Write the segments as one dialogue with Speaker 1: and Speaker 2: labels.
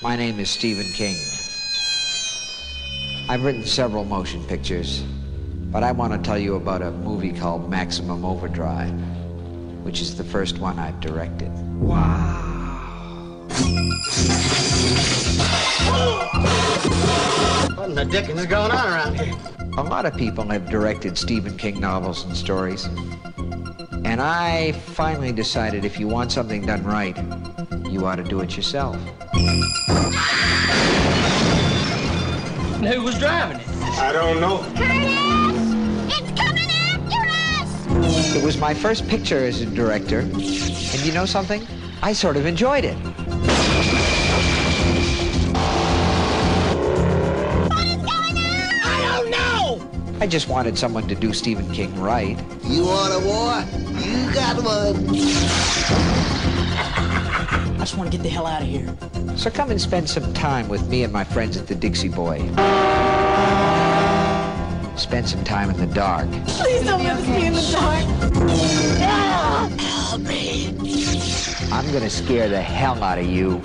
Speaker 1: My name is Stephen King. I've written several motion pictures, but I want to tell you about a movie called Maximum Overdrive, which is the first one I've directed.
Speaker 2: What in the dickens is going on around here?
Speaker 1: A lot of people have directed Stephen King novels and stories. And I finally decided if you want something done right, you ought to do it yourself.
Speaker 3: And who was driving it?
Speaker 4: I don't know.
Speaker 5: Curtis! It's coming after us!
Speaker 1: It was my first picture as a director, and you know something? I sort of enjoyed it. I just wanted someone to do Stephen King right.
Speaker 2: You want a war? You got one.
Speaker 3: I just want to get the hell out of here.
Speaker 1: So come and spend some time with me and my friends at the Dixie Boy. Spend some time in the dark.
Speaker 6: Please don't let us be in the dark.
Speaker 1: I'm gonna scare the hell out of you.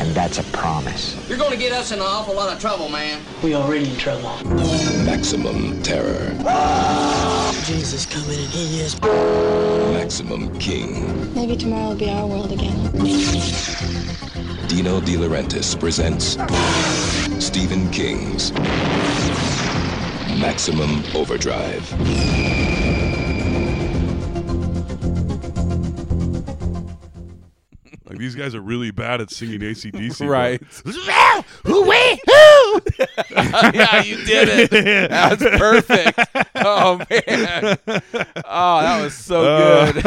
Speaker 1: And that's a promise.
Speaker 3: You're going to get us in an awful lot of trouble, man.
Speaker 7: We already in trouble.
Speaker 8: Maximum terror.
Speaker 7: Jesus coming and he is.
Speaker 8: Maximum King.
Speaker 6: Maybe tomorrow will be our world again.
Speaker 8: Dino De Laurentiis presents Stephen King's Maximum Overdrive.
Speaker 9: Like these guys are really bad at singing ACDC. but-
Speaker 10: Right.
Speaker 9: Who we who?
Speaker 10: yeah, you did it. That's perfect. Oh man. Oh, that was so good.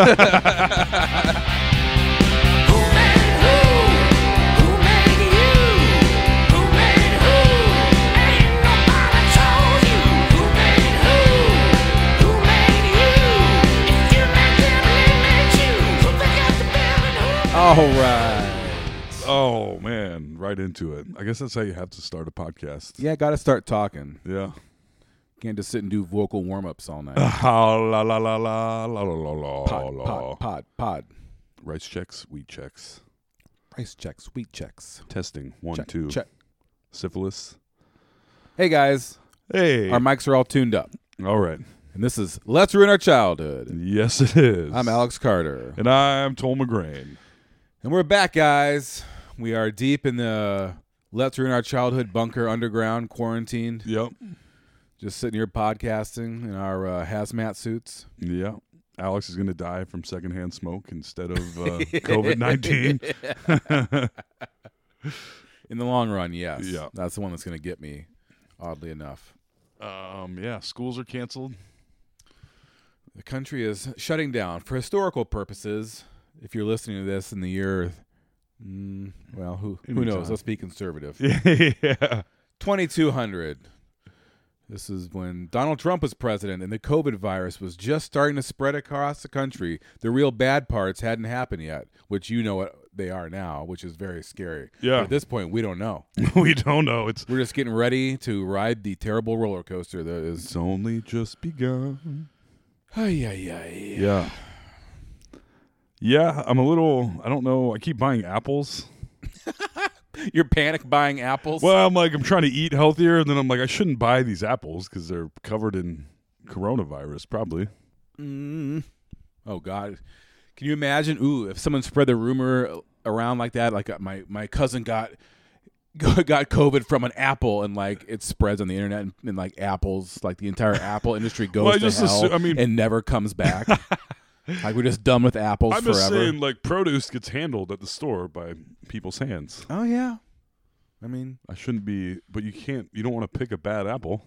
Speaker 10: All right.
Speaker 9: Oh man, right into it. I guess that's how you have to start a podcast.
Speaker 10: Yeah, got to start talking.
Speaker 9: Yeah.
Speaker 10: Can't just sit and do vocal warm ups all night.
Speaker 9: Ah, la la la la la la la la
Speaker 10: Pod,
Speaker 9: la.
Speaker 10: pod, pod, pod.
Speaker 9: Rice checks, wheat checks,
Speaker 10: Price checks, wheat checks.
Speaker 9: testing one
Speaker 10: Check,
Speaker 9: two
Speaker 10: check.
Speaker 9: syphilis.
Speaker 10: Hey guys,
Speaker 9: Hey.
Speaker 10: our mics are all tuned up,
Speaker 9: All right.
Speaker 10: and this is Let's Ruin Our Childhood.
Speaker 9: Yes, it is.
Speaker 10: I'm Alex Carter,
Speaker 9: and I'm Tom McGrain.
Speaker 10: and we're back, guys. We are deep in the Let's Ruin Our Childhood bunker underground, quarantined.
Speaker 9: Yep.
Speaker 10: just sitting here podcasting in our uh, hazmat suits.
Speaker 9: Yeah. Alex is going to die from secondhand smoke instead of uh, COVID 19.
Speaker 10: In the long run, yes,
Speaker 9: Yeah.
Speaker 10: that's the one that's going to get me. Oddly enough,
Speaker 9: Um, yeah, schools are canceled.
Speaker 10: the country is shutting down for historical purposes. If you're listening to this in the year, mm, well, who who
Speaker 9: Anytime.
Speaker 10: knows? Let's be conservative.
Speaker 9: yeah.
Speaker 10: 2200. This is when Donald Trump was president and the COVID virus was just starting to spread across the country. The real bad parts hadn't happened yet, which you know what they are now, which is very scary.
Speaker 9: Yeah.
Speaker 10: But at this point, we don't know.
Speaker 9: we don't know. It's
Speaker 10: We're just getting ready to ride the terrible roller coaster that is.
Speaker 9: it's only just begun.
Speaker 10: Ay, ay, ay.
Speaker 9: Yeah. Yeah, I'm a little. I don't know. I keep buying apples.
Speaker 10: You're panic buying apples.
Speaker 9: Well, I'm like, I'm trying to eat healthier, and then I'm like, I shouldn't buy these apples because they're covered in coronavirus, probably.
Speaker 10: Oh God, can you imagine? Ooh, if someone spread the rumor around like that, like uh, my my cousin got got COVID from an apple, and like it spreads on the internet, and, and like apples, like the entire apple industry goes
Speaker 9: Well, I
Speaker 10: to
Speaker 9: just
Speaker 10: hell
Speaker 9: assu- I mean-
Speaker 10: and never comes back. like we're just done with apples
Speaker 9: I'm
Speaker 10: forever.
Speaker 9: just saying, like, produce gets handled at the store by people's hands.
Speaker 10: oh yeah, I mean,
Speaker 9: I shouldn't be, but you can't. You don't want to pick a bad apple.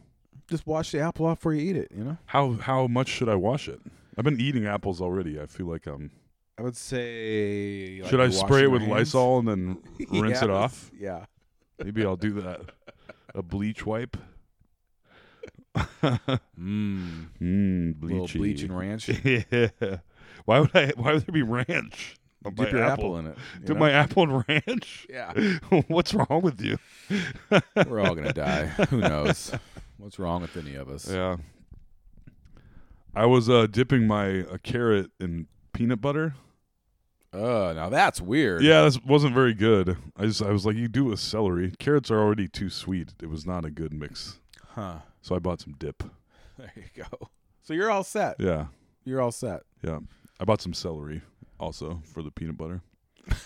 Speaker 10: just wash the apple off before you eat it. You know,
Speaker 9: How how much should I wash it? I've been eating apples already. I feel like um,
Speaker 10: I would say.
Speaker 9: should I spray it with Lysol and then rinse it off?
Speaker 10: Yeah.
Speaker 9: Maybe I'll do that. A bleach wipe.
Speaker 10: Mmm.
Speaker 9: Mmm,
Speaker 10: Little
Speaker 9: bleachy.
Speaker 10: bleach and ranch.
Speaker 9: yeah. Why would I? Why would there be ranch? on my
Speaker 10: Dip your apple, in it. you
Speaker 9: Dip
Speaker 10: know?
Speaker 9: my apple in ranch.
Speaker 10: yeah.
Speaker 9: What's wrong with you?
Speaker 10: We're all gonna die. Who knows? What's wrong with any of us?
Speaker 9: Yeah. I was uh, dipping my a carrot in uh, peanut butter
Speaker 10: Oh, now that's weird.
Speaker 9: Yeah, this wasn't very good. I just I was like, you do with celery. Carrots are already too sweet. It was not a good mix.
Speaker 10: Huh.
Speaker 9: So I bought some dip.
Speaker 10: There you go. So you're all set.
Speaker 9: Yeah,
Speaker 10: You're all set.
Speaker 9: yeah. I bought some celery also for the peanut butter.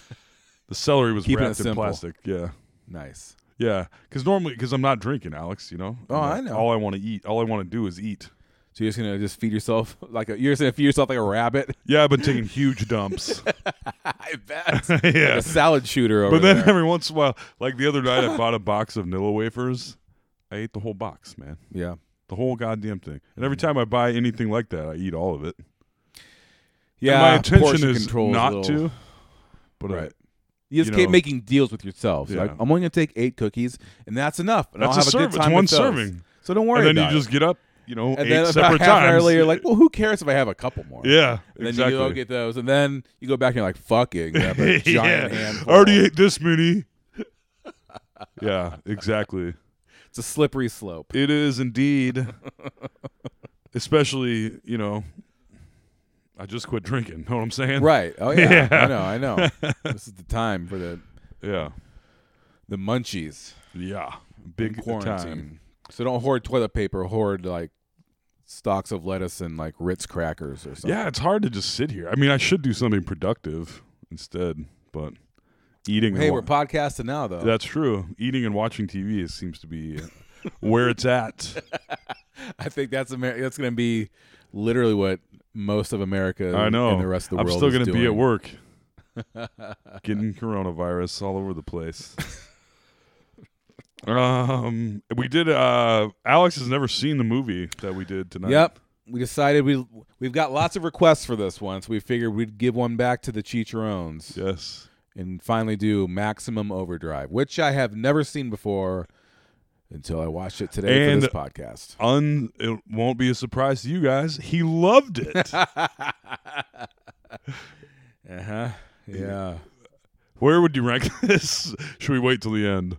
Speaker 9: the celery was
Speaker 10: Keeping it
Speaker 9: wrapped in
Speaker 10: simple.
Speaker 9: plastic. Yeah,
Speaker 10: Nice.
Speaker 9: yeah. Because normally, because I'm not drinking, Alex. You know.
Speaker 10: Oh, I know.
Speaker 9: All I want to eat, all I want to do is eat.
Speaker 10: So you're just gonna just feed yourself like a, you're just gonna feed yourself like a rabbit.
Speaker 9: Yeah, I've been taking huge dumps.
Speaker 10: I bet.
Speaker 9: yeah.
Speaker 10: A salad shooter over
Speaker 9: But then
Speaker 10: there.
Speaker 9: every once in a while, like the other night, I bought a box of Nilla wafers. I ate the whole box, man.
Speaker 10: yeah.
Speaker 9: The whole goddamn thing. And
Speaker 10: Mm.
Speaker 9: every time I buy anything like that, I eat all of it.
Speaker 10: Yeah.
Speaker 9: And my intention
Speaker 10: portion
Speaker 9: is
Speaker 10: control a
Speaker 9: not
Speaker 10: little-
Speaker 9: to. But uh,
Speaker 10: Right.
Speaker 9: right.
Speaker 10: You just
Speaker 9: you
Speaker 10: keep
Speaker 9: know.
Speaker 10: making deals with yourself. So,
Speaker 9: Yeah.
Speaker 10: like, I'm only gonna take eight cookies, and that's enough. And I'll
Speaker 9: That's
Speaker 10: have
Speaker 9: a
Speaker 10: a
Speaker 9: serving.
Speaker 10: good
Speaker 9: It's
Speaker 10: time
Speaker 9: one
Speaker 10: with those.
Speaker 9: serving.
Speaker 10: So don't worry.
Speaker 9: and then
Speaker 10: about
Speaker 9: you
Speaker 10: it.
Speaker 9: just get up, you know,
Speaker 10: and
Speaker 9: eight
Speaker 10: then
Speaker 9: separate
Speaker 10: about half an hour
Speaker 9: times.
Speaker 10: later, you're like, well, who cares if I have a couple more?
Speaker 9: yeah,
Speaker 10: And then
Speaker 9: exactly.
Speaker 10: you go get those, and then you go back and you're like, "Fucking, grab a giant
Speaker 9: yeah.
Speaker 10: handful.
Speaker 9: Already ate this many. yeah, exactly.
Speaker 10: It's a slippery slope.
Speaker 9: It is indeed. Especially, you know, I just quit drinking. Know what I'm saying?
Speaker 10: Right. Oh yeah.
Speaker 9: Yeah.
Speaker 10: I know. I know. this is the time for the
Speaker 9: Yeah.
Speaker 10: the munchies.
Speaker 9: Yeah. Big
Speaker 10: in quarantine.
Speaker 9: time.
Speaker 10: So don't hoard toilet paper. Hoard like stalks of lettuce and like Ritz crackers or something.
Speaker 9: Yeah, it's hard to just sit here. I mean, I should do something productive instead, but eating.
Speaker 10: Hey,
Speaker 9: and
Speaker 10: we're
Speaker 9: wa-
Speaker 10: podcasting now though.
Speaker 9: That's true. Eating and watching TV is- seems to be where it's at.
Speaker 10: I think that's Amer- That's going to be literally what most of America
Speaker 9: I know.
Speaker 10: and the rest of the
Speaker 9: I'm
Speaker 10: world.
Speaker 9: still
Speaker 10: is
Speaker 9: gonna be
Speaker 10: doing.
Speaker 9: at work, getting coronavirus all over the place. um, we did. Uh, Alex has never seen the movie that we did tonight.
Speaker 10: Yep. We decided we we've got lots of requests for this one, so we figured we'd give one back to the Chicharrones
Speaker 9: Yes.
Speaker 10: and finally do Maximum Overdrive, which I have never seen before until I watched it today
Speaker 9: And-
Speaker 10: for this podcast.
Speaker 9: Un. It won't be a surprise to you guys. He loved it.
Speaker 10: Uh
Speaker 9: Uh-huh.
Speaker 10: huh. Yeah.
Speaker 9: Where would you rank this? Should we wait till the end?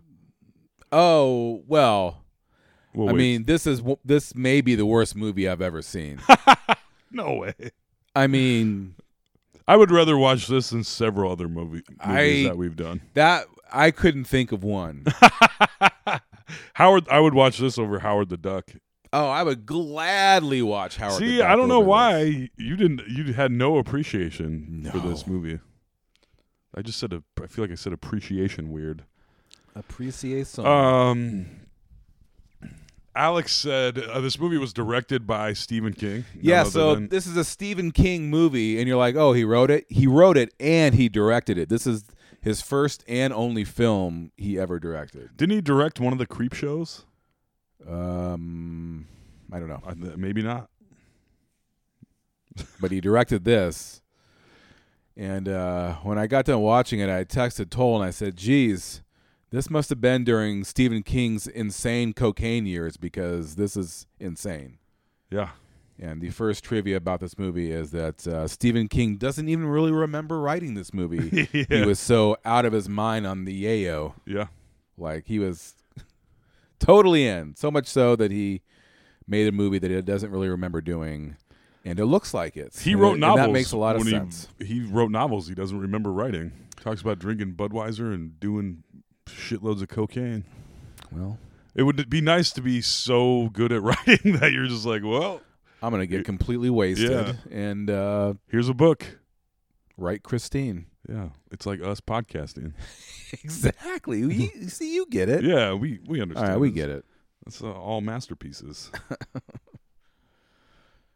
Speaker 10: Oh well.
Speaker 9: We'll
Speaker 10: I
Speaker 9: wait.
Speaker 10: mean, this is w- this may be the worst movie I've ever seen.
Speaker 9: no way.
Speaker 10: I mean,
Speaker 9: I would rather watch this than several other movie, movies
Speaker 10: I-
Speaker 9: that we've done.
Speaker 10: that I couldn't think of one.
Speaker 9: Howard, I would watch this over Howard the Duck.
Speaker 10: oh, I would gladly watch Howard. the
Speaker 9: See,
Speaker 10: Duck
Speaker 9: I don't know
Speaker 10: over this.
Speaker 9: why you didn't. You had no appreciation for this
Speaker 10: No.
Speaker 9: movie. I just said a, I feel like I said appreciation weird.
Speaker 10: Appreciate some.
Speaker 9: Um, Alex said uh, this movie was directed by Stephen King. none
Speaker 10: yeah,
Speaker 9: other
Speaker 10: so
Speaker 9: than-
Speaker 10: this is a Stephen King movie, and you're like, oh, he wrote it. He wrote it and he directed it. This is his first and only film he ever directed.
Speaker 9: didn't he direct one of the creep shows?
Speaker 10: Um, I don't know,
Speaker 9: I th- maybe not.
Speaker 10: but he directed this. And uh, when I got done watching it, I texted Toll and I said, "Geez, this must have been during Stephen King's insane cocaine years because this is insane."
Speaker 9: Yeah.
Speaker 10: And the first trivia about this movie is that uh, Stephen King doesn't even really remember writing this movie. He was so out of his mind on the yayo.
Speaker 9: Yeah.
Speaker 10: Like, he was totally in. So much so that he made a movie that he doesn't really remember doing. And it looks like it.
Speaker 9: He
Speaker 10: And
Speaker 9: wrote
Speaker 10: it-
Speaker 9: novels.
Speaker 10: And that makes a lot of
Speaker 9: when he-
Speaker 10: sense.
Speaker 9: He, wrote novels he doesn't remember writing. Talks about drinking Budweiser and doing shitloads of cocaine.
Speaker 10: Well,
Speaker 9: It would be nice to be so good at writing that you're just like, well,
Speaker 10: I'm going to get completely wasted
Speaker 9: Yeah.
Speaker 10: and uh,
Speaker 9: here's a book.
Speaker 10: write Christine.
Speaker 9: Yeah, it's like us podcasting.
Speaker 10: Exactly. You, see, you get it.
Speaker 9: Yeah, we we
Speaker 10: All
Speaker 9: understand.
Speaker 10: right, we get it.
Speaker 9: It's uh, all masterpieces.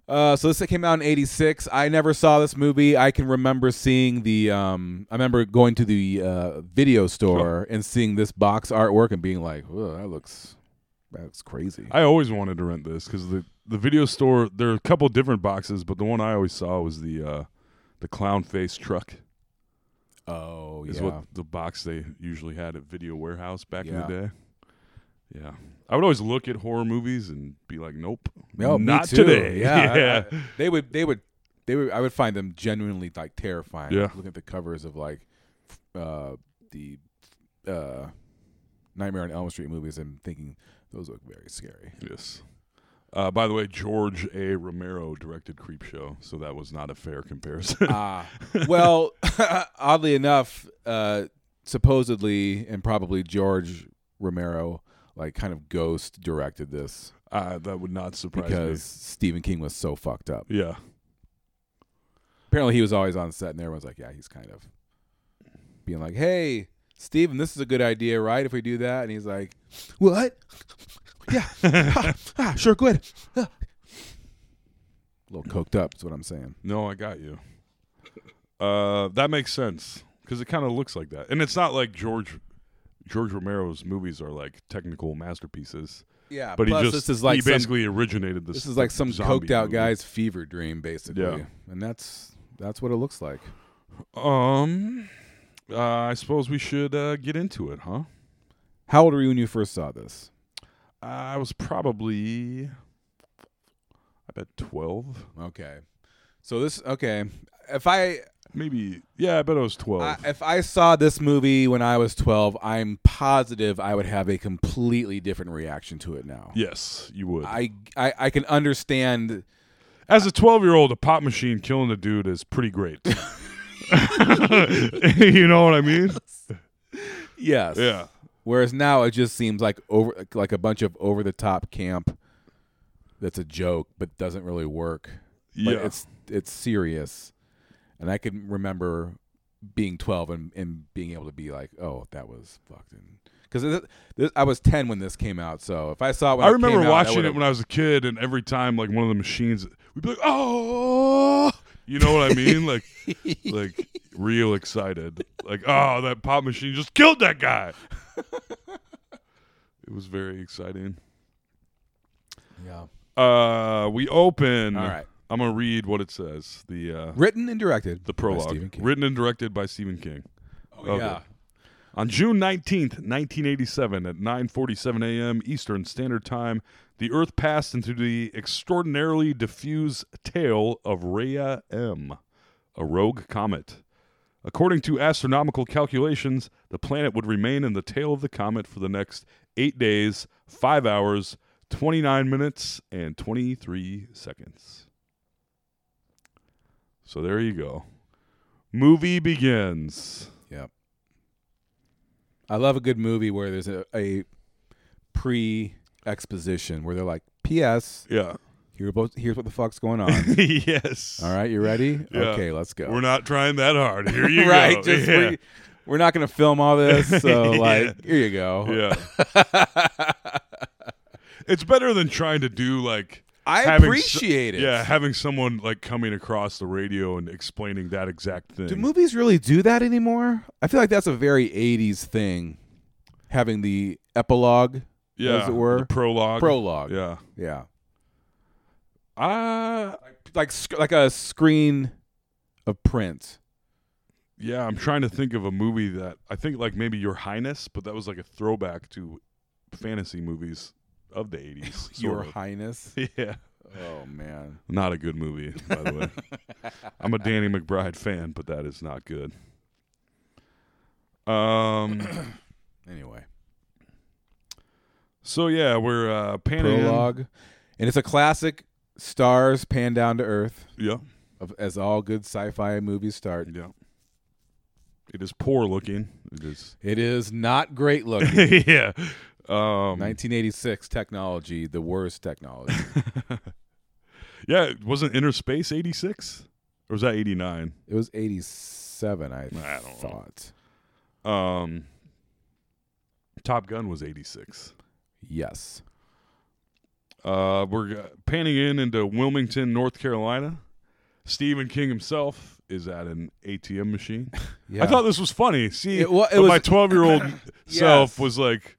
Speaker 10: Uh, so this came out in '86. I never saw this movie. I can remember seeing the. Um, I remember going to the uh, video store and seeing this box artwork and being like, "Whoa, that looks, that looks crazy."
Speaker 9: I always wanted to rent this because the the video store there are a couple different boxes, but the one I always saw was the uh, the clown face truck.
Speaker 10: oh
Speaker 9: is
Speaker 10: yeah,
Speaker 9: what the box they usually had at Video Warehouse back
Speaker 10: Yeah.
Speaker 9: in the day. Yeah, I would always look at horror movies and be like, "Nope,
Speaker 10: Oh, me
Speaker 9: not
Speaker 10: too.
Speaker 9: today."
Speaker 10: Yeah,
Speaker 9: yeah,
Speaker 10: I- I- they would. They would. They would. I would find them genuinely like terrifying.
Speaker 9: Yeah.
Speaker 10: Looking at the covers of like, uh, the, uh, Nightmare on Elm Street movies and thinking those look very scary.
Speaker 9: yes. Uh, by the way, George A. Romero directed Creepshow, so that was not a fair comparison.
Speaker 10: Ah, well, oddly enough, uh, supposedly and probably George Romero, like kind of ghost directed this
Speaker 9: uh, that would not surprise
Speaker 10: because Stephen King was so fucked up.
Speaker 9: me. Yeah,
Speaker 10: Apparently, he was always on set, and everyone's like, "Yeah, he's kind of being like, hey, Stephen, this is a good idea, right? If we do that," and he's like, "What? yeah, ah, ah, sure, go ahead." Ah." A little coked up is what I'm saying.
Speaker 9: no, I got you. Uh, that makes sense because it kind of looks like that, and it's not like George George Romero's movies are like technical masterpieces,
Speaker 10: Yeah,
Speaker 9: but he just
Speaker 10: this is like
Speaker 9: he
Speaker 10: some,
Speaker 9: basically originated this.
Speaker 10: this is like some
Speaker 9: zombie
Speaker 10: coked out
Speaker 9: movie.
Speaker 10: guy's fever dream, basically.
Speaker 9: Yeah.
Speaker 10: and that's that's what it looks like.
Speaker 9: Um, uh, I suppose we should uh, get into it, huh?
Speaker 10: How old were you when you first saw this?
Speaker 9: I was probably, I bet twelve,
Speaker 10: Okay, so this okay. If I
Speaker 9: maybe. Yeah, I bet I was twelve.
Speaker 10: I, if I saw this movie when I was 12, I'm positive I would have a completely different reaction to it now.
Speaker 9: yes, you would.
Speaker 10: I, I, I can understand.
Speaker 9: As a twelve-year-old, a pop machine killing a dude is pretty great. you know what I mean?
Speaker 10: Yes.
Speaker 9: Yeah.
Speaker 10: Whereas now it just seems like over like a bunch of over the top camp that's a joke but doesn't really work.
Speaker 9: Yeah.
Speaker 10: But it's it's serious. And I can remember being 12 and, and being able to be like, "Oh, that was fucking cuz I was 10 when this came out. So if I saw it when
Speaker 9: I
Speaker 10: it
Speaker 9: remember
Speaker 10: came out,
Speaker 9: watching
Speaker 10: would've-
Speaker 9: it when I was a kid, and every time like one of the machines, we'd be like, "Oh," you know what I mean? Like, like real excited, like, "Oh, that pop machine just killed that guy." it was very exciting.
Speaker 10: Yeah.
Speaker 9: Uh, we open.
Speaker 10: All right.
Speaker 9: I'm gonna read what it says. The uh,
Speaker 10: Written and directed.
Speaker 9: the
Speaker 10: by Stephen
Speaker 9: prologue,
Speaker 10: King.
Speaker 9: written and directed by Stephen King.
Speaker 10: Oh,
Speaker 9: of
Speaker 10: yeah.
Speaker 9: it. On June 19th, 1987, at 9:47 a.m. Eastern Standard Time, the Earth passed into the extraordinarily diffuse tail of Rhea M, a rogue comet. According to astronomical calculations, the planet would remain in the tail of the comet for the next 8 days, 5 hours, 29 minutes, and 23 seconds. So there you go. Movie begins.
Speaker 10: Yep. I love a good movie where there's a, a pre exposition where they're like, P.S.
Speaker 9: Yeah.
Speaker 10: Here, bo- here's what the fuck's going on.
Speaker 9: yes.
Speaker 10: All right, you ready?
Speaker 9: Yeah.
Speaker 10: Okay, let's go.
Speaker 9: We're not trying that hard. Here you
Speaker 10: right.
Speaker 9: go.
Speaker 10: Just
Speaker 9: yeah.
Speaker 10: we, we're not going to film all this. So
Speaker 9: Yeah.
Speaker 10: like, here you go.
Speaker 9: Yeah. it's better than trying to do like.
Speaker 10: I
Speaker 9: having s-
Speaker 10: appreciate it.
Speaker 9: Yeah, having someone like coming across the radio and explaining that exact thing.
Speaker 10: Do movies really do that anymore? I feel like that's a very '80s thing, having the epilogue,
Speaker 9: yeah,
Speaker 10: as it were,
Speaker 9: the prologue.
Speaker 10: prologue.
Speaker 9: Yeah.
Speaker 10: yeah.
Speaker 9: Uh,
Speaker 10: like sc- like a screen of print.
Speaker 9: yeah, I'm trying to think of a movie that I think like maybe Your Highness, but that was like a throwback to fantasy movies of the 80s.
Speaker 10: Your
Speaker 9: sort of.
Speaker 10: Highness.
Speaker 9: yeah.
Speaker 10: Oh man.
Speaker 9: Not a good movie, by the way. I'm a Danny McBride fan, but that is not good. Um.
Speaker 10: Anyway,
Speaker 9: So yeah, we're uh, panning. in.
Speaker 10: prologue, and it's a classic. Stars pan down to earth,
Speaker 9: Yeah,
Speaker 10: of, as all good sci-fi movies start.
Speaker 9: yeah. It is poor looking. It is.
Speaker 10: It is not great looking.
Speaker 9: yeah. Um.
Speaker 10: 1986 technology, the worst technology.
Speaker 9: Yeah. it Wasn't Inner Space '86 or was that '89?
Speaker 10: it was 87, I,
Speaker 9: I don't know.
Speaker 10: thought.
Speaker 9: Um. Top Gun was '86.
Speaker 10: Yes.
Speaker 9: Uh, we're uh, panning in into Wilmington, North Carolina. Stephen King himself is at an ATM machine.
Speaker 10: Yeah.
Speaker 9: I thought this was funny. See,
Speaker 10: It wa- it
Speaker 9: but my
Speaker 10: was-
Speaker 9: 12 year old self
Speaker 10: Yes.
Speaker 9: was like,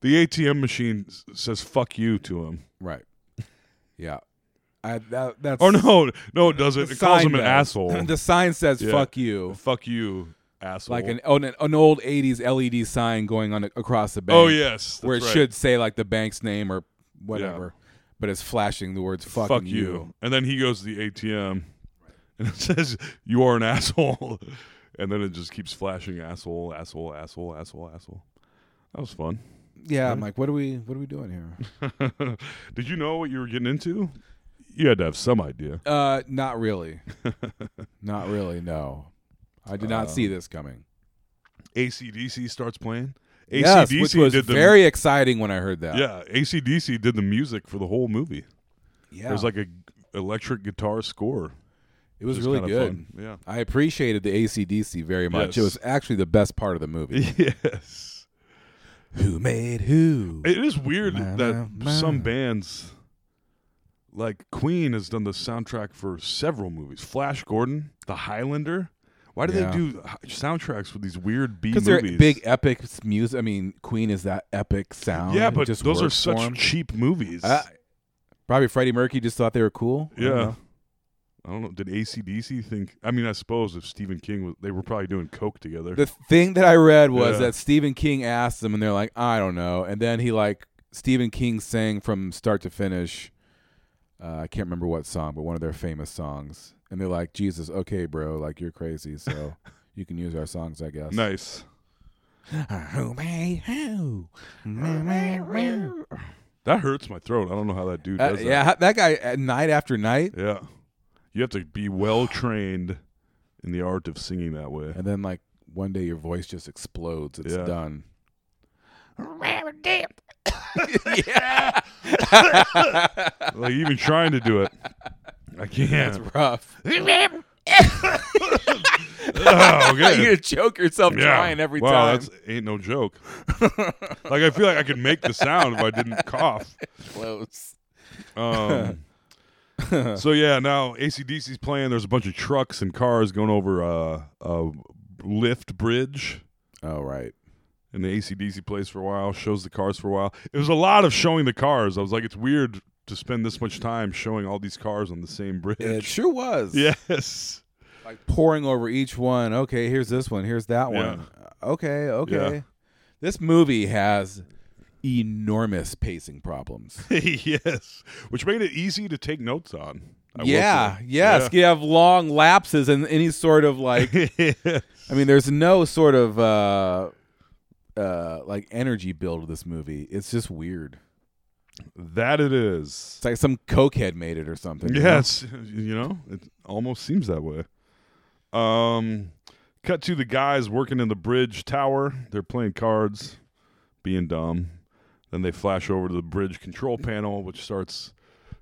Speaker 9: the ATM machine s- says "fuck you" to him.
Speaker 10: right. Yeah. I, that, that's
Speaker 9: Oh no, no, it doesn't.
Speaker 10: the
Speaker 9: It calls
Speaker 10: sign
Speaker 9: him an
Speaker 10: does.
Speaker 9: asshole.
Speaker 10: the sign says
Speaker 9: Yeah.
Speaker 10: "fuck you."
Speaker 9: "Fuck you, asshole."
Speaker 10: like an oh, an, an old '80s LED sign going on across the bank.
Speaker 9: oh yes, that's
Speaker 10: where it
Speaker 9: right.
Speaker 10: should say like the bank's name or whatever, but it's flashing the words "fuck,
Speaker 9: fuck,
Speaker 10: and
Speaker 9: you. And then he goes to the ATM, and it says you are an asshole. And then it just keeps flashing asshole, asshole, asshole, asshole, asshole. That was fun.
Speaker 10: Yeah, I'm like, what are we what are we doing here?
Speaker 9: Did you know what you were getting into? You had to have some idea.
Speaker 10: Uh, not really. not really. No, I did not
Speaker 9: Um,
Speaker 10: see this coming.
Speaker 9: ACDC starts playing. ACDC
Speaker 10: Yes, which was
Speaker 9: did the
Speaker 10: very exciting when I heard that.
Speaker 9: yeah. ACDC did the music for the whole movie.
Speaker 10: yeah.
Speaker 9: It was like a g- electric guitar score.
Speaker 10: it was
Speaker 9: Just
Speaker 10: really
Speaker 9: kinda
Speaker 10: good.
Speaker 9: fun. Yeah.
Speaker 10: I appreciated the ACDC very much. It
Speaker 9: Yes.
Speaker 10: was actually the best part of the movie.
Speaker 9: Yes.
Speaker 10: who made who?
Speaker 9: It is weird
Speaker 10: Ma,
Speaker 9: that
Speaker 10: ma, ma.
Speaker 9: some bands, like Queen, has done the soundtrack for several movies. Flash Gordon, The Highlander. Why do
Speaker 10: Yeah.
Speaker 9: they do h- soundtracks with these weird B
Speaker 10: Because
Speaker 9: movies?
Speaker 10: they're big epic s- music. I mean, Queen is that epic sound.
Speaker 9: yeah,
Speaker 10: It
Speaker 9: but
Speaker 10: just
Speaker 9: those are
Speaker 10: works for
Speaker 9: such
Speaker 10: 'em.
Speaker 9: cheap movies.
Speaker 10: I- probably Freddie Mercury just thought they were cool. I don't
Speaker 9: yeah.
Speaker 10: know.
Speaker 9: I don't know. Did ACDC think? I mean, I suppose if Stephen King was, they were probably doing coke together.
Speaker 10: The thing that I read was
Speaker 9: Yeah.
Speaker 10: that Stephen King asked them, and they're like, I don't know. And then he like Stephen King sang from start to finish. Uh, I can't remember what song, but one of their famous songs. And they're like, Jesus, okay, bro, like you're crazy, so you can use our songs, I guess.
Speaker 9: nice.
Speaker 10: Who made who?
Speaker 9: That hurts my throat. I don't know how that dude
Speaker 10: Uh,
Speaker 9: does
Speaker 10: yeah, that guy uh, night after night,
Speaker 9: that. Yeah. You have to be well trained in the art of singing that way.
Speaker 10: and then like one day your voice just explodes. It's
Speaker 9: Yeah.
Speaker 10: done.
Speaker 9: like even trying to do it. I can't.
Speaker 10: Rough.
Speaker 9: Oh, okay.
Speaker 10: You're gonna choke yourself
Speaker 9: Yeah.
Speaker 10: trying every
Speaker 9: wow,
Speaker 10: time.
Speaker 9: that's ain't no joke. like I feel like I could make the sound if I didn't cough.
Speaker 10: close.
Speaker 9: Um, so yeah, now ACDC's playing. There's a bunch of trucks and cars going over uh, a lift bridge,
Speaker 10: Oh right.
Speaker 9: and the ACDC plays for a while. Shows the cars for a while. It was a lot of showing the cars. I was like, it's weird to spend this much time showing all these cars on the same bridge.
Speaker 10: It sure was.
Speaker 9: yes.
Speaker 10: Like pouring over each one. Okay, here's this one. Here's that
Speaker 9: Yeah.
Speaker 10: one. Okay, okay. This movie has enormous pacing problems.
Speaker 9: yes, which made it easy to take notes on. I will
Speaker 10: yeah,
Speaker 9: say.
Speaker 10: yes. You have long lapses and any sort of like
Speaker 9: Yeah.
Speaker 10: I mean, there's no sort of uh uh like energy build of this movie. It's just weird.
Speaker 9: that it is.
Speaker 10: It's like some cokehead made it or something. you know?
Speaker 9: Yes, you know, it almost seems that way. Um, cut to the guys working in the bridge tower. They're playing cards, being dumb. Then they flash over to the bridge control panel, which starts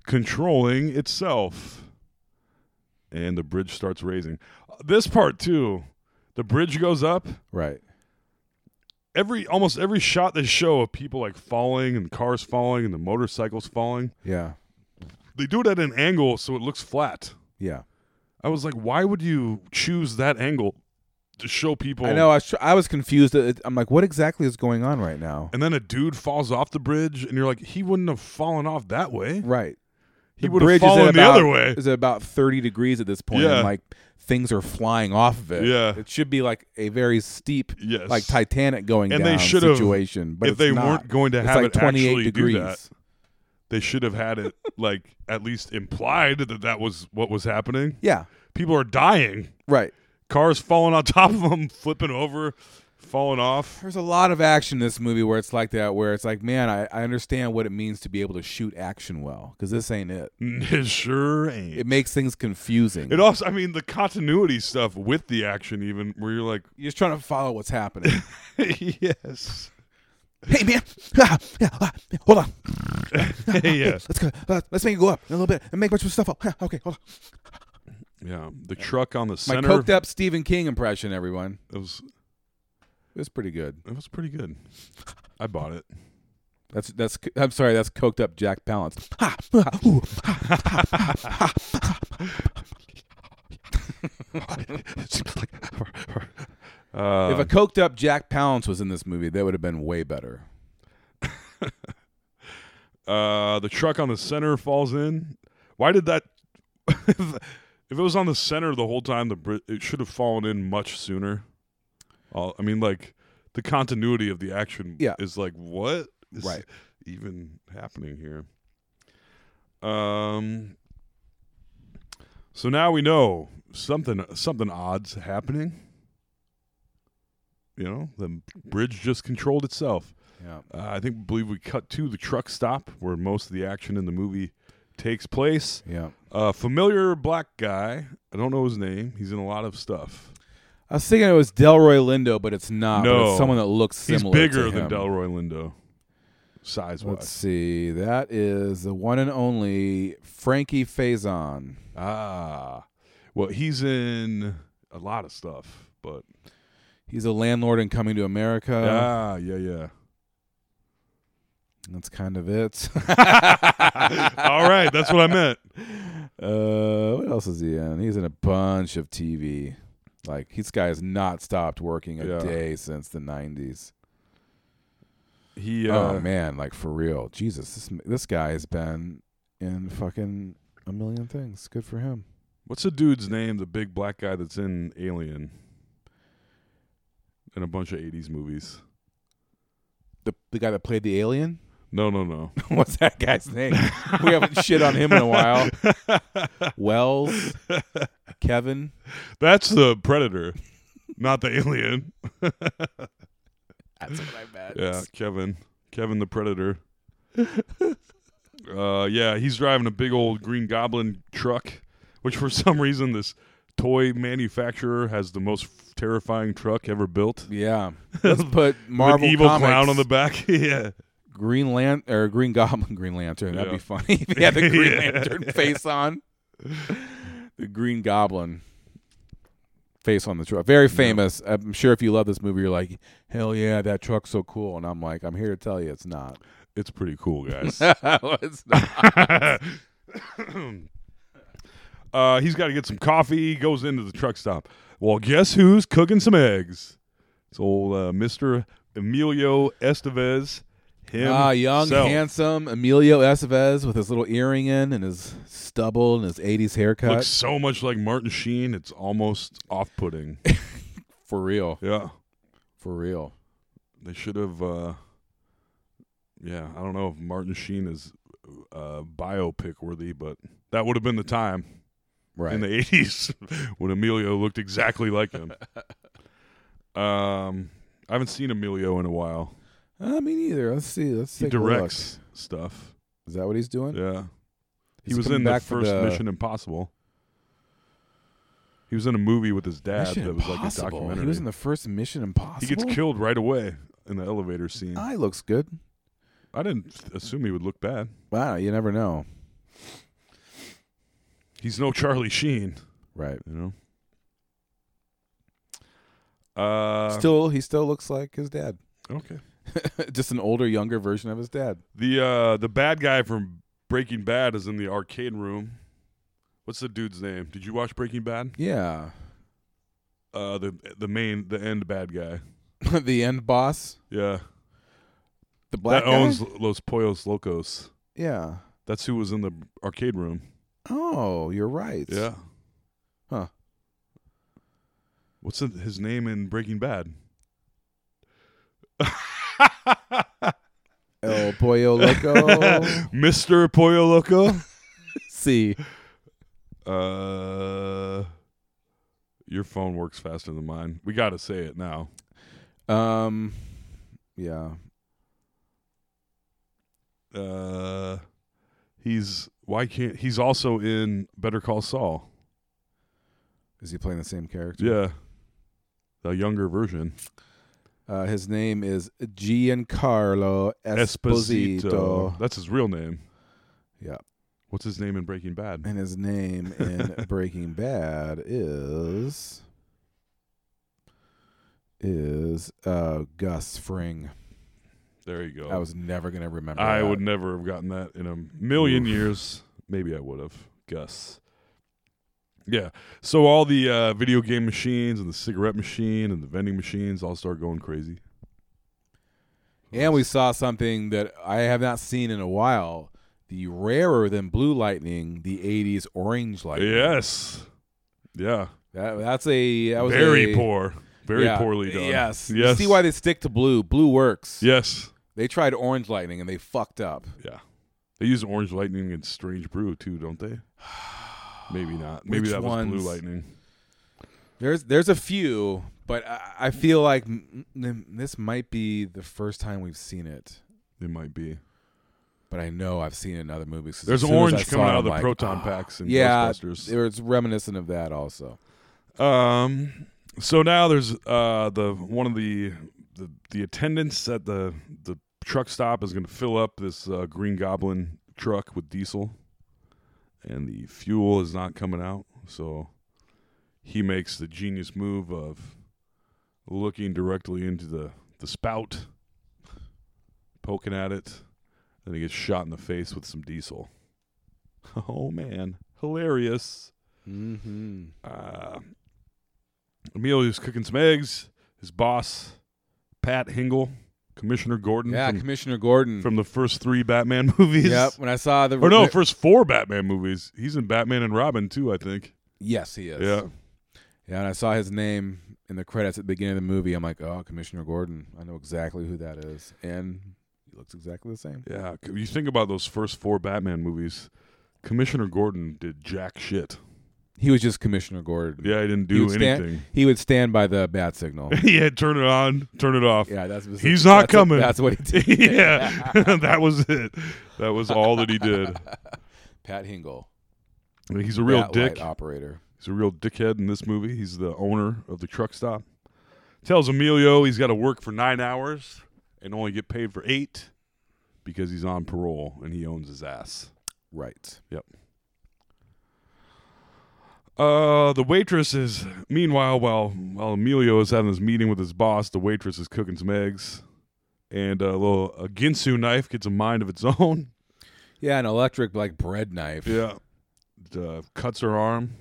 Speaker 9: controlling itself, and the bridge starts raising. Uh, This part too, the bridge goes up.
Speaker 10: Right.
Speaker 9: every almost every shot they show of people like falling and cars falling and the motorcycles falling,
Speaker 10: Yeah.
Speaker 9: they do it at an angle so it looks flat.
Speaker 10: Yeah.
Speaker 9: I was like, why would you choose that angle to show people?
Speaker 10: I know. I was, tr- I was confused. It- I'm like, what exactly is going on right now?
Speaker 9: And then a dude falls off the bridge, and you're like, he wouldn't have fallen off that way.
Speaker 10: Right.
Speaker 9: He
Speaker 10: The
Speaker 9: would have
Speaker 10: bridge is at
Speaker 9: fallen the
Speaker 10: about-
Speaker 9: other way.
Speaker 10: Is at about 30 degrees at this point,
Speaker 9: Yeah.
Speaker 10: and like things are flying off of it.
Speaker 9: Yeah.
Speaker 10: It should be like a very steep,
Speaker 9: Yes.
Speaker 10: like Titanic going
Speaker 9: And they
Speaker 10: down
Speaker 9: should have-
Speaker 10: situation. But
Speaker 9: if
Speaker 10: it's
Speaker 9: they
Speaker 10: not.
Speaker 9: weren't going to
Speaker 10: It's
Speaker 9: have
Speaker 10: like
Speaker 9: it
Speaker 10: 28
Speaker 9: actually do
Speaker 10: degrees.
Speaker 9: that. They should have had it like at least implied that that was what was happening.
Speaker 10: Yeah.
Speaker 9: People are dying.
Speaker 10: Right.
Speaker 9: Cars falling on top of them, flipping over, falling off.
Speaker 10: There's a lot of action in this movie where it's like that, where it's like, man, I, I understand what it means to be able to shoot action well, because this ain't it.
Speaker 9: It sure ain't.
Speaker 10: It makes things confusing.
Speaker 9: Mm. It also, I mean, the continuity stuff with the action, even where you're like,
Speaker 10: You're just trying to follow what's happening.
Speaker 9: yes,
Speaker 10: hey, man. Ah, yeah, ah, yeah, hold on.
Speaker 9: yeah,
Speaker 10: Let's go. uh, let's make it go up in a little bit and make a bunch of stuff up. Ah, okay, hold on.
Speaker 9: yeah. The truck on the
Speaker 10: My
Speaker 9: center.
Speaker 10: coked up Stephen King impression, everyone.
Speaker 9: It was
Speaker 10: It was pretty good.
Speaker 9: it was pretty good. I bought it.
Speaker 10: That's that's. I'm sorry. That's coked up Jack Palance. Ha,
Speaker 9: Uh,
Speaker 10: if a coked up Jack Palance was in this movie, that would have been way better.
Speaker 9: uh, the truck on the center falls in. Why did that? if it was on the center the whole time, the bri- it should have fallen in much sooner. Uh, I mean, like the continuity of the action
Speaker 10: Yeah.
Speaker 9: is like what is
Speaker 10: Right.
Speaker 9: even happening here? Um. So now we know something something odd's happening. You know, the bridge just controlled itself.
Speaker 10: Yeah.
Speaker 9: Uh, I think believe we cut to the truck stop where most of the action in the movie takes place.
Speaker 10: Yeah.
Speaker 9: A familiar black guy. I don't know his name. He's in a lot of stuff.
Speaker 10: I was thinking it was Delroy Lindo, but it's not. but
Speaker 9: No.
Speaker 10: it's someone that looks
Speaker 9: He's
Speaker 10: similar.
Speaker 9: bigger
Speaker 10: to
Speaker 9: than
Speaker 10: him.
Speaker 9: Delroy Lindo, size
Speaker 10: Let's
Speaker 9: wise.
Speaker 10: see. That is the one and only Frankie Faison.
Speaker 9: Ah, well, he's in a lot of stuff, but
Speaker 10: He's a landlord in Coming to America.
Speaker 9: ah, yeah, yeah.
Speaker 10: That's kind of it.
Speaker 9: All right, that's what I meant.
Speaker 10: Uh, what else is he in? He's in a bunch of TV. Like this guy has not stopped working a
Speaker 9: Yeah.
Speaker 10: day since the '90s.
Speaker 9: He, uh,
Speaker 10: Oh man, like for real, Jesus, this this guy has been in fucking a million things. Good for him.
Speaker 9: what's the dude's name? The big black guy that's in Alien and a bunch of '80s movies.
Speaker 10: The the guy that played the alien.
Speaker 9: No, no, no.
Speaker 10: What's that guy's name? we haven't shit on him in a while. Wells, Kevin.
Speaker 9: That's the Predator, not the Alien.
Speaker 10: That's what I bet.
Speaker 9: Yeah, Kevin. Kevin the Predator. uh, yeah, he's driving a big old Green Goblin truck, which for some reason this toy manufacturer has the most terrifying truck ever built.
Speaker 10: Yeah. Let's put Marvel
Speaker 9: With evil
Speaker 10: Comics-
Speaker 9: clown on the back. yeah.
Speaker 10: Green Lan or Green Goblin, Green Lantern. That'd
Speaker 9: Yeah.
Speaker 10: be funny if he had the Green
Speaker 9: Yeah.
Speaker 10: Lantern face on. The Green Goblin face on the truck. Very famous. I'm sure if you love this movie, you're like, hell yeah, that truck's so cool. And I'm like, I'm here to tell you, it's not.
Speaker 9: It's pretty cool, guys.
Speaker 10: it's not.
Speaker 9: uh, he's got to get some coffee. He goes into the truck stop. Well, guess who's cooking some eggs? It's old uh, Mr. Emilio Estevez. Him.
Speaker 10: Ah, young, handsome Emilio Estevez with his little earring in and his stubble and his 80s haircut.
Speaker 9: Looks so much like Martin Sheen, it's almost off putting.
Speaker 10: for real.
Speaker 9: yeah.
Speaker 10: For real.
Speaker 9: They should have uh yeah, I don't know if Martin Sheen is uh biopic worthy, but that would have been the time
Speaker 10: Right.
Speaker 9: in the eighties when Emilio looked exactly like him. um I haven't seen Emilio in a while.
Speaker 10: I mean, either. Ah, Let's see. Let's
Speaker 9: He
Speaker 10: take a look.
Speaker 9: directs stuff.
Speaker 10: Is that what he's doing?
Speaker 9: Yeah. He
Speaker 10: Is
Speaker 9: was
Speaker 10: coming
Speaker 9: in the
Speaker 10: back for
Speaker 9: first
Speaker 10: the-
Speaker 9: Mission Impossible. He was in a movie with his dad
Speaker 10: Mission
Speaker 9: that was like a
Speaker 10: Impossible.
Speaker 9: documentary.
Speaker 10: He was in the first Mission Impossible.
Speaker 9: He gets killed right away in the elevator scene.
Speaker 10: Eye looks good.
Speaker 9: I didn't assume he would look bad.
Speaker 10: Wow, you never know.
Speaker 9: He's no Charlie Sheen,
Speaker 10: Right.
Speaker 9: you know. Uh,
Speaker 10: still, he still looks like his dad.
Speaker 9: okay.
Speaker 10: Just an older, younger version of his dad.
Speaker 9: The uh, the bad guy from Breaking Bad is in the arcade room. What's the dude's name? Did you watch Breaking Bad?
Speaker 10: Yeah.
Speaker 9: Uh, the the main the end bad guy.
Speaker 10: the end boss,
Speaker 9: Yeah,
Speaker 10: the black
Speaker 9: that
Speaker 10: guy?
Speaker 9: owns Los Pollos Locos.
Speaker 10: Yeah.
Speaker 9: That's who was in the arcade room.
Speaker 10: Oh, you're right.
Speaker 9: Yeah.
Speaker 10: Huh.
Speaker 9: What's his name in Breaking Bad?
Speaker 10: El Pollo Loco.
Speaker 9: Mr. Pollo Loco?
Speaker 10: See,
Speaker 9: uh, your phone works faster than mine. We got to say it now.
Speaker 10: um, yeah.
Speaker 9: Uh, he's why can't he's also in Better Call Saul?
Speaker 10: Is he playing the same character?
Speaker 9: Yeah, the younger version.
Speaker 10: Uh, his name is Giancarlo Esposito.
Speaker 9: Esposito. That's his real name.
Speaker 10: Yeah.
Speaker 9: What's his name in Breaking Bad?
Speaker 10: And his name in Breaking Bad is is uh Gus Fring.
Speaker 9: There you go.
Speaker 10: I was never gonna remember.
Speaker 9: I
Speaker 10: that.
Speaker 9: would never have gotten that in a million years. Maybe I would have. Gus. Yeah. So all the uh, video game machines and the cigarette machine and the vending machines all start going crazy.
Speaker 10: And we saw something that I have not seen in a while. The rarer than blue lightning, the '80s orange lightning.
Speaker 9: Yes. Yeah.
Speaker 10: that, that's a that was
Speaker 9: Very
Speaker 10: a-
Speaker 9: poor. Very
Speaker 10: yeah.
Speaker 9: poorly done.
Speaker 10: Yes, You
Speaker 9: Yes.
Speaker 10: see why they stick to blue. Blue works.
Speaker 9: Yes.
Speaker 10: they tried orange lightning and they fucked up.
Speaker 9: Yeah. They use orange lightning and strange brew too, don't they? Maybe not. Maybe
Speaker 10: Which
Speaker 9: that was
Speaker 10: ones?
Speaker 9: blue lightning.
Speaker 10: There's there's a few, But I, I feel like m- m- this might be the first time we've seen it.
Speaker 9: It might be.
Speaker 10: But I know I've seen it in other movies. 'cause
Speaker 9: There's
Speaker 10: as soon as
Speaker 9: orange
Speaker 10: I saw
Speaker 9: coming
Speaker 10: it,
Speaker 9: out of
Speaker 10: I'm
Speaker 9: the
Speaker 10: like,
Speaker 9: proton
Speaker 10: "Ah."
Speaker 9: packs in
Speaker 10: Yeah,
Speaker 9: Ghostbusters.
Speaker 10: it's reminiscent of that also.
Speaker 9: Um. So now there's uh the one of the the, the attendants at the the truck stop is going to fill up this uh, Green Goblin truck with diesel, and the fuel is not coming out. So he makes the genius move of looking directly into the the spout, poking at it, then he gets shot in the face with some diesel. Oh man, hilarious!
Speaker 10: Mm-hmm.
Speaker 9: uh, Emilio is cooking some eggs. His boss, Pat Hingle, Commissioner Gordon
Speaker 10: Yeah,
Speaker 9: from,
Speaker 10: Commissioner Gordon.
Speaker 9: Mm-hmm. from the first three Batman movies.
Speaker 10: yep. When I saw the
Speaker 9: Or no, first four Batman movies. He's in Batman and Robin too, I think.
Speaker 10: yes, he is.
Speaker 9: Yeah.
Speaker 10: Yeah, and I saw his name in the credits at the beginning of the movie. I'm like, oh, Commissioner Gordon. I know exactly who that is, and he looks exactly the same.
Speaker 9: Yeah. c- You think about those first four Batman movies. Commissioner Gordon did jack shit.
Speaker 10: He was just Commissioner Gordon.
Speaker 9: Yeah, he didn't
Speaker 10: he
Speaker 9: do
Speaker 10: would stand-
Speaker 9: anything.
Speaker 10: he would stand by the bat signal.
Speaker 9: yeah, turn it on, turn it off.
Speaker 10: Yeah, that's
Speaker 9: He's not
Speaker 10: that's-
Speaker 9: coming.
Speaker 10: that's what he did.
Speaker 9: yeah. that was it. That was all that he did.
Speaker 10: Pat Hingle,
Speaker 9: He's a real
Speaker 10: bat light
Speaker 9: dick.
Speaker 10: operator.
Speaker 9: He's a real dickhead in this movie. He's the owner of the truck stop. Tells Emilio he's got to work for nine hours and only get paid for eight because he's on parole and he owns his ass.
Speaker 10: Right.
Speaker 9: Yep. Uh, the waitress is meanwhile while while Emilio is having this meeting with his boss, the waitress is cooking some eggs, and a little a Ginsu knife gets a mind of its own.
Speaker 10: Yeah, an electric like bread knife.
Speaker 9: It, uh, cuts her arm.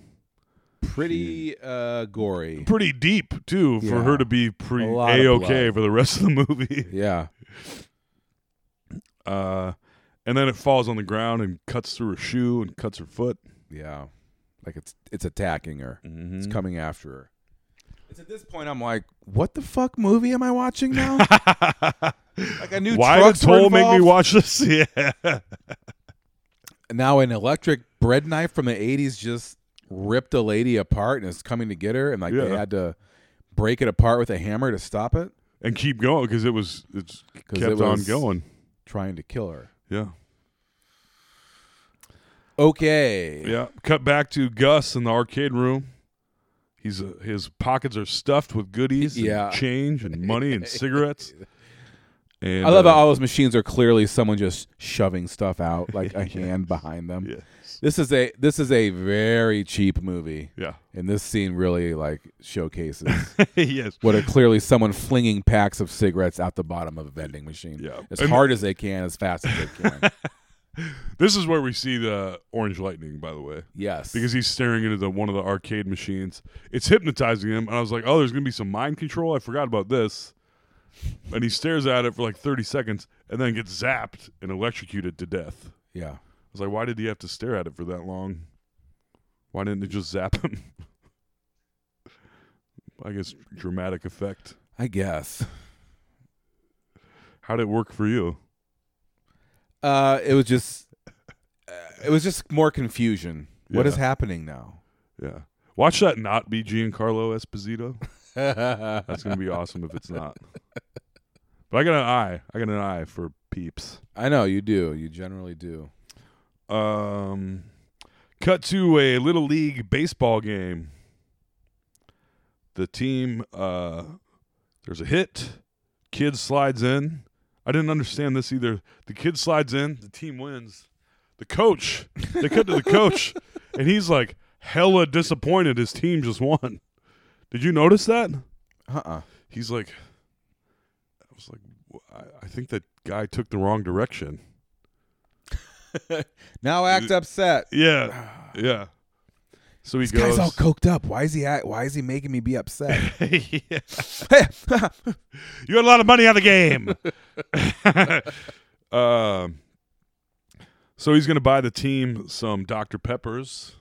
Speaker 10: Pretty uh, gory.
Speaker 9: pretty deep too for
Speaker 10: Yeah.
Speaker 9: her to be pre
Speaker 10: A lot of
Speaker 9: a okay
Speaker 10: blood.
Speaker 9: for the rest of the movie.
Speaker 10: Yeah.
Speaker 9: Uh, and then it falls on the ground and cuts through her shoe and cuts her foot.
Speaker 10: Yeah. Like it's it's attacking her. It's
Speaker 9: Mhm.
Speaker 10: coming after her. It's at this point I'm like, what the fuck movie am I watching now? like I knew
Speaker 9: Why did
Speaker 10: trucks were
Speaker 9: Toll make me
Speaker 10: involved.
Speaker 9: watch this? Yeah,
Speaker 10: Now an electric bread knife from the 80s just ripped a lady apart and is coming to get her and like they
Speaker 9: Yeah.
Speaker 10: had to break it apart with a hammer to stop it,
Speaker 9: and keep going because it was it's
Speaker 10: 'Cause
Speaker 9: kept
Speaker 10: it
Speaker 9: on
Speaker 10: was-
Speaker 9: going.
Speaker 10: trying to kill her.
Speaker 9: Yeah,
Speaker 10: Okay.
Speaker 9: yeah. Cut back to Gus in the arcade room. He's uh, his pockets are stuffed with goodies, and
Speaker 10: Yeah.
Speaker 9: change and money and cigarettes. And
Speaker 10: I love
Speaker 9: uh,
Speaker 10: how all those machines are clearly someone just shoving stuff out like a hand behind them.
Speaker 9: Yes.
Speaker 10: This is a this is a very cheap movie.
Speaker 9: Yeah.
Speaker 10: And this scene really like showcases
Speaker 9: yes.
Speaker 10: what are clearly someone flinging packs of cigarettes out the bottom of a vending machine.
Speaker 9: Yeah.
Speaker 10: As
Speaker 9: And-
Speaker 10: hard as they can, as fast as they can.
Speaker 9: This is where we see the orange lightning, by the way.
Speaker 10: yes.
Speaker 9: because he's staring into the one of the arcade machines. It's hypnotizing him, and I was like, "Oh, there's gonna be some mind control." I forgot about this. And he stares at it for like 30 seconds, and then gets zapped and electrocuted to death. I
Speaker 10: Yeah.
Speaker 9: was like, "Why did he have to stare at it for that long? Why didn't it just zap him?" I guess dramatic effect.
Speaker 10: I guess.
Speaker 9: How did it work for you?
Speaker 10: Uh it was just uh, it was just more confusion. What is
Speaker 9: Yeah.
Speaker 10: happening now?
Speaker 9: Yeah, watch that not be Giancarlo Esposito.
Speaker 10: I
Speaker 9: That's gonna be awesome if it's not. But I got an eye. I got an eye for peeps.
Speaker 10: know you do. You generally do.
Speaker 9: Um, cut to a little league baseball game. The team, uh, there's a hit. Kid slides in. I didn't understand this either. The kid slides in. The team wins. The coach. They cut to the coach, and he's like hella disappointed. His team just won. Did you notice that?
Speaker 10: Uh uh
Speaker 9: He's like, I was like, "Wh- I- I think that guy took the wrong direction.
Speaker 10: Now act upset.
Speaker 9: Yeah, yeah. So he
Speaker 10: Ah. This
Speaker 9: goes.
Speaker 10: guy's all coked up. Why is he act, why is he making me be upset?
Speaker 9: Yeah.
Speaker 10: Hey,
Speaker 9: You had a lot of money on the game. um, so he's going to buy the team some Dr. Peppers.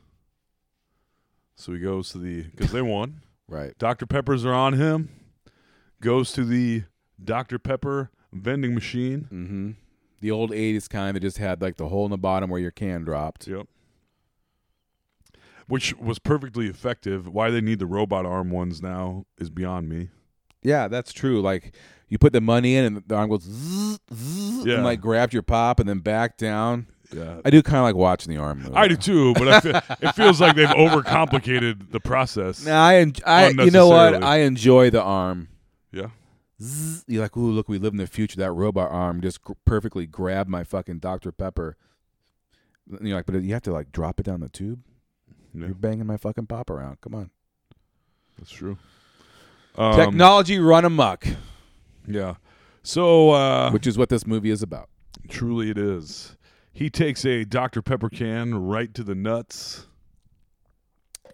Speaker 9: So he goes to the because they won.
Speaker 10: right.
Speaker 9: Dr. Peppers are on him. Goes to the Dr. Pepper vending machine.
Speaker 10: Mm-hmm. The old '80s kind that just had like the hole in the bottom where your can dropped.
Speaker 9: Yep. which was perfectly effective. Why they need the robot arm ones now is beyond me.
Speaker 10: Yeah, that's true. Like you put the money in, and the arm goes zzz, zzz,
Speaker 9: Yeah.
Speaker 10: and like grabbed your pop, and then back down.
Speaker 9: Yeah.
Speaker 10: I do kind of like watching the arm. Move.
Speaker 9: I do too, but I feel, it feels like they've overcomplicated the process.
Speaker 10: Nah, I, en- I you know what?
Speaker 9: Unnecessarily.
Speaker 10: I enjoy the arm.
Speaker 9: Yeah.
Speaker 10: Zzz. You're like, ooh, look, we live in the future. That robot arm just gr- perfectly grabbed my fucking Dr Pepper. And you're like, but you have to like drop it down the tube.
Speaker 9: Yeah.
Speaker 10: You're banging my fucking pop around. Come on,
Speaker 9: That's true. Um,
Speaker 10: technology run amok,
Speaker 9: Yeah. So uh,
Speaker 10: which is what this movie is about.
Speaker 9: truly it is. He takes a Dr. Pepper can right to the nuts.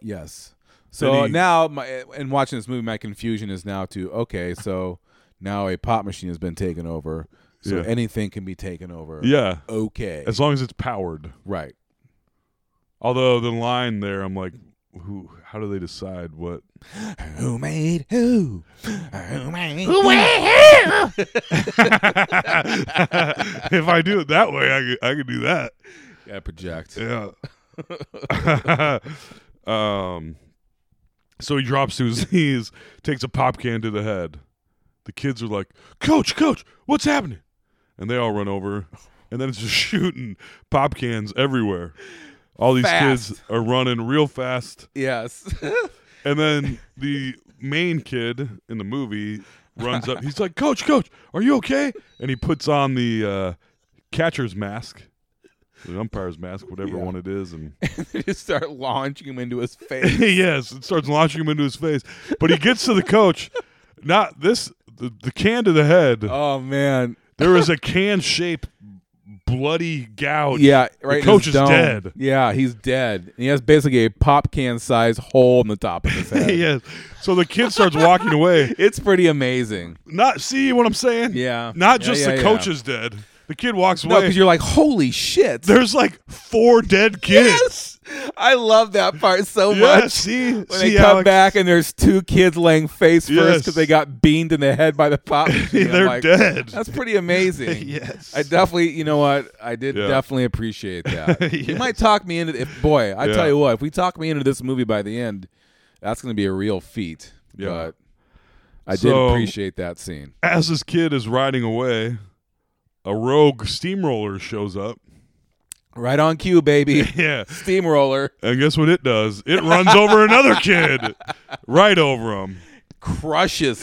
Speaker 10: Yes.
Speaker 9: Then
Speaker 10: So
Speaker 9: he-
Speaker 10: now, my and watching this movie, my confusion is now to okay, so now a pop machine has been taken over, so
Speaker 9: Yeah.
Speaker 10: anything can be taken over.
Speaker 9: Yeah.
Speaker 10: Okay.
Speaker 9: As long as it's powered.
Speaker 10: right.
Speaker 9: Although the line there, I'm like, who? How do they decide what?
Speaker 10: Who made who? Who made who?
Speaker 9: if I do it that way, I could, I could do that.
Speaker 10: Yeah, project.
Speaker 9: Yeah. um. So he drops to his knees, takes a pop can to the head. The kids are like, "Coach, coach, what's happening?" And they all run over, and then it's just shooting pop cans everywhere. All these kids
Speaker 10: Fast.
Speaker 9: are running real fast,
Speaker 10: Yes.
Speaker 9: and then the main kid in the movie runs up. He's like, "Coach, coach, are you okay?" And he puts on the uh, catcher's mask, the umpire's mask, whatever
Speaker 10: Yeah.
Speaker 9: one it is, and
Speaker 10: they just start launching him into his face.
Speaker 9: yes, it starts launching him into his face. But he gets to the coach. Not this the, the can to the head.
Speaker 10: oh man.
Speaker 9: there is a can shaped bloody gouge.
Speaker 10: Yeah,
Speaker 9: Oh,
Speaker 10: right.
Speaker 9: The coach
Speaker 10: in
Speaker 9: is
Speaker 10: his dome.
Speaker 9: dead.
Speaker 10: Yeah, he's dead. And he has basically a pop can size hole in the top of his head.
Speaker 9: yes. So the kid starts walking away.
Speaker 10: It's pretty amazing.
Speaker 9: Not see what I'm saying?
Speaker 10: Yeah.
Speaker 9: Not
Speaker 10: Yeah,
Speaker 9: just
Speaker 10: yeah,
Speaker 9: the
Speaker 10: yeah.
Speaker 9: coach is dead. The kid walks
Speaker 10: No,
Speaker 9: away.
Speaker 10: because you're like, holy shit.
Speaker 9: There's like four dead kids.
Speaker 10: Yes, I love that part so
Speaker 9: Yeah,
Speaker 10: much.
Speaker 9: see,
Speaker 10: When
Speaker 9: see
Speaker 10: they come
Speaker 9: Alex?
Speaker 10: back and there's two kids laying face first 'cause
Speaker 9: Yes.
Speaker 10: because they got beamed in the head by the pop. machine. I'm
Speaker 9: They're
Speaker 10: like,
Speaker 9: dead.
Speaker 10: That's pretty amazing.
Speaker 9: Yes.
Speaker 10: I definitely, you know what? I did
Speaker 9: Yeah.
Speaker 10: definitely appreciate that. You
Speaker 9: Yes.
Speaker 10: might talk me into if boy, I
Speaker 9: Yeah.
Speaker 10: tell you what, if we talk me into this movie by the end, that's going to be a real feat.
Speaker 9: Yeah.
Speaker 10: But I
Speaker 9: So-
Speaker 10: did appreciate that scene.
Speaker 9: As this kid is riding away, a rogue steamroller shows up.
Speaker 10: Right on cue, baby.
Speaker 9: Yeah.
Speaker 10: Steamroller
Speaker 9: And guess what it does? It runs over another kid, right over him.
Speaker 10: crushes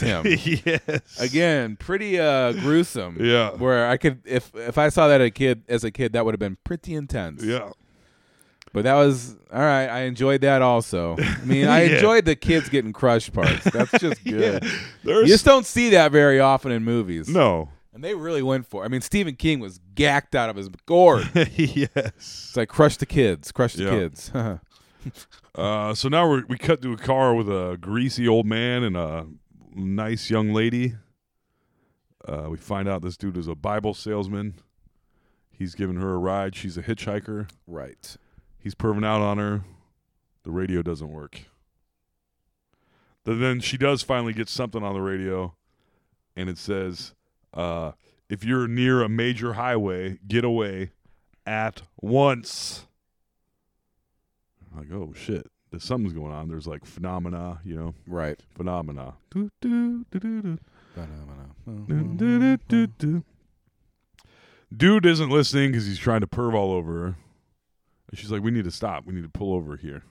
Speaker 10: him.
Speaker 9: yes.
Speaker 10: again pretty uh gruesome
Speaker 9: Yeah.
Speaker 10: where i could if if i saw that a kid as a kid that would have been pretty intense
Speaker 9: Yeah.
Speaker 10: but that was all right i enjoyed that also i mean i
Speaker 9: Yeah.
Speaker 10: enjoyed the kids getting crushed parts that's just good you
Speaker 9: There's
Speaker 10: just don't see that very often in movies
Speaker 9: no.
Speaker 10: and they really went for it. i mean stephen king was gacked out of his gourd
Speaker 9: yes.
Speaker 10: it's like crush the kids crush the
Speaker 9: Yeah.
Speaker 10: kids
Speaker 9: Uh, so now we we cut to a car with a greasy old man and a nice young lady. Uh, we find out this dude is a Bible salesman. He's giving her a ride. She's a hitchhiker.
Speaker 10: right
Speaker 9: He's perving out on her. The radio doesn't work. But then she does finally get something on the radio, and it says, uh, "If you're near a major highway, get away at once." I'm like, oh shit, there's something's going on. There's like phenomena, you know,
Speaker 10: right
Speaker 9: phenomena. Doo, doo, doo, doo, doo. Doo, doo, doo,
Speaker 10: Right.
Speaker 9: doo, doo. Dude isn't listening because he's trying to perv all over her. And she's like, "We need to stop. We need to pull over here."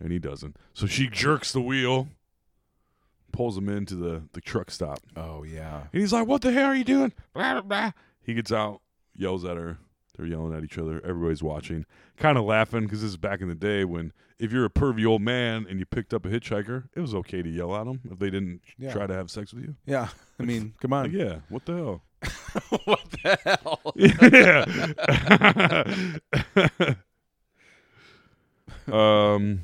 Speaker 9: And he doesn't. So she jerks the wheel, pulls him into the the truck stop,
Speaker 10: oh yeah
Speaker 9: and he's like, "What the hell are you doing?" Blah blah blah. He gets out, yells at her. They're yelling at each other. Everybody's watching, kind of laughing because this is back in the day when if you're a pervy old man and you picked up a hitchhiker, it was okay to yell at them if they didn't
Speaker 10: Yeah.
Speaker 9: try to have sex with you.
Speaker 10: yeah i mean come
Speaker 9: Like,
Speaker 10: on
Speaker 9: yeah, what the hell?
Speaker 10: what the hell
Speaker 9: yeah. um.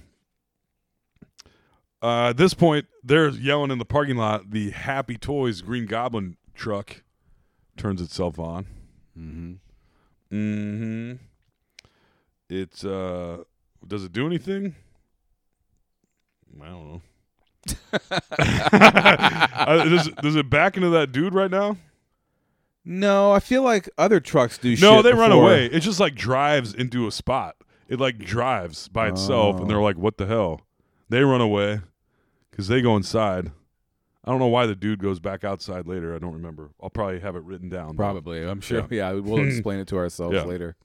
Speaker 9: Uh, at this point, they're yelling in the parking lot. The Happy Toys Green Goblin truck turns itself on.
Speaker 10: hmm
Speaker 9: Mm-hmm. It's uh, does it do anything? I don't know. Uh, does, does it back into that dude right now?
Speaker 10: No, I feel like other trucks do shit.
Speaker 9: No, they run
Speaker 10: before-
Speaker 9: away. It just like drives into a spot. It like drives by itself,
Speaker 10: Oh.
Speaker 9: and they're like, "What the hell?" They run away because they go inside. I don't know why the dude goes back outside later. I don't remember. I'll probably have it written down.
Speaker 10: Probably, I'm sure. Yeah, we'll explain it to ourselves
Speaker 9: Yeah.
Speaker 10: later.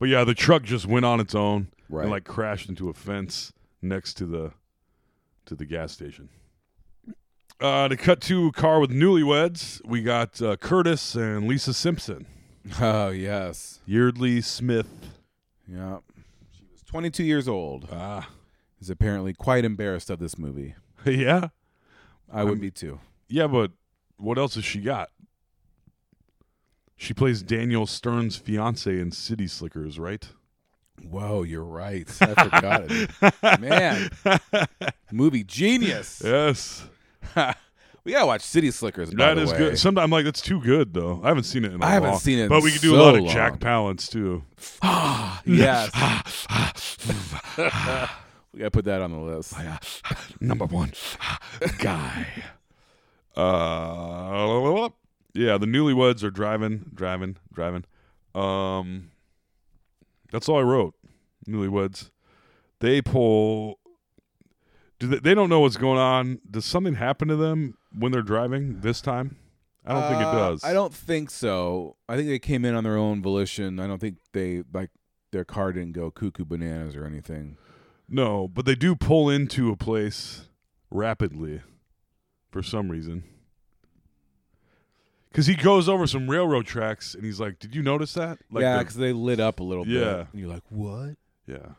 Speaker 9: But yeah, the truck just went on its own
Speaker 10: Right.
Speaker 9: and like crashed into a fence next to the to the gas station. Uh, to cut to a car with newlyweds, we got uh, Curtis and Lisa Simpson,
Speaker 10: Oh yes,
Speaker 9: Yeardley Smith.
Speaker 10: yeah. She was 22 years old.
Speaker 9: Ah,
Speaker 10: Is apparently quite embarrassed of this movie.
Speaker 9: yeah,
Speaker 10: I would be too.
Speaker 9: yeah. But what else has she got? She plays Daniel Stern's fiance in City Slickers, right?
Speaker 10: Whoa, you're right. I forgot it. Man, movie genius.
Speaker 9: Yes,
Speaker 10: we gotta watch City Slickers. by
Speaker 9: that
Speaker 10: the
Speaker 9: is
Speaker 10: way.
Speaker 9: good. Sometimes I'm like, that's too good though. I haven't seen it in a
Speaker 10: I haven't
Speaker 9: long-
Speaker 10: seen it in
Speaker 9: but we could do a lot
Speaker 10: so
Speaker 9: of Jack
Speaker 10: long.
Speaker 9: Palance too.
Speaker 10: Yes. we gotta put that on the list.
Speaker 9: number one guy. Uh, yeah, the newlyweds are driving, driving, driving. Um, that's all I wrote. Newlyweds. They pull. Do they, they don't know what's going on? Does something happen to them when they're driving this time? I don't think it
Speaker 10: Uh,
Speaker 9: does.
Speaker 10: I don't think so. I think they came in on their own volition. I don't think they like their car didn't go cuckoo bananas or anything.
Speaker 9: No, but they do pull into a place rapidly for some reason. Because he goes over some railroad tracks and he's like, Did you notice that?
Speaker 10: Yeah,
Speaker 9: Like
Speaker 10: 'cause yeah,
Speaker 9: the-
Speaker 10: because they lit up a little
Speaker 9: Yeah.
Speaker 10: bit. And you're like, what?
Speaker 9: yeah.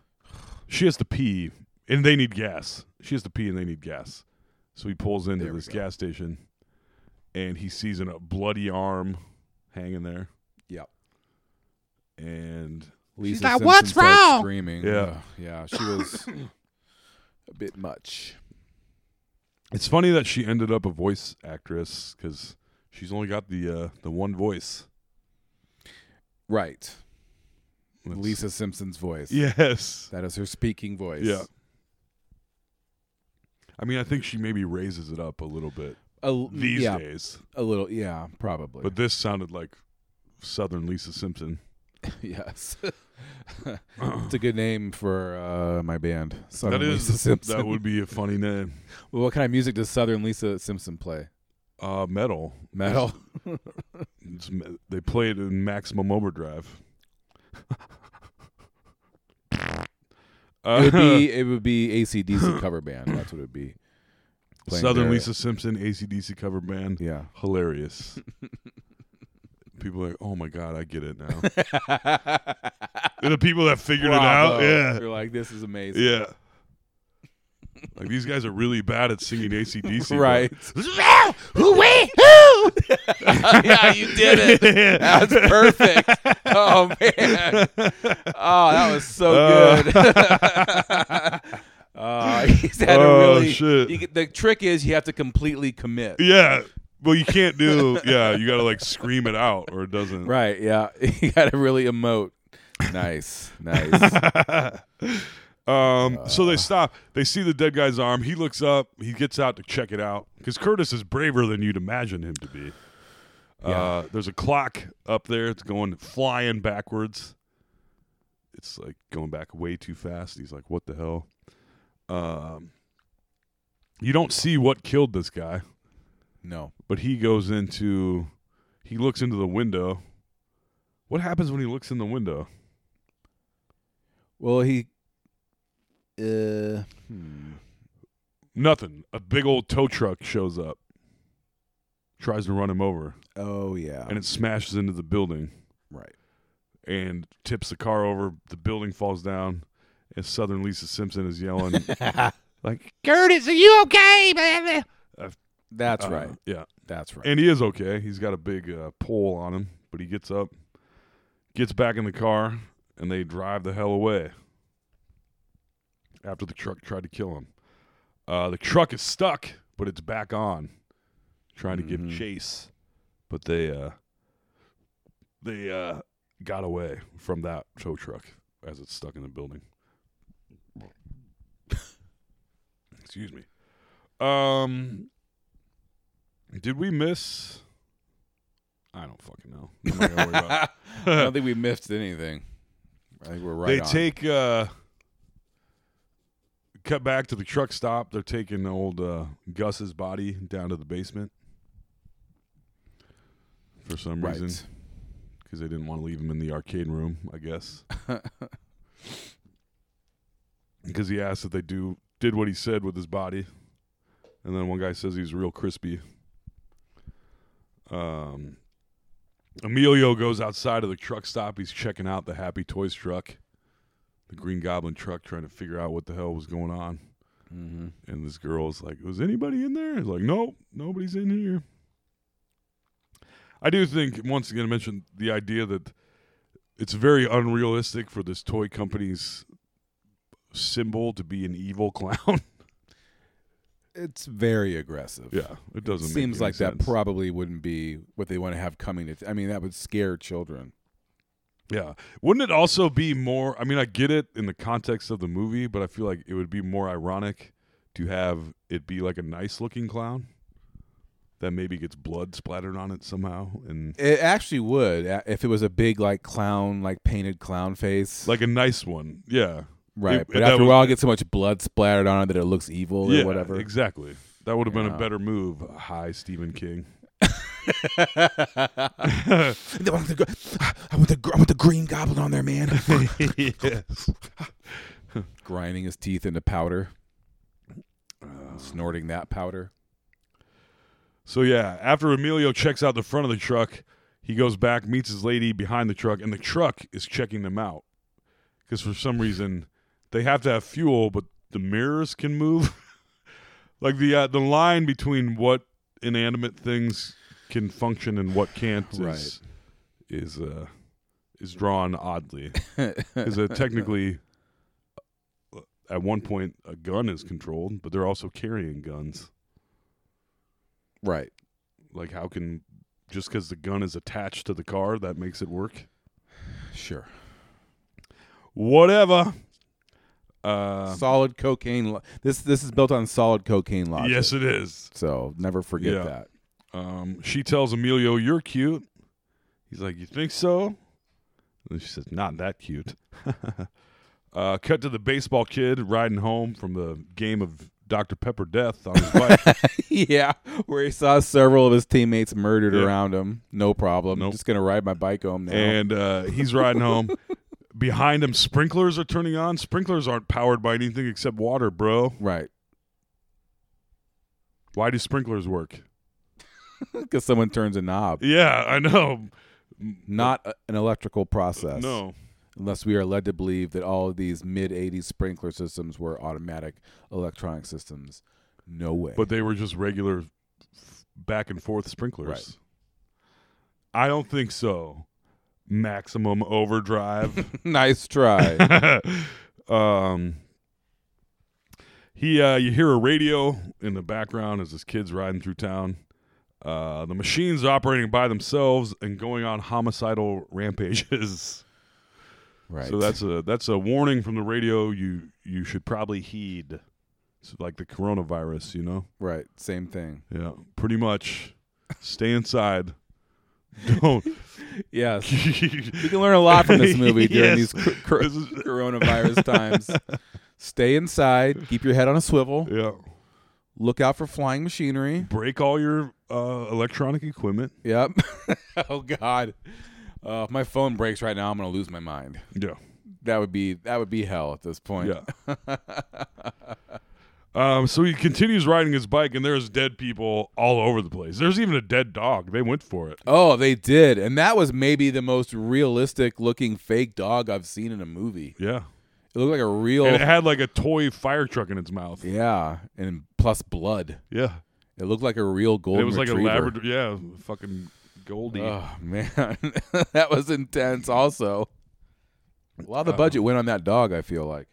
Speaker 9: She has to pee and they need gas. She has to pee and they need gas. So he pulls into
Speaker 10: There we
Speaker 9: this
Speaker 10: go.
Speaker 9: gas station and he sees an, a bloody arm hanging there.
Speaker 10: Yep.
Speaker 9: And
Speaker 10: Lisa
Speaker 7: like,
Speaker 10: Simpson
Speaker 7: "What's
Speaker 10: starts
Speaker 7: wrong?"
Speaker 10: Screaming.
Speaker 9: Yeah.
Speaker 10: yeah. She was a bit much.
Speaker 9: It's funny that she ended up a voice actress because she's only got the uh, the one voice.
Speaker 10: Right.
Speaker 9: That's-
Speaker 10: Lisa Simpson's voice.
Speaker 9: Yes.
Speaker 10: That is her speaking voice.
Speaker 9: Yeah. I mean, I think she maybe raises it up a little bit
Speaker 10: A, l-
Speaker 9: these
Speaker 10: yeah,
Speaker 9: days,
Speaker 10: A little. Yeah. Probably.
Speaker 9: but this sounded like Southern Lisa Simpson.
Speaker 10: yes. it's a good name for uh, my band. Southern
Speaker 9: that is
Speaker 10: Lisa Simpson.
Speaker 9: that would be a funny name.
Speaker 10: Well, what kind of music does Southern Lisa Simpson play?
Speaker 9: Uh, metal,
Speaker 10: Metal.
Speaker 9: It's me- they play it in Maximum Overdrive.
Speaker 10: it would
Speaker 9: Uh,
Speaker 10: be it would be ACDC cover band. That's what it would be. Playing
Speaker 9: Southern
Speaker 10: their-
Speaker 9: Lisa Simpson, ACDC cover band.
Speaker 10: Yeah.
Speaker 9: hilarious. people are like, oh my god, I get it now. And the people that figured it
Speaker 10: Bravo.
Speaker 9: out, yeah,
Speaker 10: You're like, this is amazing.
Speaker 9: yeah. Like these guys are really bad at singing ACDC, but-
Speaker 10: Right. yeah, you did it.
Speaker 9: yeah.
Speaker 10: That's perfect. Oh man. Oh, that was so
Speaker 9: Uh.
Speaker 10: good. Uh, he's had
Speaker 9: Oh,
Speaker 10: a really.
Speaker 9: shit.
Speaker 10: you get- the trick is you have to completely commit.
Speaker 9: yeah. Well, you can't do. Yeah, you got to like scream it out, or it doesn't.
Speaker 10: Right. Yeah. you got to really emote. Nice. Nice.
Speaker 9: Um, so they stop. They see the dead guy's arm. He looks up. He gets out to check it out because Curtis is braver than you'd imagine him to be. Uh, there's a clock up there. It's going flying backwards. It's like going back way too fast. He's like, "What the hell?" Um, you don't see what killed this guy,
Speaker 10: No.
Speaker 9: but he goes into. He looks into the window. What happens when he looks in the window?
Speaker 10: Well, he. Uh, hmm.
Speaker 9: Nothing. A big old tow truck shows up, tries to run him over,
Speaker 10: Oh yeah.
Speaker 9: and it smashes into the building
Speaker 10: right.
Speaker 9: and tips the car over. The building falls down, and Southern Lisa Simpson is yelling, like, Curtis, are you okay? man?"
Speaker 10: That's
Speaker 9: Uh,
Speaker 10: right.
Speaker 9: Yeah.
Speaker 10: That's right.
Speaker 9: And he is okay. He's got a big uh, pole on him, but he gets up, gets back in the car, and they drive the hell away after the truck tried to kill him. Uh, the truck is stuck, but it's back on, trying to give chase. But they uh, they uh, got away from that tow truck as it's stuck in the building. Excuse me. Um, did we miss? I don't fucking know. I'm not gonna worry about it.
Speaker 10: I don't think we missed anything. I think we're right.
Speaker 9: they
Speaker 10: on.
Speaker 9: take uh cut back to the truck stop they're taking old uh gus's body down to the basement for some
Speaker 10: Right.
Speaker 9: reason because they didn't want to leave him in the arcade room i guess because he asked if they do did what he said with his body and then one guy says he's real crispy um Emilio goes outside of the truck stop. He's checking out the Happy Toys truck, the Green Goblin truck, trying to figure out what the hell was going on. And this girl's like, "Was anybody in there?" He's like, "Nope, nobody's in here." I do think once again I mentioned the idea that it's very unrealistic for this toy company's symbol to be an evil clown.
Speaker 10: It's very aggressive.
Speaker 9: yeah, it doesn't. make
Speaker 10: seems
Speaker 9: any
Speaker 10: like that
Speaker 9: sense.
Speaker 10: probably wouldn't be what they want to have coming. To I mean, that would scare children.
Speaker 9: Yeah. Wouldn't it also be more? I mean, I get it in the context of the movie, but I feel like it would be more ironic to have it be like a nice looking clown that maybe gets blood splattered on it somehow. And
Speaker 10: It actually would uh, if it was a big like clown, like painted clown face.
Speaker 9: like a nice one. Yeah.
Speaker 10: right,
Speaker 9: It-
Speaker 10: but
Speaker 9: that
Speaker 10: after a
Speaker 9: would-
Speaker 10: while, it gets so much blood splattered on it that it looks evil
Speaker 9: yeah,
Speaker 10: or whatever.
Speaker 9: Exactly. That would have been a
Speaker 10: Yeah.
Speaker 9: better move. Hi, Stephen King.
Speaker 10: I want the, gr- I want the, gr- I want the green goblin on there, man.
Speaker 9: yes.
Speaker 10: Grinding his teeth into powder, Uh, snorting that powder.
Speaker 9: So yeah, after Emilio checks out the front of the truck, he goes back, meets his lady behind the truck, and the truck is checking them out. Because for some reason, they have to have fuel, but the mirrors can move. like the uh, the line between what inanimate things can function and what can't is is uh, is drawn oddly. Because uh, technically, uh, at one point, a gun is controlled, but they're also carrying guns
Speaker 10: Right.
Speaker 9: like how can just because the gun is attached to the car that makes it work
Speaker 10: Sure.
Speaker 9: whatever uh
Speaker 10: solid cocaine. Lo- this this is built on solid cocaine logic.
Speaker 9: yes it is
Speaker 10: So never forget
Speaker 9: Yeah.
Speaker 10: that.
Speaker 9: um she tells emilio you're cute he's like you think so and then she says not that cute uh cut to the baseball kid riding home from the game of dr pepper death on his bike
Speaker 10: yeah, where he saw several of his teammates murdered
Speaker 9: Yeah.
Speaker 10: around him. No problem.
Speaker 9: Nope.
Speaker 10: Just gonna ride my bike home now.
Speaker 9: and uh he's riding home behind him sprinklers are turning on sprinklers aren't powered by anything except water bro
Speaker 10: right,
Speaker 9: why do sprinklers work
Speaker 10: because someone turns a knob.
Speaker 9: Yeah, I know.
Speaker 10: Not a, an electrical process.
Speaker 9: No.
Speaker 10: Unless we are led to believe that all of these mid '80s sprinkler systems were automatic electronic systems. No way.
Speaker 9: But they were just regular f- back and forth sprinklers.
Speaker 10: Right.
Speaker 9: I don't think so. Maximum overdrive.
Speaker 10: nice try.
Speaker 9: um he uh you hear a radio in the background as his kids riding through town. Uh the machines operating by themselves and going on homicidal rampages.
Speaker 10: right.
Speaker 9: So that's a that's a warning from the radio you you should probably heed. It's like the coronavirus, you know.
Speaker 10: right. Same thing.
Speaker 9: Yeah, pretty much. Stay inside. Don't.
Speaker 10: Yes.
Speaker 9: you
Speaker 10: You can learn a lot from this movie during
Speaker 9: Yes.
Speaker 10: these cor- cor-
Speaker 9: This is-
Speaker 10: coronavirus times. Stay inside. Keep your head on a swivel.
Speaker 9: Yeah.
Speaker 10: Look out for flying machinery.
Speaker 9: Break all your uh, electronic equipment.
Speaker 10: Yep. oh God. Uh, if my phone breaks right now, I'm gonna lose my mind.
Speaker 9: Yeah.
Speaker 10: That would be that would be hell at this point.
Speaker 9: Yeah. um. So he continues riding his bike, and there's dead people all over the place. There's even a dead dog. They went for it.
Speaker 10: Oh, they did, and that was maybe the most realistic looking fake dog I've seen in a movie.
Speaker 9: Yeah.
Speaker 10: It looked like a real.
Speaker 9: And it had like a toy fire truck in its mouth.
Speaker 10: yeah, and plus blood.
Speaker 9: Yeah.
Speaker 10: It looked like a real golden.
Speaker 9: it was like
Speaker 10: retriever.
Speaker 9: a Labrador. Yeah, fucking Goldie.
Speaker 10: Oh man, that was intense. Also, a lot of the
Speaker 9: Uh,
Speaker 10: budget went on that dog. I feel like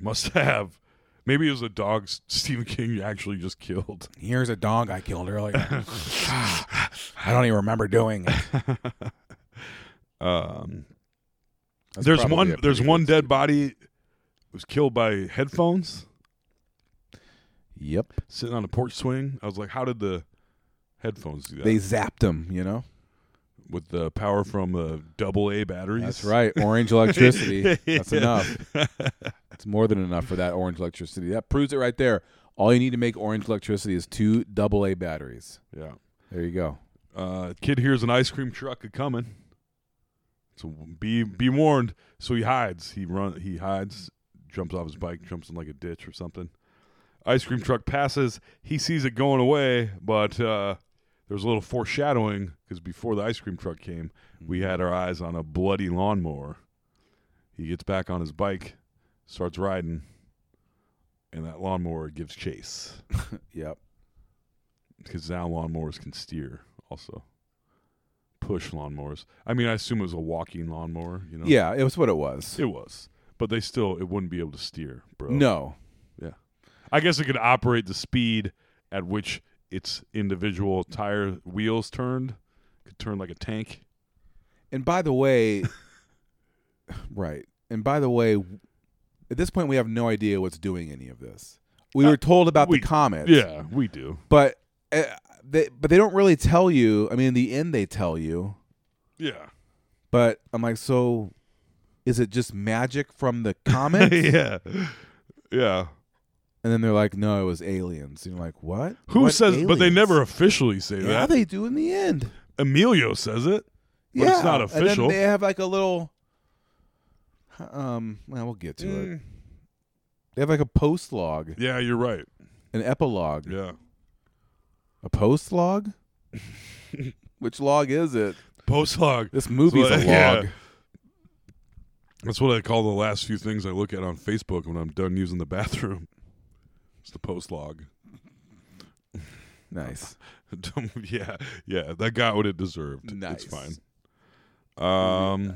Speaker 9: Must have. Maybe it was a dog S- Stephen King actually just killed.
Speaker 10: here's a dog I killed earlier. I don't even remember doing. It.
Speaker 9: Um, there's one. There's one dead body. Was killed by headphones
Speaker 10: Yep,
Speaker 9: sitting on a porch swing. I was like, how did the headphones do that?
Speaker 10: they zapped him. You know,
Speaker 9: with the power from the double A batteries.
Speaker 10: That's right. Orange electricity. That's enough. It's more than enough for that orange electricity. That proves it right there. All you need to make orange electricity is two double A batteries.
Speaker 9: Yeah.
Speaker 10: There you go.
Speaker 9: Uh, kid hears an ice cream truck a coming. So be be warned. So he hides. He run. He hides. Jumps off his bike. Jumps in like a ditch or something. Ice cream truck passes. He sees it going away, but uh, there's a little foreshadowing because before the ice cream truck came, we had our eyes on a bloody lawnmower. He gets back on his bike, starts riding, and that lawnmower gives chase
Speaker 10: Yep.
Speaker 9: because now lawnmowers can steer also. Push lawnmowers. I mean, I assume it was a walking lawnmower, you know?
Speaker 10: Yeah, it was what it was.
Speaker 9: It was. But they still, it wouldn't be able to steer, bro.
Speaker 10: No.
Speaker 9: Yeah. I guess it could operate the speed at which its individual tire wheels turned, could turn like a tank.
Speaker 10: And by the way, right. And by the way, at this point, we have no idea what's doing any of this. We were told about
Speaker 9: Uh, we-
Speaker 10: the comet.
Speaker 9: Yeah, we do.
Speaker 10: But uh, they but they don't really tell you. I mean, in the end, they tell you.
Speaker 9: Yeah.
Speaker 10: But I'm like, so is it just magic from the comet?
Speaker 9: yeah. Yeah.
Speaker 10: And then they're like, no, it was aliens. And you're like, what?
Speaker 9: Who
Speaker 10: What
Speaker 9: says, but they
Speaker 10: aliens?
Speaker 9: never officially say
Speaker 10: Yeah,
Speaker 9: that.
Speaker 10: they do in the end.
Speaker 9: Emilio says it, but
Speaker 10: yeah,
Speaker 9: it's not
Speaker 10: And then
Speaker 9: official.
Speaker 10: they have like a little. Um, well, we'll get to
Speaker 9: Mm.
Speaker 10: it. They have like a post log,
Speaker 9: Yeah, you're right.
Speaker 10: an epilogue,
Speaker 9: Yeah.
Speaker 10: a post log. Which log is it?
Speaker 9: Post log.
Speaker 10: This movie's
Speaker 9: That's
Speaker 10: a
Speaker 9: what- yeah.
Speaker 10: log.
Speaker 9: That's what I call the last few things I look at on Facebook when I'm done using the bathroom. It's the post log.
Speaker 10: Nice.
Speaker 9: yeah, yeah, that got what it deserved.
Speaker 10: Nice.
Speaker 9: It's fine. Um,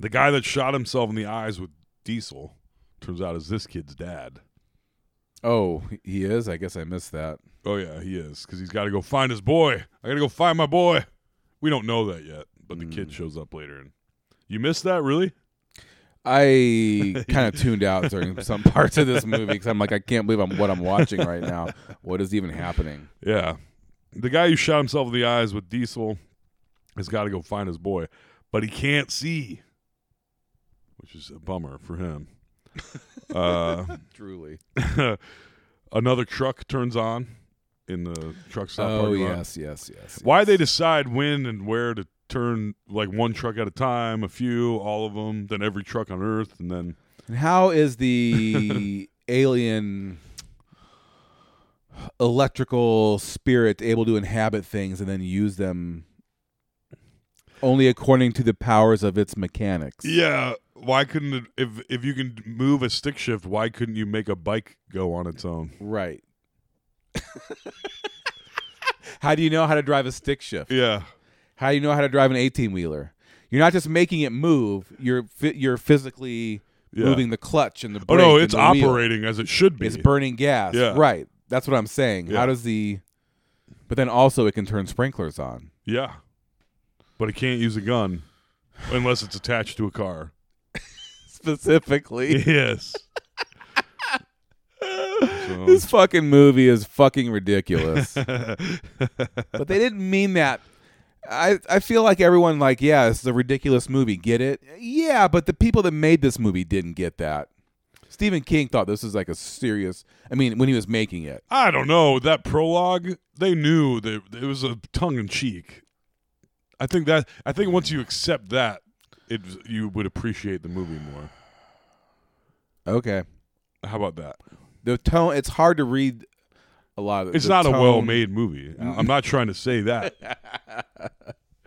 Speaker 9: The guy that shot himself in the eyes with diesel turns out is this kid's dad.
Speaker 10: Oh, he is. I guess I missed that.
Speaker 9: Oh yeah, he is because he's got to go find his boy. I got to go find my boy. We don't know that yet, but the kid shows up later. And you missed that, really?
Speaker 10: I kind of tuned out during some parts of this movie because I'm like, I can't believe I'm what I'm watching right now. What is even happening?
Speaker 9: Yeah. The guy who shot himself in the eyes with diesel has got to go find his boy, but he can't see, which is a bummer for him. uh,
Speaker 10: Truly.
Speaker 9: another truck turns on in the truck stop
Speaker 10: Oh
Speaker 9: parking lot.
Speaker 10: yes, yes, yes.
Speaker 9: Why they decide when and where to turn like one truck at a time, a few, all of them, then every truck on Earth, and then
Speaker 10: And how is the alien electrical spirit able to inhabit things and then use them only according to the powers of its mechanics?
Speaker 9: yeah. Why couldn't it, if if you can move a stick shift? Why couldn't you make a bike go on its own?
Speaker 10: Right. how do you know how to drive a stick shift?
Speaker 9: Yeah,
Speaker 10: How do you know how to drive an 18 wheeler? You're not just making it move, you're fi- you're physically
Speaker 9: Yeah.
Speaker 10: moving the clutch and the
Speaker 9: Oh
Speaker 10: brake.
Speaker 9: no,
Speaker 10: and
Speaker 9: it's
Speaker 10: the wheel.
Speaker 9: operating as it should be.
Speaker 10: It's burning gas.
Speaker 9: Yeah.
Speaker 10: Right. That's what I'm saying.
Speaker 9: Yeah.
Speaker 10: How does the But then also it can turn sprinklers on.
Speaker 9: yeah, but it can't use a gun unless it's attached to a car.
Speaker 10: Specifically.
Speaker 9: Yes. So-
Speaker 10: this fucking movie is fucking ridiculous. but they didn't mean that. I, I feel like everyone like, yeah, this is a ridiculous movie. Get it? Yeah, but the people that made this movie didn't get that. Stephen King thought this was like a serious I mean, when he was making it.
Speaker 9: I don't know that prologue. They knew that it was a tongue in cheek. I think that I think once you accept that, it you would appreciate the movie more.
Speaker 10: Okay.
Speaker 9: How about that?
Speaker 10: The tone it's hard to read a lot of
Speaker 9: It's
Speaker 10: the
Speaker 9: not a
Speaker 10: tone-
Speaker 9: well-made movie. I'm not trying to say that.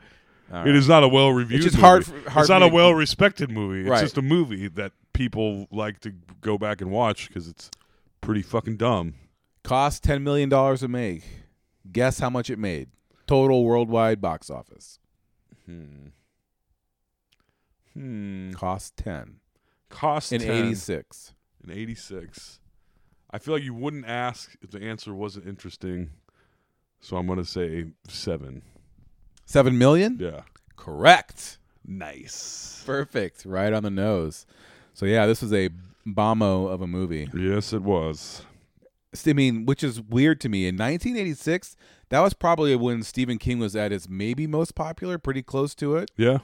Speaker 10: All
Speaker 9: It is not a well-reviewed.
Speaker 10: It's just
Speaker 9: movie.
Speaker 10: hard for- hard
Speaker 9: it's not
Speaker 10: to
Speaker 9: a
Speaker 10: make-
Speaker 9: well-respected movie. It's
Speaker 10: Right.
Speaker 9: just a movie that people like to go back and watch because it's pretty fucking dumb.
Speaker 10: Cost ten million dollars to make. Guess how much it made? Total worldwide box office.
Speaker 9: Hmm.
Speaker 10: Cost ten.
Speaker 9: Cost
Speaker 10: In
Speaker 9: 10.
Speaker 10: eighty six.
Speaker 9: in 86 i feel like you wouldn't ask if the answer wasn't interesting so i'm going to say 7
Speaker 10: Seven million?
Speaker 9: yeah
Speaker 10: Correct.
Speaker 9: nice
Speaker 10: Perfect. Right on the nose. So yeah, this was a bombo of a movie.
Speaker 9: yes it was
Speaker 10: I mean, which is weird to me. In 1986, that was probably when Stephen King was at his maybe most popular, pretty close to it.
Speaker 9: Yeah.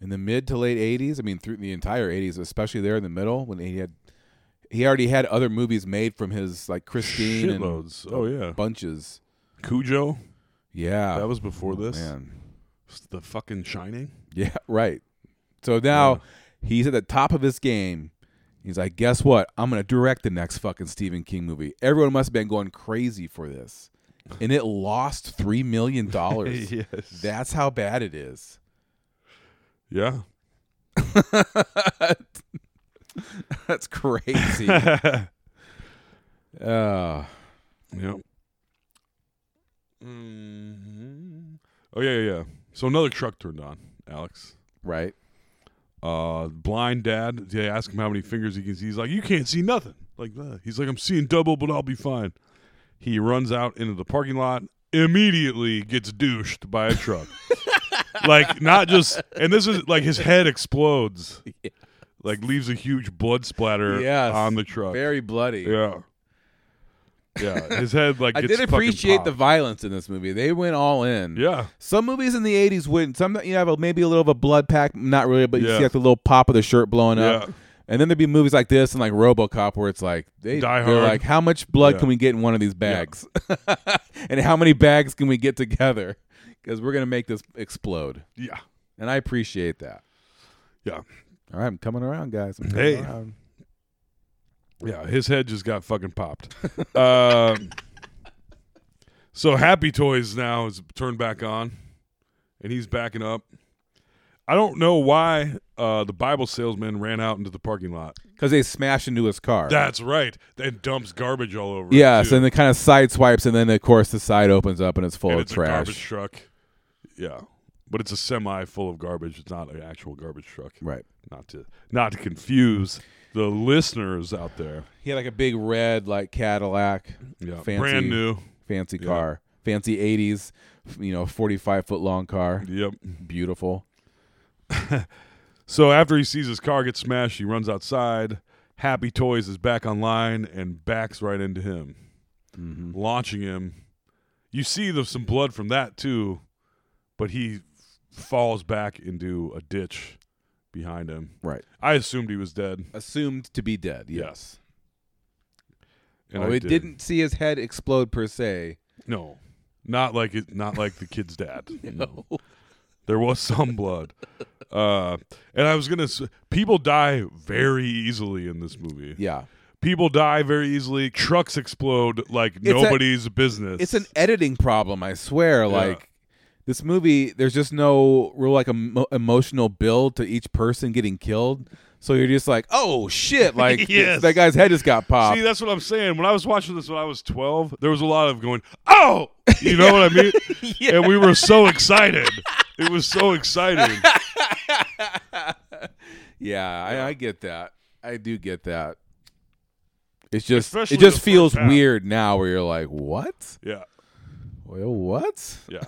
Speaker 10: In the mid to late 80s, I mean, through the entire 80s, especially there in the middle when he had he already had other movies made from his like Christine and
Speaker 9: Shitloads. Oh, yeah.
Speaker 10: bunches.
Speaker 9: Cujo.
Speaker 10: Yeah.
Speaker 9: That was before this.
Speaker 10: Ah. Oh, man.
Speaker 9: It's The fucking Shining.
Speaker 10: Yeah, right. So now he's at the top of his game. He's like, guess what? I'm gonna direct the next fucking Stephen King movie. Everyone must have been going crazy for this, and it lost three million dollars.
Speaker 9: Yes.
Speaker 10: That's how bad it is.
Speaker 9: Yeah.
Speaker 10: That's crazy. uh,
Speaker 9: Yep. Oh yeah, yeah, yeah. So another truck turned on, Alex.
Speaker 10: right.
Speaker 9: Uh, blind dad. They ask him how many fingers he can see. He's like, "You can't see nothing." Like that. He's like, "I'm seeing double, but I'll be fine." He runs out into the parking lot. Immediately gets douched by a truck. like not just, and this is like his head explodes. Like leaves a huge blood splatter
Speaker 10: Yes.
Speaker 9: on the truck.
Speaker 10: Very bloody.
Speaker 9: Yeah. Yeah. His head like
Speaker 10: I
Speaker 9: gets
Speaker 10: did
Speaker 9: fucking
Speaker 10: appreciate the
Speaker 9: popped.
Speaker 10: violence in this movie. They went all in.
Speaker 9: Yeah.
Speaker 10: Some movies in the '80s wouldn't. Some you have a, maybe a little of a blood pack, not really, but you
Speaker 9: Yeah.
Speaker 10: see like the little pop of the shirt blowing up.
Speaker 9: Yeah.
Speaker 10: And then there'd be movies like this and like RoboCop where it's like they,
Speaker 9: Die
Speaker 10: they're
Speaker 9: Hard.
Speaker 10: like, how much blood
Speaker 9: Yeah.
Speaker 10: can we get in one of these bags, and how many bags can we get together? Because we're gonna make this explode.
Speaker 9: Yeah.
Speaker 10: And I appreciate that.
Speaker 9: Yeah.
Speaker 10: All right, I'm coming around, guys. I'm coming
Speaker 9: Hey.
Speaker 10: around.
Speaker 9: Yeah. His head just got fucking popped. um, so Happy Toys now is turned back on and he's backing up. I don't know why uh, the Bible salesman ran out into the parking lot.
Speaker 10: because they smash into his car.
Speaker 9: That's right. That dumps garbage all over. it,
Speaker 10: yes,
Speaker 9: too.
Speaker 10: and it kind of sideswipes, and then of course the side opens up and it's full
Speaker 9: And
Speaker 10: of
Speaker 9: it's a
Speaker 10: trash.
Speaker 9: garbage truck. Yeah. But it's a semi full of garbage. It's not an actual garbage truck.
Speaker 10: Right.
Speaker 9: Not to not to confuse the listeners out there.
Speaker 10: He had like a big red like Cadillac,
Speaker 9: Yeah.
Speaker 10: fancy,
Speaker 9: Brand new.
Speaker 10: fancy
Speaker 9: Yeah.
Speaker 10: car, fancy '80s, f- you know, 45 foot long car,
Speaker 9: Yep.
Speaker 10: beautiful.
Speaker 9: So after he sees his car get smashed, he runs outside. Happy Toys is back online and backs right into him,
Speaker 10: Mm-hmm.
Speaker 9: launching him. You see there's some blood from that too, but he falls back into a ditch behind him.
Speaker 10: Right.
Speaker 9: I assumed he was dead.
Speaker 10: Assumed to be dead.
Speaker 9: Yes.
Speaker 10: Oh,
Speaker 9: I
Speaker 10: it
Speaker 9: did.
Speaker 10: didn't see his head explode per se.
Speaker 9: No, not like it. Not like the kid's dad. no. there was some blood. Uh, and I was gonna. s people die very easily in this movie.
Speaker 10: Yeah.
Speaker 9: People die very easily. Trucks explode like
Speaker 10: a-
Speaker 9: nobody's business.
Speaker 10: It's an editing problem, I swear. Like this movie, there's just no real like emo- emotional build to each person getting killed. So you're just like, oh shit! Like
Speaker 9: Yes.
Speaker 10: that guy's head just got popped.
Speaker 9: See, that's what I'm saying. When I was watching this when I was 12, there was a lot of going, "Oh!" You know what I mean? And we were so excited. it was so exciting.
Speaker 10: Yeah, I, I get that. I do get that. It's just
Speaker 9: Especially
Speaker 10: it just
Speaker 9: the first
Speaker 10: feels
Speaker 9: half.
Speaker 10: weird now where you're like, what?
Speaker 9: Yeah.
Speaker 10: Well, what?
Speaker 9: Yeah.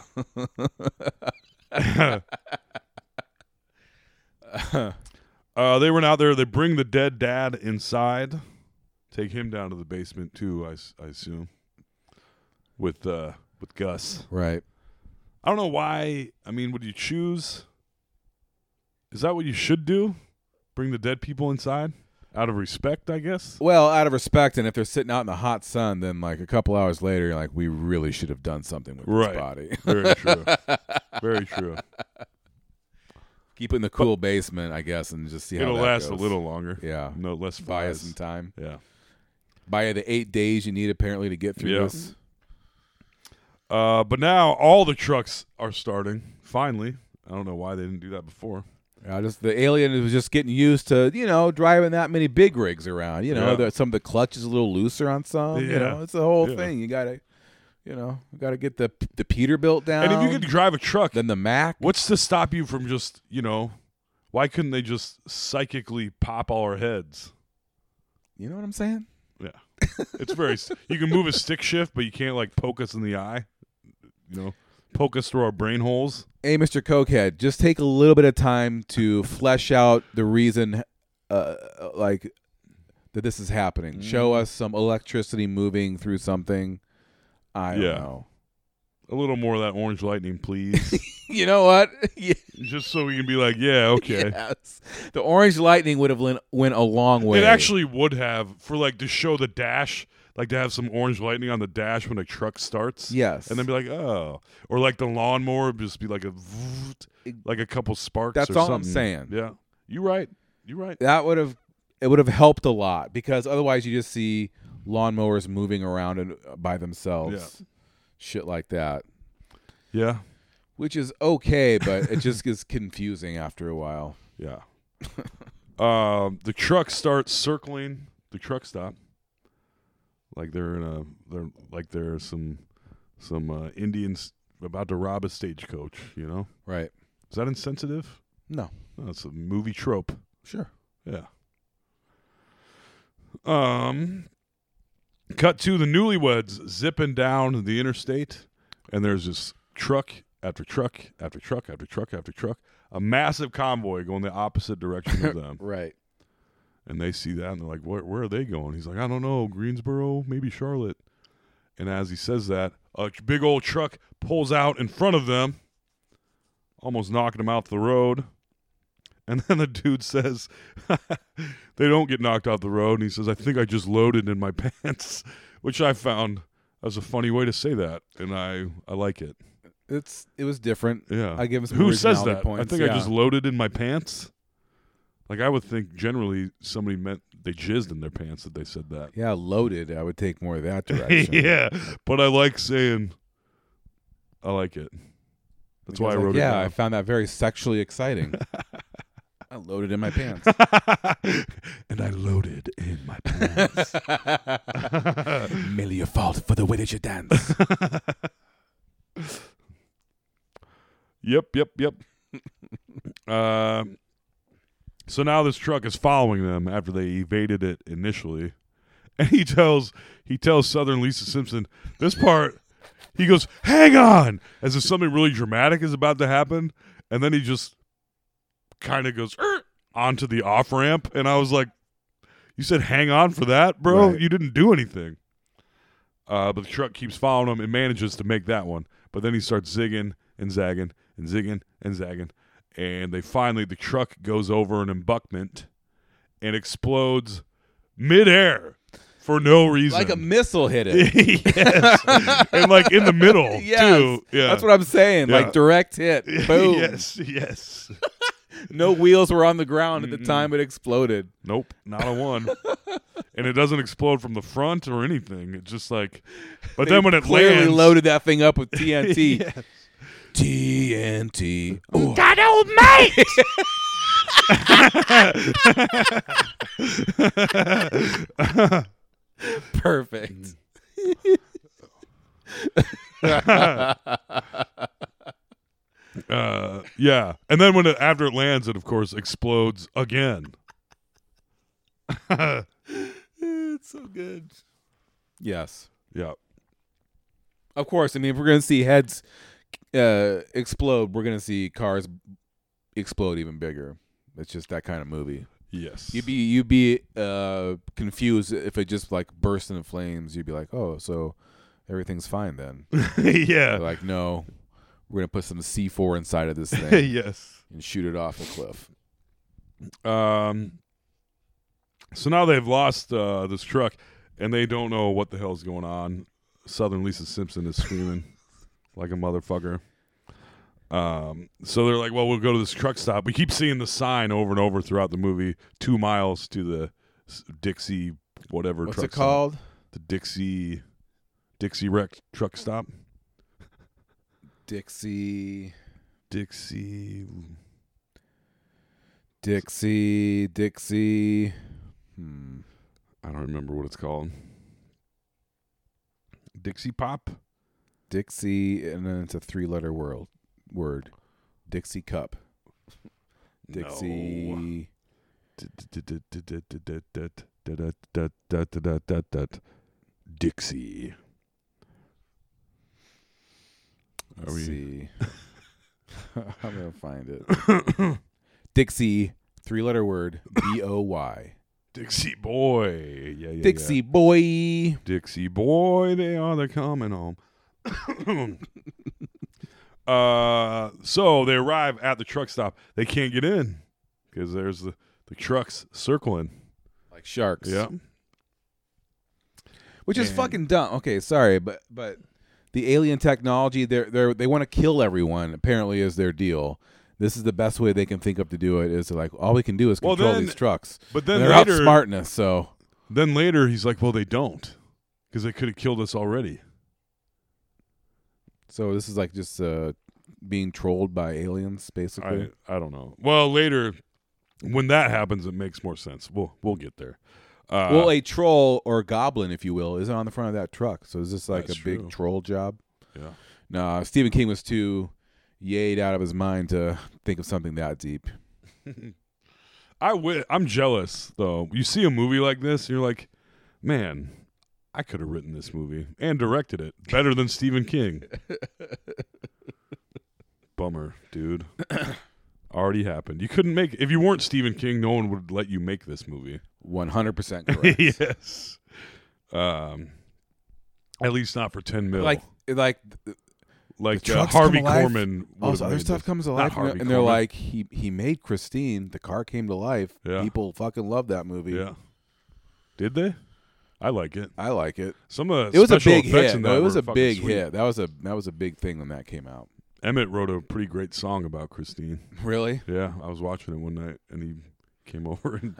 Speaker 9: uh, they run out there. They bring the dead dad inside. Take him down to the basement too. I, s- I assume. With uh, with Gus.
Speaker 10: Right.
Speaker 9: I don't know why. I mean, would you choose? Is that what you should do? Bring the dead people inside, out of respect, I guess.
Speaker 10: Well, out of respect, and if they're sitting out in the hot sun, then like a couple hours later, you're like, we really should have done something with
Speaker 9: Right.
Speaker 10: this body.
Speaker 9: Very true. Very true.
Speaker 10: Keep it in the cool basement, I guess, and just see
Speaker 9: It'll
Speaker 10: how that
Speaker 9: last a
Speaker 10: goes.
Speaker 9: little longer.
Speaker 10: Yeah.
Speaker 9: No less
Speaker 10: Buy
Speaker 9: flies.
Speaker 10: us some time.
Speaker 9: Yeah.
Speaker 10: Buy the eight days you need apparently to get through
Speaker 9: Yeah.
Speaker 10: this.
Speaker 9: Uh, but now all the trucks are starting. Finally, I don't know why they didn't do that before.
Speaker 10: Yeah, just the alien was just getting used to you know driving that many big rigs around. You know,
Speaker 9: Yeah.
Speaker 10: the, some of the clutch is a little looser on some.
Speaker 9: Yeah.
Speaker 10: You know, it's the whole
Speaker 9: Yeah.
Speaker 10: thing. You gotta, you know, you gotta get the the Peterbilt down.
Speaker 9: and if you could drive a truck,
Speaker 10: Um, then the Mac.
Speaker 9: what's to stop you from just you know? Why couldn't they just psychically pop our heads?
Speaker 10: You know what I'm saying?
Speaker 9: Yeah, it's very. s- you can move a stick shift, but you can't like poke us in the eye. You know, poke us through our brain holes.
Speaker 10: Hey, Mr. Cokehead, just take a little bit of time to flesh out the reason, uh, like that this is
Speaker 9: Mm.
Speaker 10: happening. Show us some electricity moving through something. I
Speaker 9: Yeah.
Speaker 10: don't know.
Speaker 9: A little more of that orange lightning, please.
Speaker 10: You know what? Yeah,
Speaker 9: Just so we can be like, yeah, okay.
Speaker 10: yes. The orange lightning would have lin- went a long way.
Speaker 9: It actually would have for like to show the dash, like to have some orange lightning on the dash when a truck starts.
Speaker 10: Yes.
Speaker 9: and then be like, oh, or like the lawnmower would just be like a, vroot, like a couple sparks.
Speaker 10: That's
Speaker 9: or
Speaker 10: all I'm
Speaker 9: something.
Speaker 10: saying.
Speaker 9: Yeah, you right, you right.
Speaker 10: that would have it would have helped a lot because otherwise you just see lawnmowers moving around and uh, by themselves, shit like that,
Speaker 9: Yeah,
Speaker 10: which is okay, but it just gets confusing after a while.
Speaker 9: yeah. um, the truck starts circling the truck stop, like they're in a they're like there's some some uh, Indians about to rob a stagecoach. You know,
Speaker 10: Right?
Speaker 9: is that insensitive?
Speaker 10: No.
Speaker 9: No, it's a movie trope.
Speaker 10: Sure.
Speaker 9: Yeah. Um, cut to the newlyweds zipping down the interstate, and there's this truck after truck after truck after truck after truck, a massive convoy going the opposite direction of them.
Speaker 10: Right.
Speaker 9: And they see that and they're like, where, where are they going? He's like, I don't know, Greensboro, maybe Charlotte. And as he says that, a tr- big old truck pulls out in front of them, almost knocking them out the road. And then the dude says, they don't get knocked out the road. And he says, I think I just loaded in my pants, which I found as a funny way to say that. And I, I like it.
Speaker 10: It's it was different.
Speaker 9: Yeah.
Speaker 10: I give him some
Speaker 9: Who says
Speaker 10: originality
Speaker 9: that? I
Speaker 10: points.
Speaker 9: think I
Speaker 10: Yeah.
Speaker 9: just loaded in my pants. Like I would think generally somebody meant they jizzed in their pants that they said that.
Speaker 10: Yeah, loaded. I would take more of that direction.
Speaker 9: yeah. But I like saying I like it. That's why I
Speaker 10: Because, like,
Speaker 9: wrote
Speaker 10: Yeah, I
Speaker 9: it.
Speaker 10: found that very sexually exciting. I loaded in my pants.
Speaker 9: down. and I loaded in my pants.
Speaker 10: Merely your fault for the way that you dance.
Speaker 9: yep, yep, yep. uh, so now this truck is following them after they evaded it initially. And he tells he tells Southern Lisa Simpson this part he goes, Hang on as if something really dramatic is about to happen. And then he just kind of goes "Er," onto the off ramp. And I was like, You said hang on for that, bro?
Speaker 10: Right.
Speaker 9: You didn't do anything. Uh, but the truck keeps following him and manages to make that one. But then he starts zigging and zagging and zigging and zagging. And they finally, the truck goes over an embankment and explodes midair for no reason.
Speaker 10: like a missile hit it.
Speaker 9: yes. and like in the middle
Speaker 10: Yes.
Speaker 9: too. Oh, Yeah.
Speaker 10: That's what I'm saying.
Speaker 9: Yeah.
Speaker 10: Like direct hit. Boom.
Speaker 9: yes. Yes.
Speaker 10: No wheels were on the ground at the time it exploded.
Speaker 9: Nope. Not a one. and it doesn't explode from the front or anything. It's just like. But then when it
Speaker 10: clearly
Speaker 9: lands,
Speaker 10: loaded that thing up with TNT. TNT. Oh,
Speaker 5: That old mate!
Speaker 9: Mm.
Speaker 10: perfect.
Speaker 9: uh, yeah. And then when it after it lands, it of course explodes again.
Speaker 10: it's so good. Yes.
Speaker 9: Yeah.
Speaker 10: Of course. I mean, if we're going to see heads uh, explode, we're going to see cars explode even bigger. It's just that kind of movie.
Speaker 9: Yes.
Speaker 10: You'd be you'd be uh, confused if it just like burst into flames. You'd be like, oh, so everything's fine then. They're
Speaker 9: yeah.
Speaker 10: like, no, we're gonna put some C four inside of this thing
Speaker 9: yes.
Speaker 10: and shoot it off a cliff.
Speaker 9: Um, so now they've lost uh, this truck, and they don't know what the hell's going on. Southern Lisa Simpson is screaming like a motherfucker. Um, so they're like, "Well, we'll go to this truck stop." We keep seeing the sign over and over throughout the movie: two miles to the s- Dixie, whatever.
Speaker 10: What's
Speaker 9: truck
Speaker 10: it called?
Speaker 9: Stop. The Dixie, Dixie wreck truck stop.
Speaker 10: Dixie,
Speaker 9: Dixie.
Speaker 10: Dixie, Dixie. Hmm.
Speaker 9: I don't remember what it's called. Dixie Pop.
Speaker 10: Dixie, and then it's a three letter word. Word. Dixie cup. Dixie.
Speaker 9: No. Dixie. Are
Speaker 10: Let's
Speaker 9: we?
Speaker 10: see. I'm gonna find it. Dixie, three letter word. B O Y.
Speaker 9: Dixie Boy. Yeah, yeah,
Speaker 10: Dixie
Speaker 9: yeah.
Speaker 10: boy.
Speaker 9: Dixie Boy, they are the coming home. uh, so they arrive at the truck stop. They can't get in because there's the, the trucks circling.
Speaker 10: Like sharks.
Speaker 9: Yeah.
Speaker 10: Which is
Speaker 9: And-
Speaker 10: fucking dumb. Okay, sorry, but but the alien technology, they're they are they want to kill everyone. Apparently, is their deal. This is the best way they can think of to do it. Is like all we can do is
Speaker 9: Well,
Speaker 10: control
Speaker 9: then-
Speaker 10: these trucks.
Speaker 9: but then
Speaker 10: And they're
Speaker 9: later-
Speaker 10: outsmarting us. So
Speaker 9: Then later he's like, well, they don't because they could have killed us already.
Speaker 10: so this is like just uh, being trolled by aliens, basically.
Speaker 9: I, I don't know. Well, later when that happens, it makes more sense. We'll we'll get there. Uh,
Speaker 10: well, a troll or goblin, if you will, isn't on the front of that truck. So is this like
Speaker 9: That's
Speaker 10: a
Speaker 9: true.
Speaker 10: big troll job?
Speaker 9: yeah.
Speaker 10: No, Stephen King was too yayed out of his mind to think of something that deep.
Speaker 9: I wi- I'm jealous though. You see a movie like this, you're like, man, I could have written this movie and directed it better than Stephen King. Bummer, dude. Already happened. You couldn't make if you weren't Stephen King, no one would let you make this movie.
Speaker 10: One hundred percent correct.
Speaker 9: yes. Um, at least not for ten mil.
Speaker 10: Like, like
Speaker 9: like
Speaker 10: the
Speaker 9: uh,
Speaker 10: trucks come
Speaker 9: Harvey
Speaker 10: alive.
Speaker 9: Korman.
Speaker 10: all
Speaker 9: would've
Speaker 10: this other
Speaker 9: made
Speaker 10: stuff
Speaker 9: this.
Speaker 10: comes
Speaker 9: Not
Speaker 10: alive, and,
Speaker 9: Harvey
Speaker 10: they're- and they're
Speaker 9: Korman.
Speaker 10: like, he he made Christine. The car came to life.
Speaker 9: Yeah.
Speaker 10: People fucking love that movie.
Speaker 9: yeah. Did they? I like it.
Speaker 10: I like it.
Speaker 9: Some of the
Speaker 10: It was a
Speaker 9: special
Speaker 10: big
Speaker 9: effects
Speaker 10: hit.
Speaker 9: in
Speaker 10: though.
Speaker 9: that
Speaker 10: it was
Speaker 9: were
Speaker 10: a
Speaker 9: fucking
Speaker 10: big
Speaker 9: sweet.
Speaker 10: hit. That was a that was a big thing when that came out.
Speaker 9: Emmett wrote a pretty great song about Christine.
Speaker 10: Really?
Speaker 9: Yeah, I was watching it one night, and he came over and,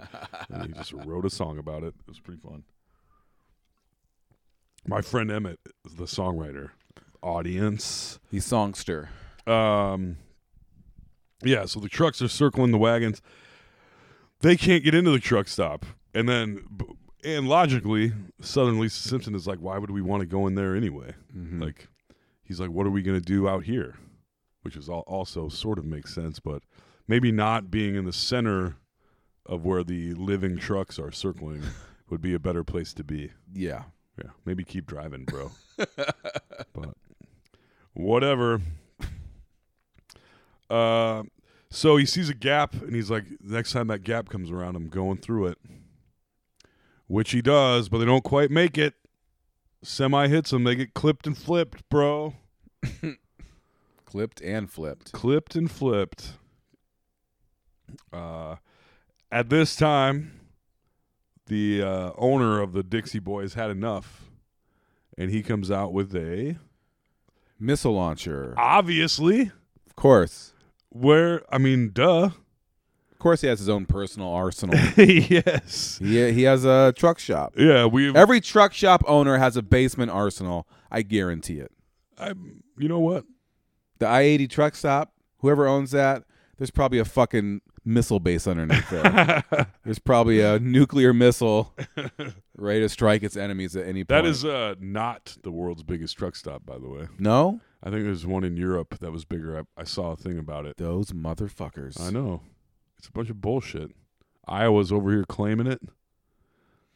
Speaker 9: and he just wrote a song about it. It was pretty fun. My friend Emmett is the songwriter. Audience.
Speaker 10: The songster.
Speaker 9: Um, yeah, so the trucks are circling the wagons. They can't get into the truck stop, and then b- and logically, Southern Lisa Simpson is like, "Why would we want to go in there anyway?" Like, he's like, "What are we gonna do out here?" Which is al- also sort of makes sense, but maybe not being in the center of where the living trucks are circling would be a better place to be.
Speaker 10: Yeah.
Speaker 9: Yeah, maybe keep driving, bro. but whatever. Uh, so he sees a gap, and he's like, "Next time that gap comes around, I'm going through it," which he does, but they don't quite make it. Semi hits them; they get clipped and flipped, bro.
Speaker 10: Clipped and flipped.
Speaker 9: Clipped and flipped. Uh, at this time, the uh, owner of the Dixie Boys had enough, and he comes out with a
Speaker 10: Missile launcher.
Speaker 9: obviously
Speaker 10: Of course.
Speaker 9: where I mean, duh,
Speaker 10: Of course, he has his own personal arsenal.
Speaker 9: yes,
Speaker 10: he he has a truck shop.
Speaker 9: yeah, we have
Speaker 10: Every truck shop owner has a basement arsenal. I guarantee it.
Speaker 9: I, you know what?
Speaker 10: The I eighty truck stop. Whoever owns that, there's probably a fucking missile base underneath there. there's probably a nuclear missile ready to strike its enemies at any point.
Speaker 9: That is uh, not the world's biggest truck stop, by the way.
Speaker 10: no.
Speaker 9: I think there's one in Europe that was bigger. I, I saw a thing about it.
Speaker 10: Those motherfuckers.
Speaker 9: I know. It's a bunch of bullshit. Iowa's over here claiming it.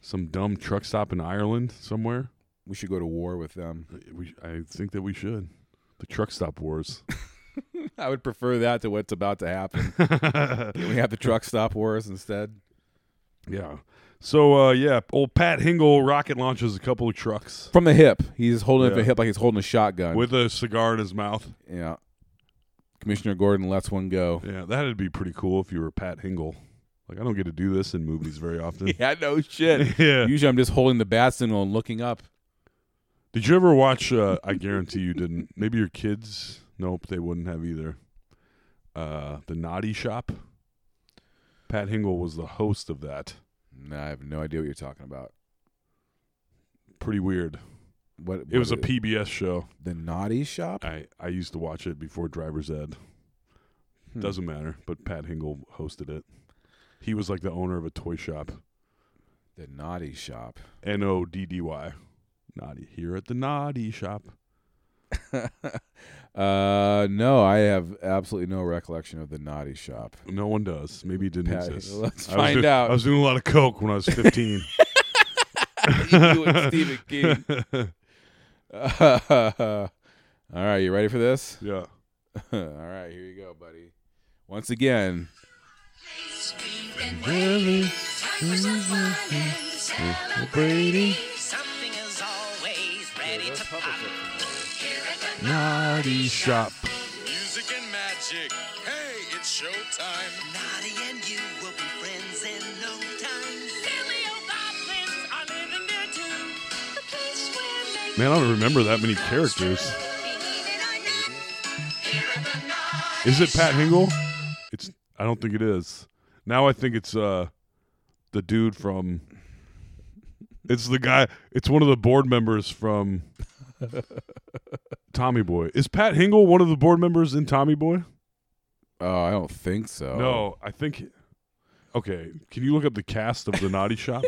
Speaker 9: Some dumb truck stop in Ireland somewhere.
Speaker 10: We should go to war with them.
Speaker 9: We, I think that we should. The truck stop wars.
Speaker 10: I would prefer that to what's about to happen. we have the truck stop wars instead.
Speaker 9: yeah. So uh, yeah, old Pat Hingle rocket launches a couple of trucks
Speaker 10: From the hip. He's holding up
Speaker 9: Yeah.
Speaker 10: a hip like he's holding a shotgun.
Speaker 9: with a cigar in his mouth.
Speaker 10: yeah. Commissioner Gordon lets one go.
Speaker 9: Yeah, that'd be pretty cool if you were Pat Hingle. Like I don't get to do this in movies very often.
Speaker 10: Yeah, no shit.
Speaker 9: yeah.
Speaker 10: Usually I'm just holding the bat signal and looking up.
Speaker 9: Did you ever watch? Uh, I guarantee you didn't. Maybe your kids? Nope, they wouldn't have either. Uh, the Naughty Shop. Pat Hingle was the host of that.
Speaker 10: Nah, I have no idea what you're talking about.
Speaker 9: Pretty weird.
Speaker 10: What
Speaker 9: It was a
Speaker 10: what is-
Speaker 9: PBS show.
Speaker 10: the naughty shop.
Speaker 9: I I used to watch it before Driver's Ed.
Speaker 10: Hmm.
Speaker 9: Doesn't matter. But Pat Hingle hosted it. He was like the owner of a toy shop.
Speaker 10: The naughty shop.
Speaker 9: N O D D Y. Naughty here at the Naughty Shop.
Speaker 10: Uh, no, I have absolutely no recollection of the naughty shop.
Speaker 9: No one does. Maybe it didn't
Speaker 10: Pat-
Speaker 9: exist.
Speaker 10: let's
Speaker 9: I was
Speaker 10: find
Speaker 9: doing-
Speaker 10: out.
Speaker 9: I was doing a lot of coke when I was 15.
Speaker 10: Stephen King. All right, you ready for this?
Speaker 9: yeah.
Speaker 10: All right, here you go, buddy. Once again,
Speaker 9: Really? Brady. Naughty shop.
Speaker 4: Music and magic. Hey, it's showtime. Naughty and you will be friends in no time. Silly old goblins are living there too. The place where they
Speaker 9: Man, I don't remember that many characters. Is it Pat Hingle? It's. I don't think it is. Now I think it's uh, the dude from. It's the guy. It's one of the board members from. Tommy Boy. Is Pat Hingle one of the board members in Tommy Boy?
Speaker 10: Oh, I don't think so.
Speaker 9: No, I think. Okay, can you look up the cast of the Naughty Shop?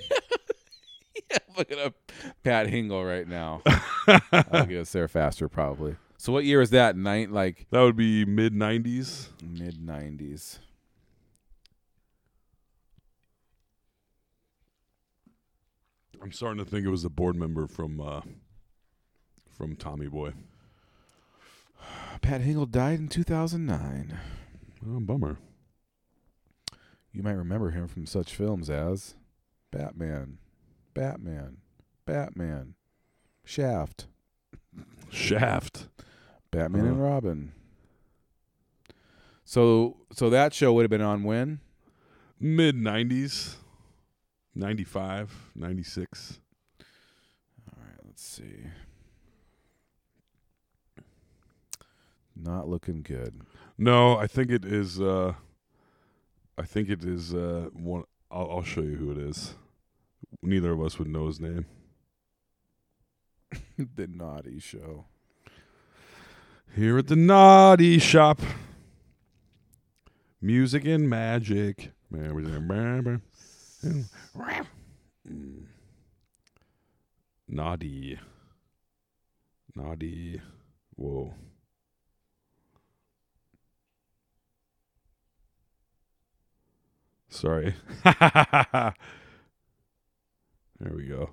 Speaker 10: Look at Pat Hingle right now. I'll get us there faster, probably. So what year is that? Night like
Speaker 9: That would be mid '90s.
Speaker 10: mid '90s.
Speaker 9: I'm starting to think it was the board member from uh, from Tommy Boy.
Speaker 10: Pat Hingle died in 2009.
Speaker 9: Oh, bummer.
Speaker 10: You might remember him from such films as Batman, Batman, Batman, Shaft,
Speaker 9: Shaft.
Speaker 10: Batman and
Speaker 9: Uh-huh.
Speaker 10: Robin. So so that show would have been on when?
Speaker 9: Mid '90s. 95, 96.
Speaker 10: All right, let's see. Not looking good.
Speaker 9: No, I think it is. Uh, I think it is uh, one. I'll, I'll show you who it is. Neither of us would know his name.
Speaker 10: the naughty show.
Speaker 9: Here at the Naughty Shop. Music and magic. Mm. Naughty. Naughty. Whoa. Sorry. there we go.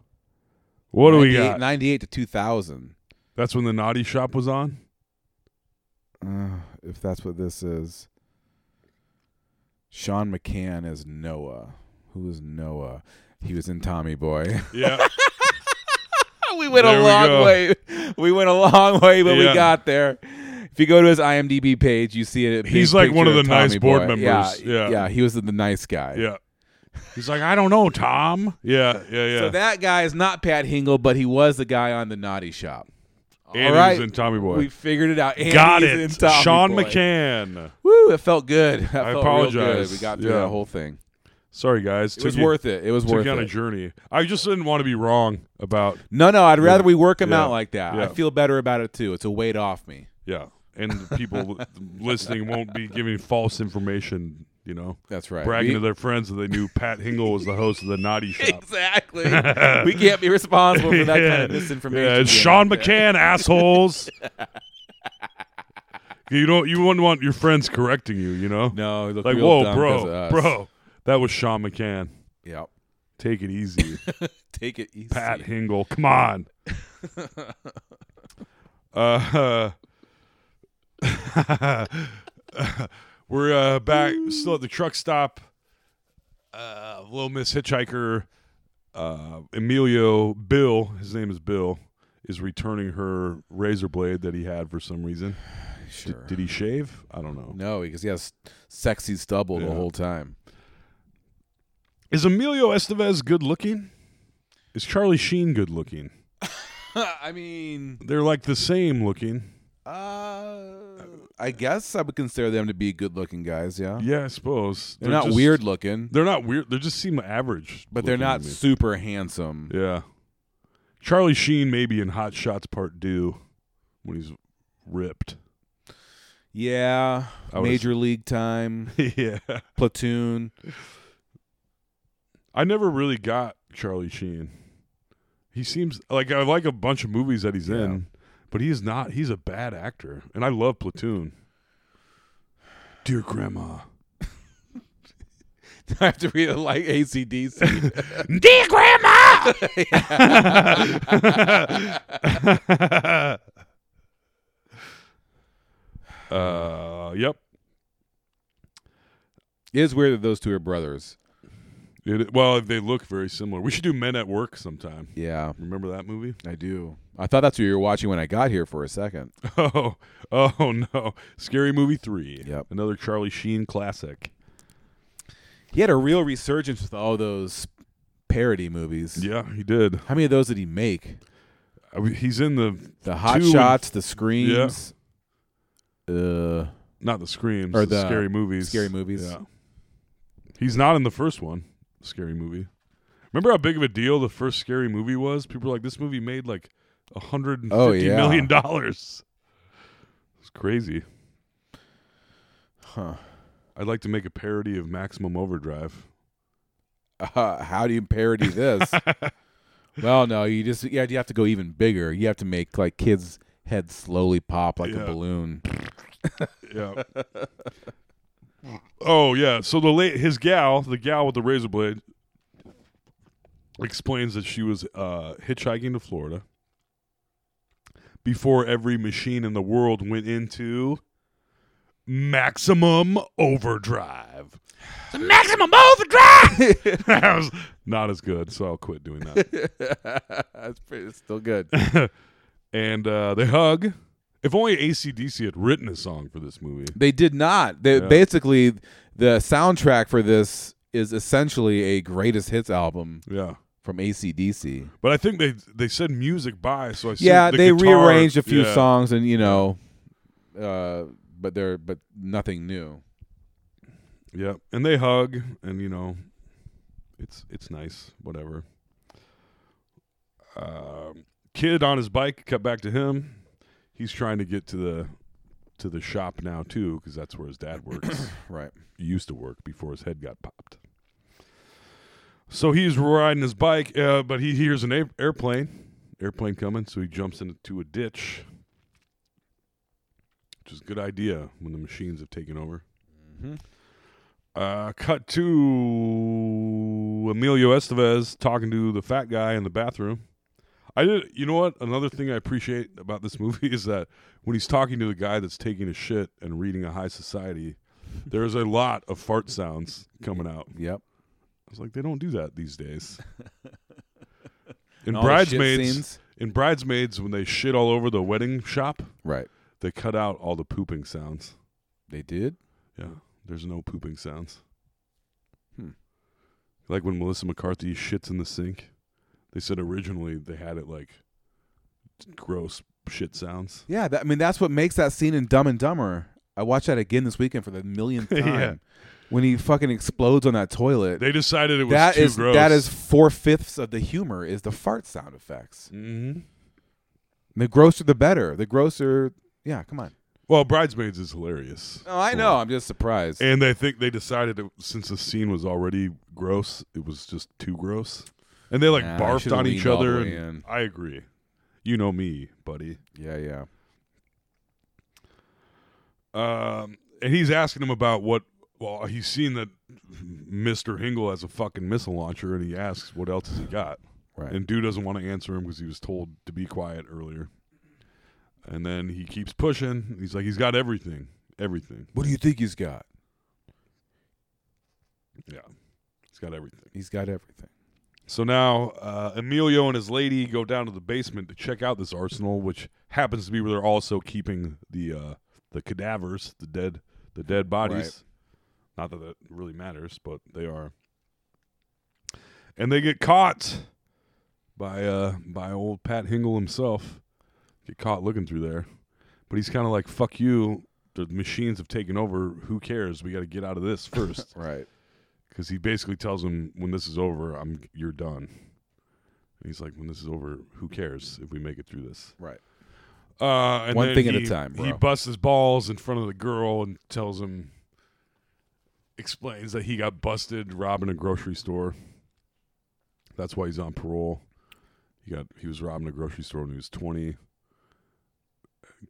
Speaker 9: What do we
Speaker 10: 98
Speaker 9: got?
Speaker 10: 98 to 2000.
Speaker 9: That's when the Naughty Shop was on?
Speaker 10: Uh, if that's what this is. Sean McCann as Noah. Who is Noah? He was in Tommy Boy.
Speaker 9: Yeah.
Speaker 10: we went
Speaker 9: There
Speaker 10: a
Speaker 9: we
Speaker 10: long
Speaker 9: go.
Speaker 10: way. We went a long way, but
Speaker 9: Yeah.
Speaker 10: we got there. If you go to his IMDb page, you see it. a big
Speaker 9: He's like one of the
Speaker 10: picture
Speaker 9: nice
Speaker 10: Tommy
Speaker 9: board
Speaker 10: Boy.
Speaker 9: members. Yeah.
Speaker 10: Yeah, he was the, the nice guy.
Speaker 9: Yeah. He's like, I don't know, Tom. Yeah, yeah, yeah.
Speaker 10: So that guy is not Pat Hingle, but he was the guy on the Naughty Shop.
Speaker 9: and
Speaker 10: all
Speaker 9: he
Speaker 10: right.
Speaker 9: was in Tommy Boy.
Speaker 10: We figured it out. And
Speaker 9: Got
Speaker 10: he's
Speaker 9: it.
Speaker 10: in Tommy
Speaker 9: Sean
Speaker 10: Boy.
Speaker 9: McCann.
Speaker 10: Woo! It felt good. That
Speaker 9: I
Speaker 10: felt real good.
Speaker 9: apologize.
Speaker 10: We got through
Speaker 9: Yeah.
Speaker 10: that whole thing.
Speaker 9: Sorry, guys.
Speaker 10: It was worth it. It was
Speaker 9: Took
Speaker 10: worth
Speaker 9: you on a
Speaker 10: it.
Speaker 9: journey. I just didn't want to be wrong about
Speaker 10: No, no. I'd rather
Speaker 9: Yeah.
Speaker 10: we work him
Speaker 9: Yeah.
Speaker 10: out like that.
Speaker 9: Yeah.
Speaker 10: I feel better about it too. It's a weight off me.
Speaker 9: yeah, and the people listening won't be giving false information. You know,
Speaker 10: That's right.
Speaker 9: bragging
Speaker 10: We-
Speaker 9: to their friends that they knew Pat Hingle was the host of the Naughty Shop.
Speaker 10: Exactly. we can't be responsible for that kind of misinformation.
Speaker 9: Yeah, it's
Speaker 10: being
Speaker 9: Sean
Speaker 10: out there.
Speaker 9: McCann, assholes. you don't. You wouldn't want your friends correcting you. You know,
Speaker 10: No, he looked
Speaker 9: like
Speaker 10: real
Speaker 9: whoa,
Speaker 10: dumb 'cause of
Speaker 9: bro,
Speaker 10: us.
Speaker 9: bro, that was Sean McCann.
Speaker 10: Yep.
Speaker 9: Take it easy,
Speaker 10: Take it easy.
Speaker 9: Pat Hingle. Come on. uh, we're uh, back, still at the truck stop. Uh, Little Miss Hitchhiker, uh, Emilio, Bill, his name is Bill, is returning her razor blade that he had for some reason. D-
Speaker 10: Sure.
Speaker 9: did he shave? I don't know.
Speaker 10: no, because he has sexy stubble
Speaker 9: Yeah.
Speaker 10: the whole time.
Speaker 9: Is Emilio Estevez good looking? Is Charlie Sheen good looking?
Speaker 10: I mean,
Speaker 9: They're like the same looking.
Speaker 10: uh, I guess I would consider them to be good-looking guys. Yeah.
Speaker 9: Yeah, I suppose.
Speaker 10: They're, not
Speaker 9: just-
Speaker 10: weird looking,
Speaker 9: They're not weird. They just seem average.
Speaker 10: but they're
Speaker 9: looking to
Speaker 10: not
Speaker 9: me.
Speaker 10: super handsome.
Speaker 9: Yeah. Charlie Sheen maybe in Hot Shots Part Two when he's ripped.
Speaker 10: Yeah.
Speaker 9: I would've-
Speaker 10: Major league time,
Speaker 9: yeah.
Speaker 10: platoon.
Speaker 9: I never really got Charlie Sheen. He seems like I like a bunch of movies that he's in, but he's not. He's a bad actor, and I love Platoon. Dear Grandma.
Speaker 10: I have to read it like ACDC.
Speaker 9: Dear Grandma. uh, yep. Uh,
Speaker 10: it is weird that those two are brothers.
Speaker 9: It, well, they look very similar. We should do Men at Work sometime.
Speaker 10: Yeah.
Speaker 9: Remember that movie?
Speaker 10: I do. I thought that's what you were watching when I got here for a second.
Speaker 9: Oh, oh no! Scary Movie three.
Speaker 10: Yep.
Speaker 9: Another Charlie Sheen classic.
Speaker 10: He had a real resurgence with all those parody movies.
Speaker 9: Yeah, he did.
Speaker 10: How many of those did he make?
Speaker 9: I mean, Uh, he's in the
Speaker 10: The Hot
Speaker 9: two and-
Speaker 10: Shots, the Screams, uh,
Speaker 9: not the screams
Speaker 10: Or
Speaker 9: the,
Speaker 10: the
Speaker 9: scary movies.
Speaker 10: Scary Movies.
Speaker 9: Yeah. He's not in the first one. Scary movie. Remember how big of a deal the first scary movie was? People were like, "This movie made like a hundred and fifty
Speaker 10: Oh,
Speaker 9: million
Speaker 10: yeah.
Speaker 9: dollars." It's crazy.
Speaker 10: Huh.
Speaker 9: I'd like to make a parody of Maximum Overdrive.
Speaker 10: Uh, how do you parody this? well, no, you just yeah, you have to go even bigger. You have to make like kids' heads slowly pop like
Speaker 9: Yeah.
Speaker 10: a balloon.
Speaker 9: Yeah. oh yeah. So the late his gal, the gal with the razor blade, explains that she was uh, hitchhiking to Florida before every machine in the world went into maximum overdrive. It's a maximum overdrive. that was not as good, so I'll quit doing that
Speaker 10: That's pretty, it's still good.
Speaker 9: and uh, they hug. If only ACDC had written a song for this movie.
Speaker 10: They did not. They
Speaker 9: Yeah.
Speaker 10: basically the soundtrack for this is essentially a greatest hits album
Speaker 9: Yeah.
Speaker 10: from ACDC.
Speaker 9: But I think they they said music by, so I assume
Speaker 10: yeah,
Speaker 9: the
Speaker 10: they
Speaker 9: guitar-
Speaker 10: rearranged a few
Speaker 9: yeah.
Speaker 10: songs and you know uh but they're but nothing new.
Speaker 9: Yeah, and they hug, and you know, it's it's nice, whatever. Um kid on his bike, cut back to him. He's trying to get to the to the shop now too, because that's where his dad works.
Speaker 10: Right.
Speaker 9: used to work before his head got popped. So he's riding his bike, uh, but he hears an a- airplane, airplane coming. So he jumps into a ditch, which is a good idea when the machines have taken over. Uh, cut to Emilio Estevez talking to the fat guy in the bathroom. I did. You know what? Another thing I appreciate about this movie is that when he's talking to the guy that's taking a shit and reading a high society, there's a lot of fart sounds coming out.
Speaker 10: Yep.
Speaker 9: I was like, they don't do that these days. In
Speaker 10: all the shit
Speaker 9: bridesmaids,
Speaker 10: scenes?
Speaker 9: in bridesmaids, when they shit all over the wedding shop,
Speaker 10: Right.
Speaker 9: they cut out all the pooping sounds.
Speaker 10: They did.
Speaker 9: Yeah, there's no pooping sounds.
Speaker 10: Hmm.
Speaker 9: Like when Melissa McCarthy shits in the sink. They said originally they had it like gross shit sounds.
Speaker 10: Yeah, that, I mean that's what makes that scene in Dumb and Dumber. I watched that again this weekend for the millionth time.
Speaker 9: Yeah.
Speaker 10: When he fucking explodes on that toilet.
Speaker 9: They decided it was
Speaker 10: that
Speaker 9: too
Speaker 10: is
Speaker 9: gross.
Speaker 10: that is four fifths of the humor is the fart sound effects.
Speaker 9: hmm
Speaker 10: The grosser the better. The grosser yeah, come on.
Speaker 9: Well, bridesmaids is hilarious.
Speaker 10: Oh, I know. I'm just surprised.
Speaker 9: And I think they decided that since the scene was already gross, it was just too gross. And they like
Speaker 10: Nah, they
Speaker 9: barfed
Speaker 10: should've
Speaker 9: on each
Speaker 10: leaned all the
Speaker 9: other.
Speaker 10: way
Speaker 9: and
Speaker 10: in.
Speaker 9: I agree. You know me, buddy.
Speaker 10: yeah, yeah.
Speaker 9: Um, and he's asking him about what. Well, he's seen that Mr. Hingle has a fucking missile launcher, and he asks what else has he got.
Speaker 10: Right.
Speaker 9: And dude doesn't want to answer him because he was told to be quiet earlier. And then he keeps pushing. He's like, he's got everything, everything.
Speaker 10: what do you think he's got?
Speaker 9: Yeah, he's got everything.
Speaker 10: He's got everything.
Speaker 9: So now uh, Emilio and his lady go down to the basement to check out this arsenal, which happens to be where they're also keeping the uh, the cadavers, the dead the dead bodies. Not that that really matters, but they are. And they get caught by uh, by old Pat Hingle himself. Get caught looking through there, but he's kind of like, "Fuck you." The machines have taken over. Who cares? We got to get out of this first
Speaker 10: Right.
Speaker 9: because he basically tells him when this is over i'm you're done and he's like when this is over who cares if we make it through this
Speaker 10: Right.
Speaker 9: uh and
Speaker 10: One
Speaker 9: then
Speaker 10: thing at a
Speaker 9: he-
Speaker 10: time,
Speaker 9: he
Speaker 10: bro.
Speaker 9: busts his balls in front of the girl and tells him explains that he got busted robbing a grocery store that's why he's on parole he got he was robbing a grocery store when he was 20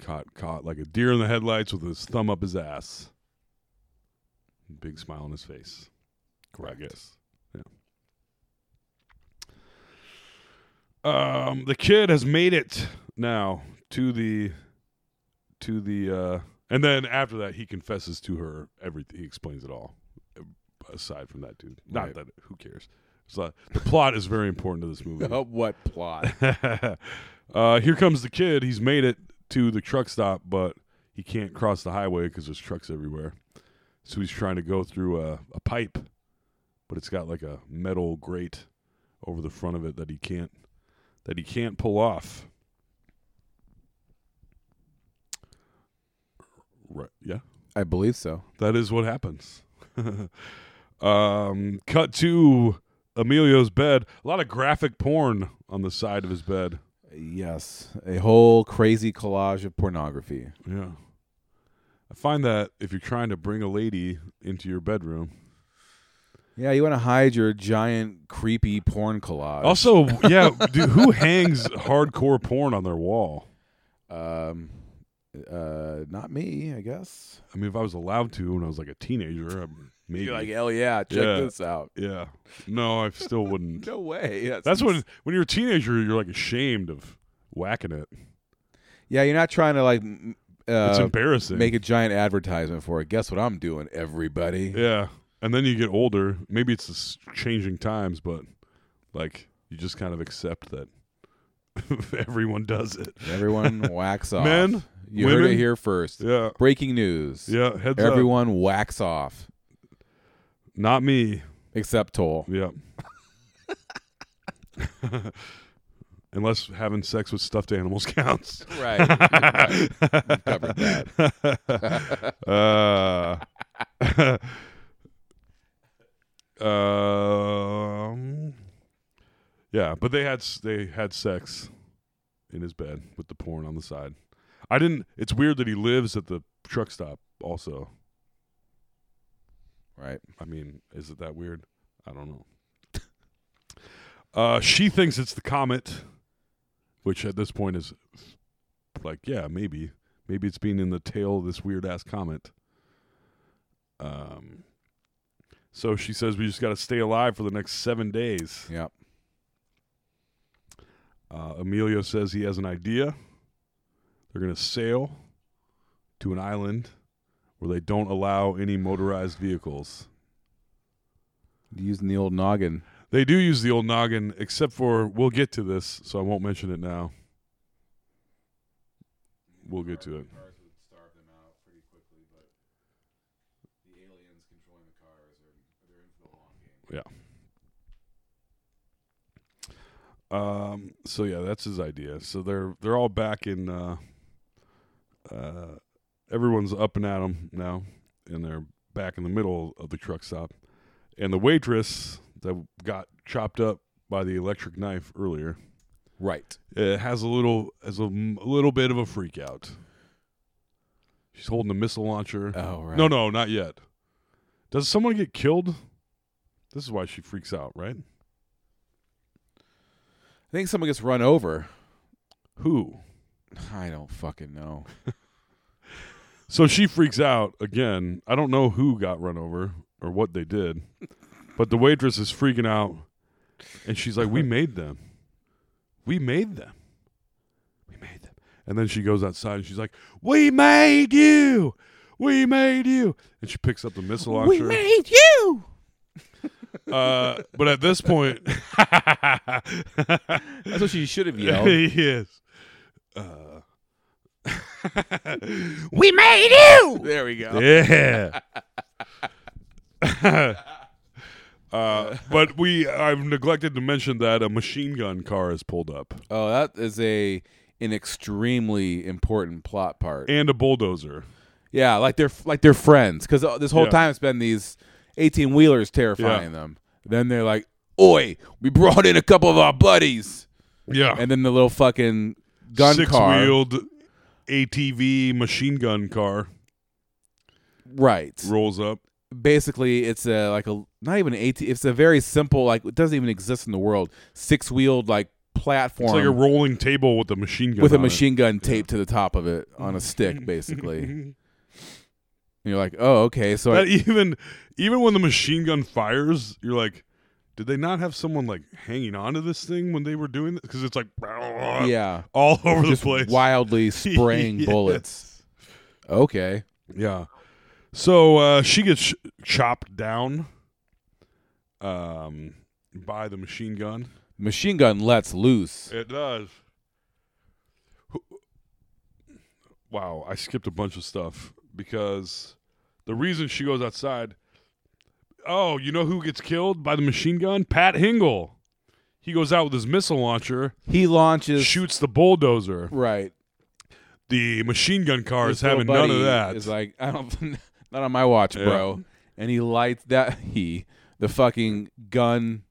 Speaker 9: caught caught like a deer in the headlights with his thumb up his ass big smile on his face I guess. Yeah. Um, the kid has made it now to the to the uh and then after that he confesses to her everything he explains it all aside from that dude. Not that who cares. So the plot is very important to this movie.
Speaker 10: Oh, what plot?
Speaker 9: uh, here comes the kid. He's made it to the truck stop, but he can't cross the highway because there's trucks everywhere. So he's trying to go through a, a pipe, but it's got like a metal grate over the front of it that he can't that he can't pull off. Right? Yeah.
Speaker 10: I believe so.
Speaker 9: That is what happens. um, cut to Emilio's bed. A lot of graphic porn on the side of his bed.
Speaker 10: Yes, a whole crazy collage of pornography.
Speaker 9: Yeah. I find that if you're trying to bring a lady into your bedroom.
Speaker 10: Yeah, you want to hide your giant creepy porn collage.
Speaker 9: Also, yeah, dude, who hangs hardcore porn on their wall?
Speaker 10: um, uh, not me, I guess.
Speaker 9: I mean, if I was allowed to when I was like a teenager, I- maybe.
Speaker 10: You're like, hell yeah, check
Speaker 9: Yeah.
Speaker 10: this out.
Speaker 9: yeah. No, I still wouldn't.
Speaker 10: No way.
Speaker 9: That's when when you're a teenager, you're like ashamed of whacking it.
Speaker 10: Yeah, you're not trying to like. m- Uh,
Speaker 9: It's embarrassing.
Speaker 10: Make a giant advertisement for it. Guess what I'm doing, everybody.
Speaker 9: Yeah. And then you get older. Maybe it's just changing times, but like you just kind of accept that everyone does it.
Speaker 10: Everyone wax off.
Speaker 9: Men,
Speaker 10: you heard it
Speaker 9: women.
Speaker 10: here first.
Speaker 9: Yeah.
Speaker 10: Breaking news.
Speaker 9: Yeah. Heads up.
Speaker 10: Everyone wax off
Speaker 9: Not me.
Speaker 10: except Toll.
Speaker 9: Yeah. Unless having sex with stuffed animals counts.
Speaker 10: Right. We've covered that.
Speaker 9: uh, um, yeah, but they had s- they had sex in his bed with the porn on the side. I didn't. It's weird that he lives at the truck stop. Also,
Speaker 10: Right.
Speaker 9: I mean, is it that weird? I don't know. uh, she thinks it's the comet, which at this point is like, yeah, maybe, maybe it's being in the tail of this weird ass comet. Um, so she says we just got to stay alive for the next seven days.
Speaker 10: Yep.
Speaker 9: Uh, Emilio says he has an idea. They're going to sail to an island where they don't allow any motorized vehicles.
Speaker 10: Using the old noggin.
Speaker 9: They do use the old noggin, except for we'll get to this, so I won't mention it now. We'll get to it. Yeah. Um. So yeah, that's his idea. So they're they're all back in. Uh, uh, everyone's up and at 'em now, and they're back in the middle of the truck stop. And the waitress that got chopped up by the electric knife earlier
Speaker 10: Right.
Speaker 9: uh, has a little has a, m- little bit of a freak out. She's holding a missile launcher.
Speaker 10: Oh, right.
Speaker 9: No, no, not yet. Does someone get killed? This is why she freaks out, right?
Speaker 10: I think someone gets run over.
Speaker 9: Who?
Speaker 10: I don't fucking know.
Speaker 9: So she freaks out again. I don't know who got run over or what they did, but the waitress is freaking out, and she's like, "We made them. We made them. We made them." And then she goes outside and she's like, "We made you. We made you." And she picks up the missile launcher. We made you. Uh, but at this point,
Speaker 10: That's what she should have yelled.
Speaker 9: yes.
Speaker 10: there we go.
Speaker 9: Yeah. uh, but we, I've neglected to mention that a machine gun car has pulled up
Speaker 10: Oh, that is a an extremely important plot part.
Speaker 9: and a bulldozer.
Speaker 10: yeah, like they're like they're friends because this whole
Speaker 9: Yeah.
Speaker 10: time it's been these eighteen wheelers terrifying
Speaker 9: Yeah.
Speaker 10: them. Then they're like, "Oi, we brought in a couple of our buddies,"
Speaker 9: Yeah.
Speaker 10: and then the little fucking gun
Speaker 9: Six
Speaker 10: car,
Speaker 9: wheeled ATV machine gun car
Speaker 10: right?
Speaker 9: rolls up.
Speaker 10: Basically, it's a like a not even an eighteen. It's a very simple like it doesn't even exist in the world. Six wheeled like platform
Speaker 9: It's like a rolling table with a machine gun.
Speaker 10: with a
Speaker 9: on it.
Speaker 10: machine gun taped to the top of it on a stick, basically. and you're like, oh, okay. So I-
Speaker 9: That even, even when the machine gun fires, you're like, did they not have someone like hanging onto this thing when they were doing this? Because it's like,
Speaker 10: yeah,
Speaker 9: all over
Speaker 10: just
Speaker 9: the place.
Speaker 10: wildly spraying
Speaker 9: Yes.
Speaker 10: bullets. Okay,
Speaker 9: Yeah. So uh, she gets sh- chopped down um, by the machine gun.
Speaker 10: Machine gun lets loose.
Speaker 9: It does. Who- Wow, I skipped a bunch of stuff because the reason she goes outside. Oh, you know who gets killed by the machine gun? Pat Hingle. He goes out with his missile launcher,
Speaker 10: He launches
Speaker 9: shoots the bulldozer.
Speaker 10: right.
Speaker 9: The machine gun car
Speaker 10: His
Speaker 9: is having
Speaker 10: little
Speaker 9: none of
Speaker 10: buddy
Speaker 9: that.
Speaker 10: Is like I don't not on my watch,
Speaker 9: Yeah.
Speaker 10: bro. And he lights that he the fucking gun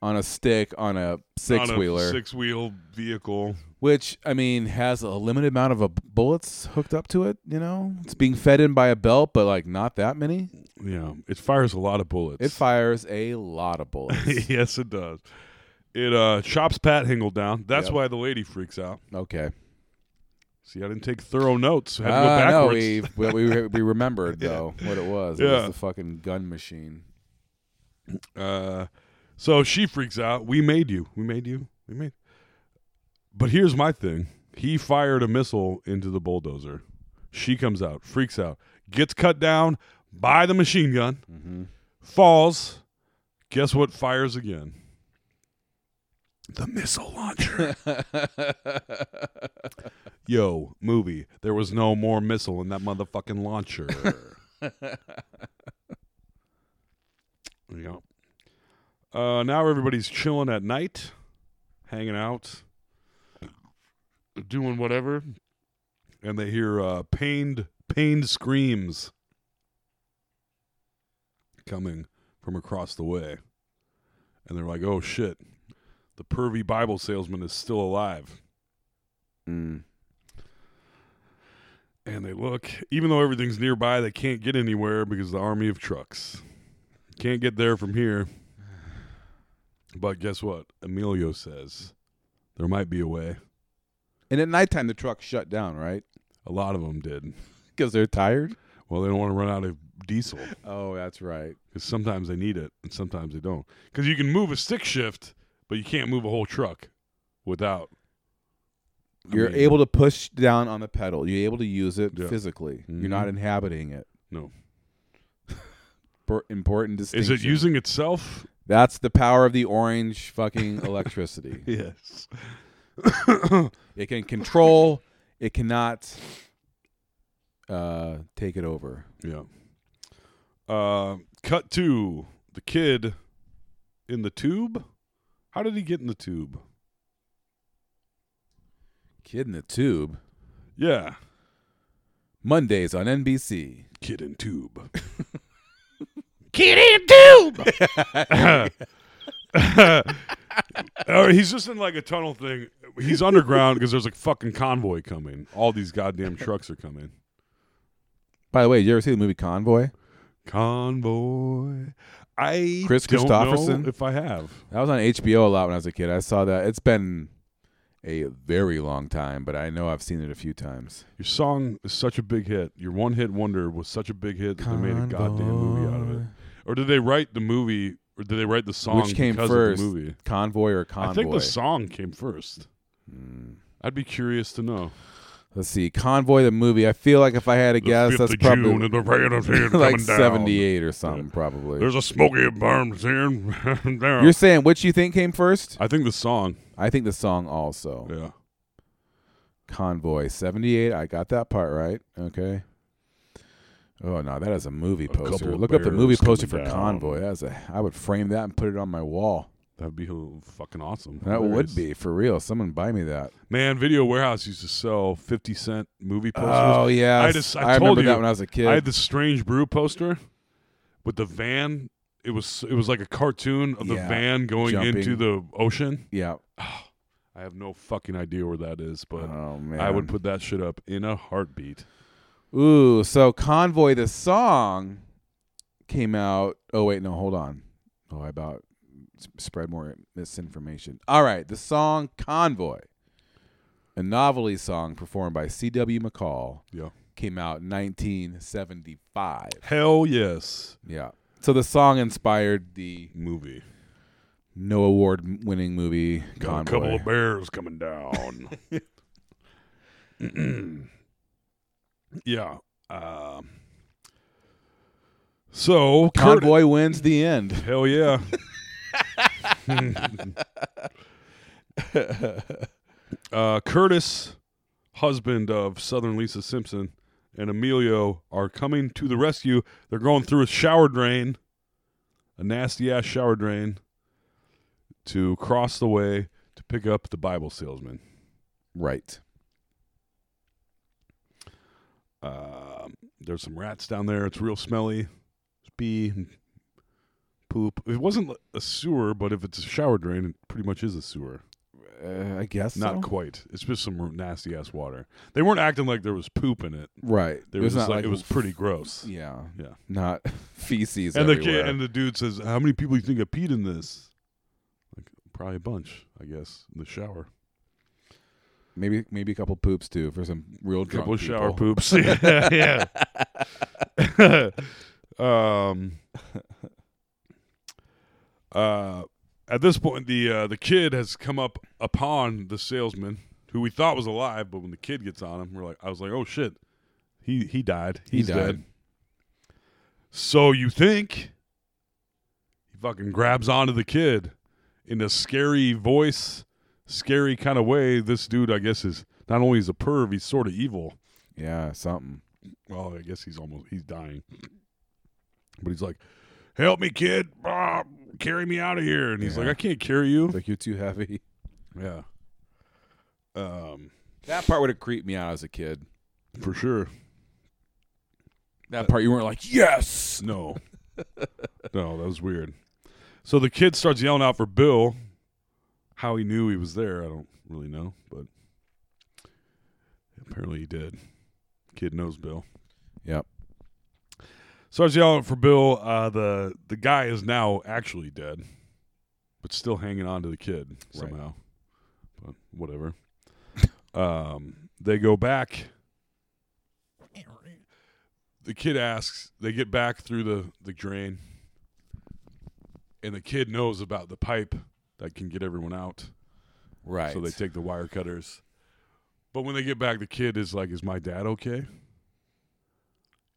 Speaker 10: on a stick on a six wheeler,
Speaker 9: six wheel vehicle.
Speaker 10: which I mean has a limited amount of uh, bullets hooked up to it. You know, it's being fed in by a belt, but like not that many.
Speaker 9: Yeah, it fires a lot of bullets.
Speaker 10: It fires a lot of bullets.
Speaker 9: yes, it does. It uh, chops Pat Hingle down. That's
Speaker 10: Yep.
Speaker 9: why the lady freaks out.
Speaker 10: okay.
Speaker 9: See, I didn't take thorough notes. I had to go
Speaker 10: Uh, no,
Speaker 9: backwards.
Speaker 10: we, we we we remembered though what it was. It
Speaker 9: Yeah.
Speaker 10: was the fucking gun machine.
Speaker 9: Uh, so she freaks out. We made you. We made you. We made. But here's my thing. He fired a missile into the bulldozer. She comes out, freaks out, gets cut down by the machine gun, falls. Guess what fires again? The missile launcher. Yo, movie. There was no more missile in that motherfucking launcher. yeah. Uh, now everybody's chilling at night, hanging out, doing whatever, and they hear uh, pained, pained screams coming from across the way, and they're like, "Oh shit, the pervy Bible salesman is still alive."
Speaker 10: Mm.
Speaker 9: And they look, even though everything's nearby, they can't get anywhere because of the army of trucks can't get there from here. But guess what? Emilio says there might be a way.
Speaker 10: And at nighttime, the truck shut down, right?
Speaker 9: A lot of them did.
Speaker 10: Because they're tired.
Speaker 9: Well, they don't want to run out of diesel
Speaker 10: Oh, that's right.
Speaker 9: because sometimes they need it and sometimes they don't. Because you can move a stick shift, but you can't move a whole truck without. I
Speaker 10: You're
Speaker 9: mean,
Speaker 10: able to push down on the pedal. You're able to use it
Speaker 9: Yeah.
Speaker 10: physically.
Speaker 9: Mhm.
Speaker 10: You're not inhabiting it.
Speaker 9: No.
Speaker 10: Por- important distinction.
Speaker 9: Is it using itself?
Speaker 10: That's the power of the orange fucking electricity.
Speaker 9: Yes.
Speaker 10: it can control. It cannot uh, take it over.
Speaker 9: Yeah. Uh, cut to the kid in the tube. How did he get in the tube?
Speaker 10: Kid in the tube.
Speaker 9: Yeah.
Speaker 10: Mondays on NBC.
Speaker 9: Kid in tube. Kid in tube. or Oh, he's just in like a tunnel thing. He's underground because there's a fucking convoy coming. All these goddamn trucks are coming.
Speaker 10: By the way, you ever see the movie Convoy?
Speaker 9: Convoy. I
Speaker 10: Chris
Speaker 9: don't
Speaker 10: Christopherson?
Speaker 9: know if I have.
Speaker 10: That was on HBO a lot when I was a kid. I saw that. It's been a very long time, but I know I've seen it a few times.
Speaker 9: Your song is such a big hit. Your one hit wonder was such a big hit that they made a goddamn movie out of it. Or did they write the movie? Or did they write the song
Speaker 10: Which came
Speaker 9: because
Speaker 10: first,
Speaker 9: of the movie?
Speaker 10: Convoy or Convoy?
Speaker 9: I think the song came first.
Speaker 10: Hmm.
Speaker 9: I'd be curious to know.
Speaker 10: Let's see, Convoy the movie. I feel like if I had a guess, that's
Speaker 9: June
Speaker 10: probably
Speaker 9: and the rain is here
Speaker 10: like
Speaker 9: coming down.
Speaker 10: seventy-eight or something, probably.
Speaker 9: There's a smoky burn here and there.
Speaker 10: You're saying which you think came first?
Speaker 9: I think the song.
Speaker 10: I think the song also.
Speaker 9: Yeah.
Speaker 10: Convoy seventy-eight. I got that part right. Okay. Oh no, that is a movie poster.
Speaker 9: couple of
Speaker 10: Look up the movie
Speaker 9: bears coming
Speaker 10: poster for
Speaker 9: down.
Speaker 10: Convoy. That's a. I would frame that and put it on my wall.
Speaker 9: That'd be h- fucking awesome.
Speaker 10: That would
Speaker 9: Hilarious.
Speaker 10: be for real. Someone buy me that.
Speaker 9: Man, Video Warehouse used to sell 50 cent movie posters.
Speaker 10: Oh yeah,
Speaker 9: I just I, told
Speaker 10: remember
Speaker 9: you
Speaker 10: that when I was a kid.
Speaker 9: I had the Strange Brew poster with the van. It was it was like a cartoon of the
Speaker 10: Yeah,
Speaker 9: van going
Speaker 10: jumping.
Speaker 9: into the ocean.
Speaker 10: yeah.
Speaker 9: I have no fucking idea where that is, but
Speaker 10: Oh man,
Speaker 9: I would put that shit up in a heartbeat.
Speaker 10: Ooh, so Convoy the song came out. Oh wait, no, hold on. Oh, I about s- spread more misinformation. All right, the song Convoy, a novelty song performed by C.W. McCall,
Speaker 9: Yeah.
Speaker 10: came out in 1975.
Speaker 9: Hell yes.
Speaker 10: Yeah. So the song inspired the
Speaker 9: Movie.
Speaker 10: no award winning movie
Speaker 9: Got a
Speaker 10: Convoy.
Speaker 9: couple of bears coming down. yeah. Um uh, So
Speaker 10: Convoy wins the end.
Speaker 9: Hell yeah. uh, Curtis, husband of Southern Lisa Simpson, and Emilio are coming to the rescue. They're going through a shower drain, a nasty ass shower drain, to cross the way to pick up the Bible salesman.
Speaker 10: Right.
Speaker 9: Uh, there's some rats down there. It's real smelly. It's pee and poop. It wasn't a sewer, but if it's a shower drain, it pretty much is a sewer.
Speaker 10: Uh, I guess
Speaker 9: Not
Speaker 10: so.
Speaker 9: quite. It's just some nasty ass water. They weren't acting like there was poop in it.
Speaker 10: Right.
Speaker 9: They
Speaker 10: It
Speaker 9: were
Speaker 10: was
Speaker 9: just
Speaker 10: not
Speaker 9: like,
Speaker 10: like-
Speaker 9: it was pretty gross.
Speaker 10: Yeah.
Speaker 9: Yeah.
Speaker 10: Not feces
Speaker 9: and the kid,
Speaker 10: everywhere.
Speaker 9: and the dude says, "How many people you think have peed in this?" Like probably a bunch, I guess, in the shower.
Speaker 10: maybe maybe a couple poops too for some real drunk
Speaker 9: couple
Speaker 10: people.
Speaker 9: shower poops. yeah. yeah. um. Uh, at this point, the uh, the kid has come up upon the salesman, who we thought was alive, but when the kid gets on him, we're like, I was like, oh shit, he he died.
Speaker 10: He
Speaker 9: He's
Speaker 10: died.
Speaker 9: dead. So you think? He fucking grabs onto the kid in a scary voice, scary kind of way. This dude, I guess, is not only is a perv, he's sort of evil.
Speaker 10: Yeah, something.
Speaker 9: Well, I guess he's almost he's dying. But he's like, "Help me, kid! Ah, carry me out of here!" And he's
Speaker 10: Yeah.
Speaker 9: like, "I can't carry you."
Speaker 10: It's like you're too heavy.
Speaker 9: yeah, um,
Speaker 10: That part would have creeped me out as a kid.
Speaker 9: for sure.
Speaker 10: That part you weren't like, yes.
Speaker 9: No, no, that was weird. So the kid starts yelling out for Bill. How he knew he was there, I don't really know, but apparently he did. Kid knows Bill.
Speaker 10: Yep.
Speaker 9: Starts yelling for Bill. Uh, the the guy is now actually dead, but still hanging on to the kid
Speaker 10: Right.
Speaker 9: somehow. But whatever. um, they go back. The kid asks. They get back through the the drain, and the kid knows about the pipe that can get everyone out.
Speaker 10: Right.
Speaker 9: So they take the wire cutters. But when they get back, the kid is like, "Is my dad okay?"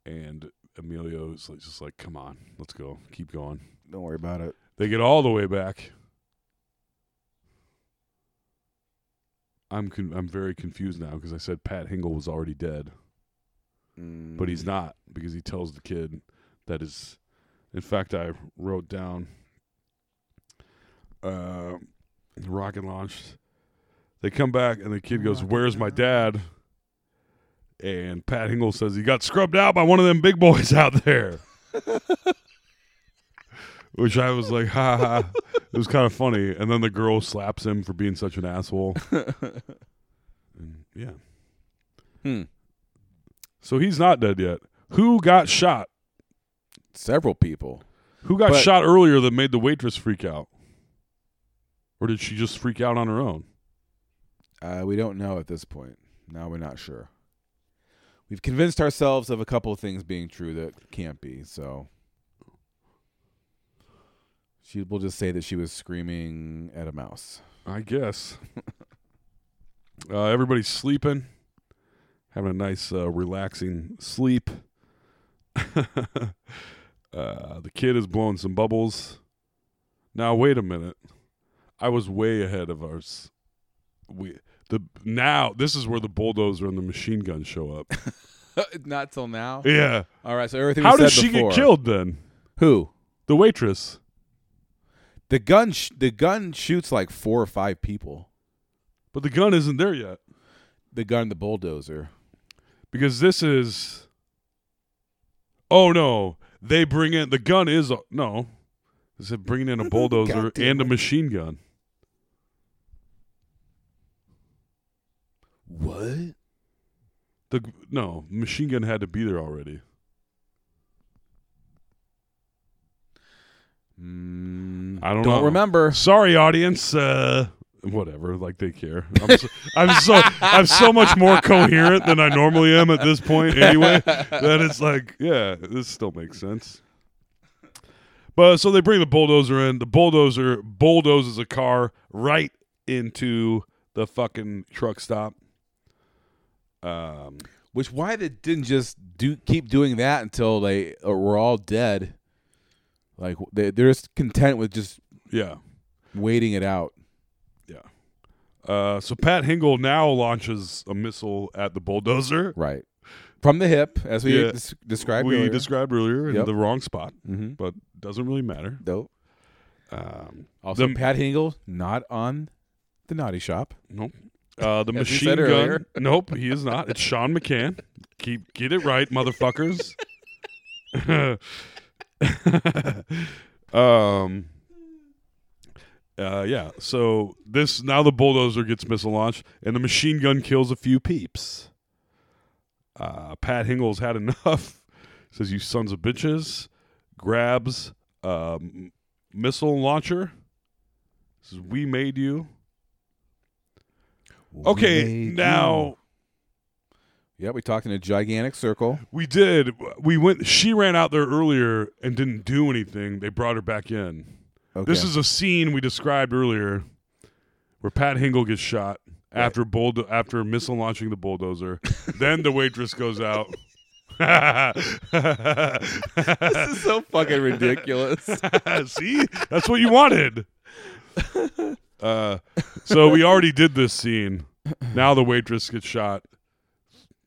Speaker 9: And Emilio is like, just like, "Come on, let's go, keep going."
Speaker 10: Don't worry about it.
Speaker 9: They get all the way back. I'm con- I'm very confused now because I said Pat Hingle was already dead,
Speaker 10: Hmm.
Speaker 9: but he's not because he tells the kid that is. In fact, I wrote down. Uh, rocket launch. They come back and the kid goes, "Where's my dad?" And Pat Hingle says he got scrubbed out by one of them big boys out there which I was like, ha ha. It was kind of funny. And then the girl slaps him for being such an asshole. and, yeah.
Speaker 10: Hmm.
Speaker 9: So he's not dead yet. Who got shot?
Speaker 10: Several people.
Speaker 9: Who got
Speaker 10: But-
Speaker 9: shot earlier that made the waitress freak out? Or did she just freak out on her own?
Speaker 10: Uh, we don't know at this point. Now we're not sure. We've convinced ourselves of a couple of things being true that can't be. So she will just say that she was screaming at a mouse.
Speaker 9: I guess. uh, everybody's sleeping, having a nice, uh, relaxing sleep. uh, the kid is blowing some bubbles. Now, wait a minute. I was way ahead of ours. We the now this is where the bulldozer and the machine gun show up.
Speaker 10: not till now.
Speaker 9: yeah.
Speaker 10: All right. So everything.
Speaker 9: How
Speaker 10: we
Speaker 9: did
Speaker 10: said
Speaker 9: she
Speaker 10: before-
Speaker 9: get killed then?
Speaker 10: Who?
Speaker 9: The waitress.
Speaker 10: The gun. Sh- the gun shoots like four or five people.
Speaker 9: But the gun isn't there yet.
Speaker 10: The gun. The bulldozer.
Speaker 9: because this is oh no they bring in the gun is no is it bringing in a bulldozer and a machine gun
Speaker 10: What?
Speaker 9: the no machine gun had to be there already
Speaker 10: Mm,
Speaker 9: i don't, know.
Speaker 10: remember.
Speaker 9: sorry audience uh whatever like they care I'm so, I'm so i'm so much more coherent than i normally am at this point anyway that it's like yeah this still makes sense but so they bring the bulldozer in the bulldozer bulldozes a car right into the fucking truck stop um
Speaker 10: Which why they didn't just do keep doing that until they uh, were all dead. Like they they're just content with just
Speaker 9: yeah
Speaker 10: waiting it out.
Speaker 9: Yeah. Uh, so Pat Hingle now launches a missile at the bulldozer.
Speaker 10: Right. From the hip, as we
Speaker 9: Yeah.
Speaker 10: des- described
Speaker 9: we
Speaker 10: earlier.
Speaker 9: described earlier in
Speaker 10: Yep.
Speaker 9: the wrong spot,
Speaker 10: Mhm.
Speaker 9: but doesn't really matter.
Speaker 10: Dope.
Speaker 9: Um,
Speaker 10: Also,
Speaker 9: the-
Speaker 10: Pat Hingle not on the naughty shop.
Speaker 9: Nope. Uh, the
Speaker 10: As you
Speaker 9: machine
Speaker 10: said
Speaker 9: gun.
Speaker 10: earlier.
Speaker 9: Nope, he is not. It's Sean McCann. Keep get it right, motherfuckers. um. Uh, yeah. So this now the bulldozer gets missile launched, and the machine gun kills a few peeps. Uh, Pat Hingle's had enough. Says you sons of bitches. Grabs um, missile launcher. Says we made you. Okay,
Speaker 10: Wait,
Speaker 9: now
Speaker 10: Yep, we talked in a gigantic circle.
Speaker 9: we did. We went. She ran out there earlier and didn't do anything. They brought her back in.
Speaker 10: Okay.
Speaker 9: This is a scene we described earlier, where Pat Hingle gets shot after bulldo- after missile launching the bulldozer. then the waitress goes out.
Speaker 10: this is so fucking ridiculous.
Speaker 9: See, that's what you wanted. Uh, so we already did this scene. Now the waitress gets shot,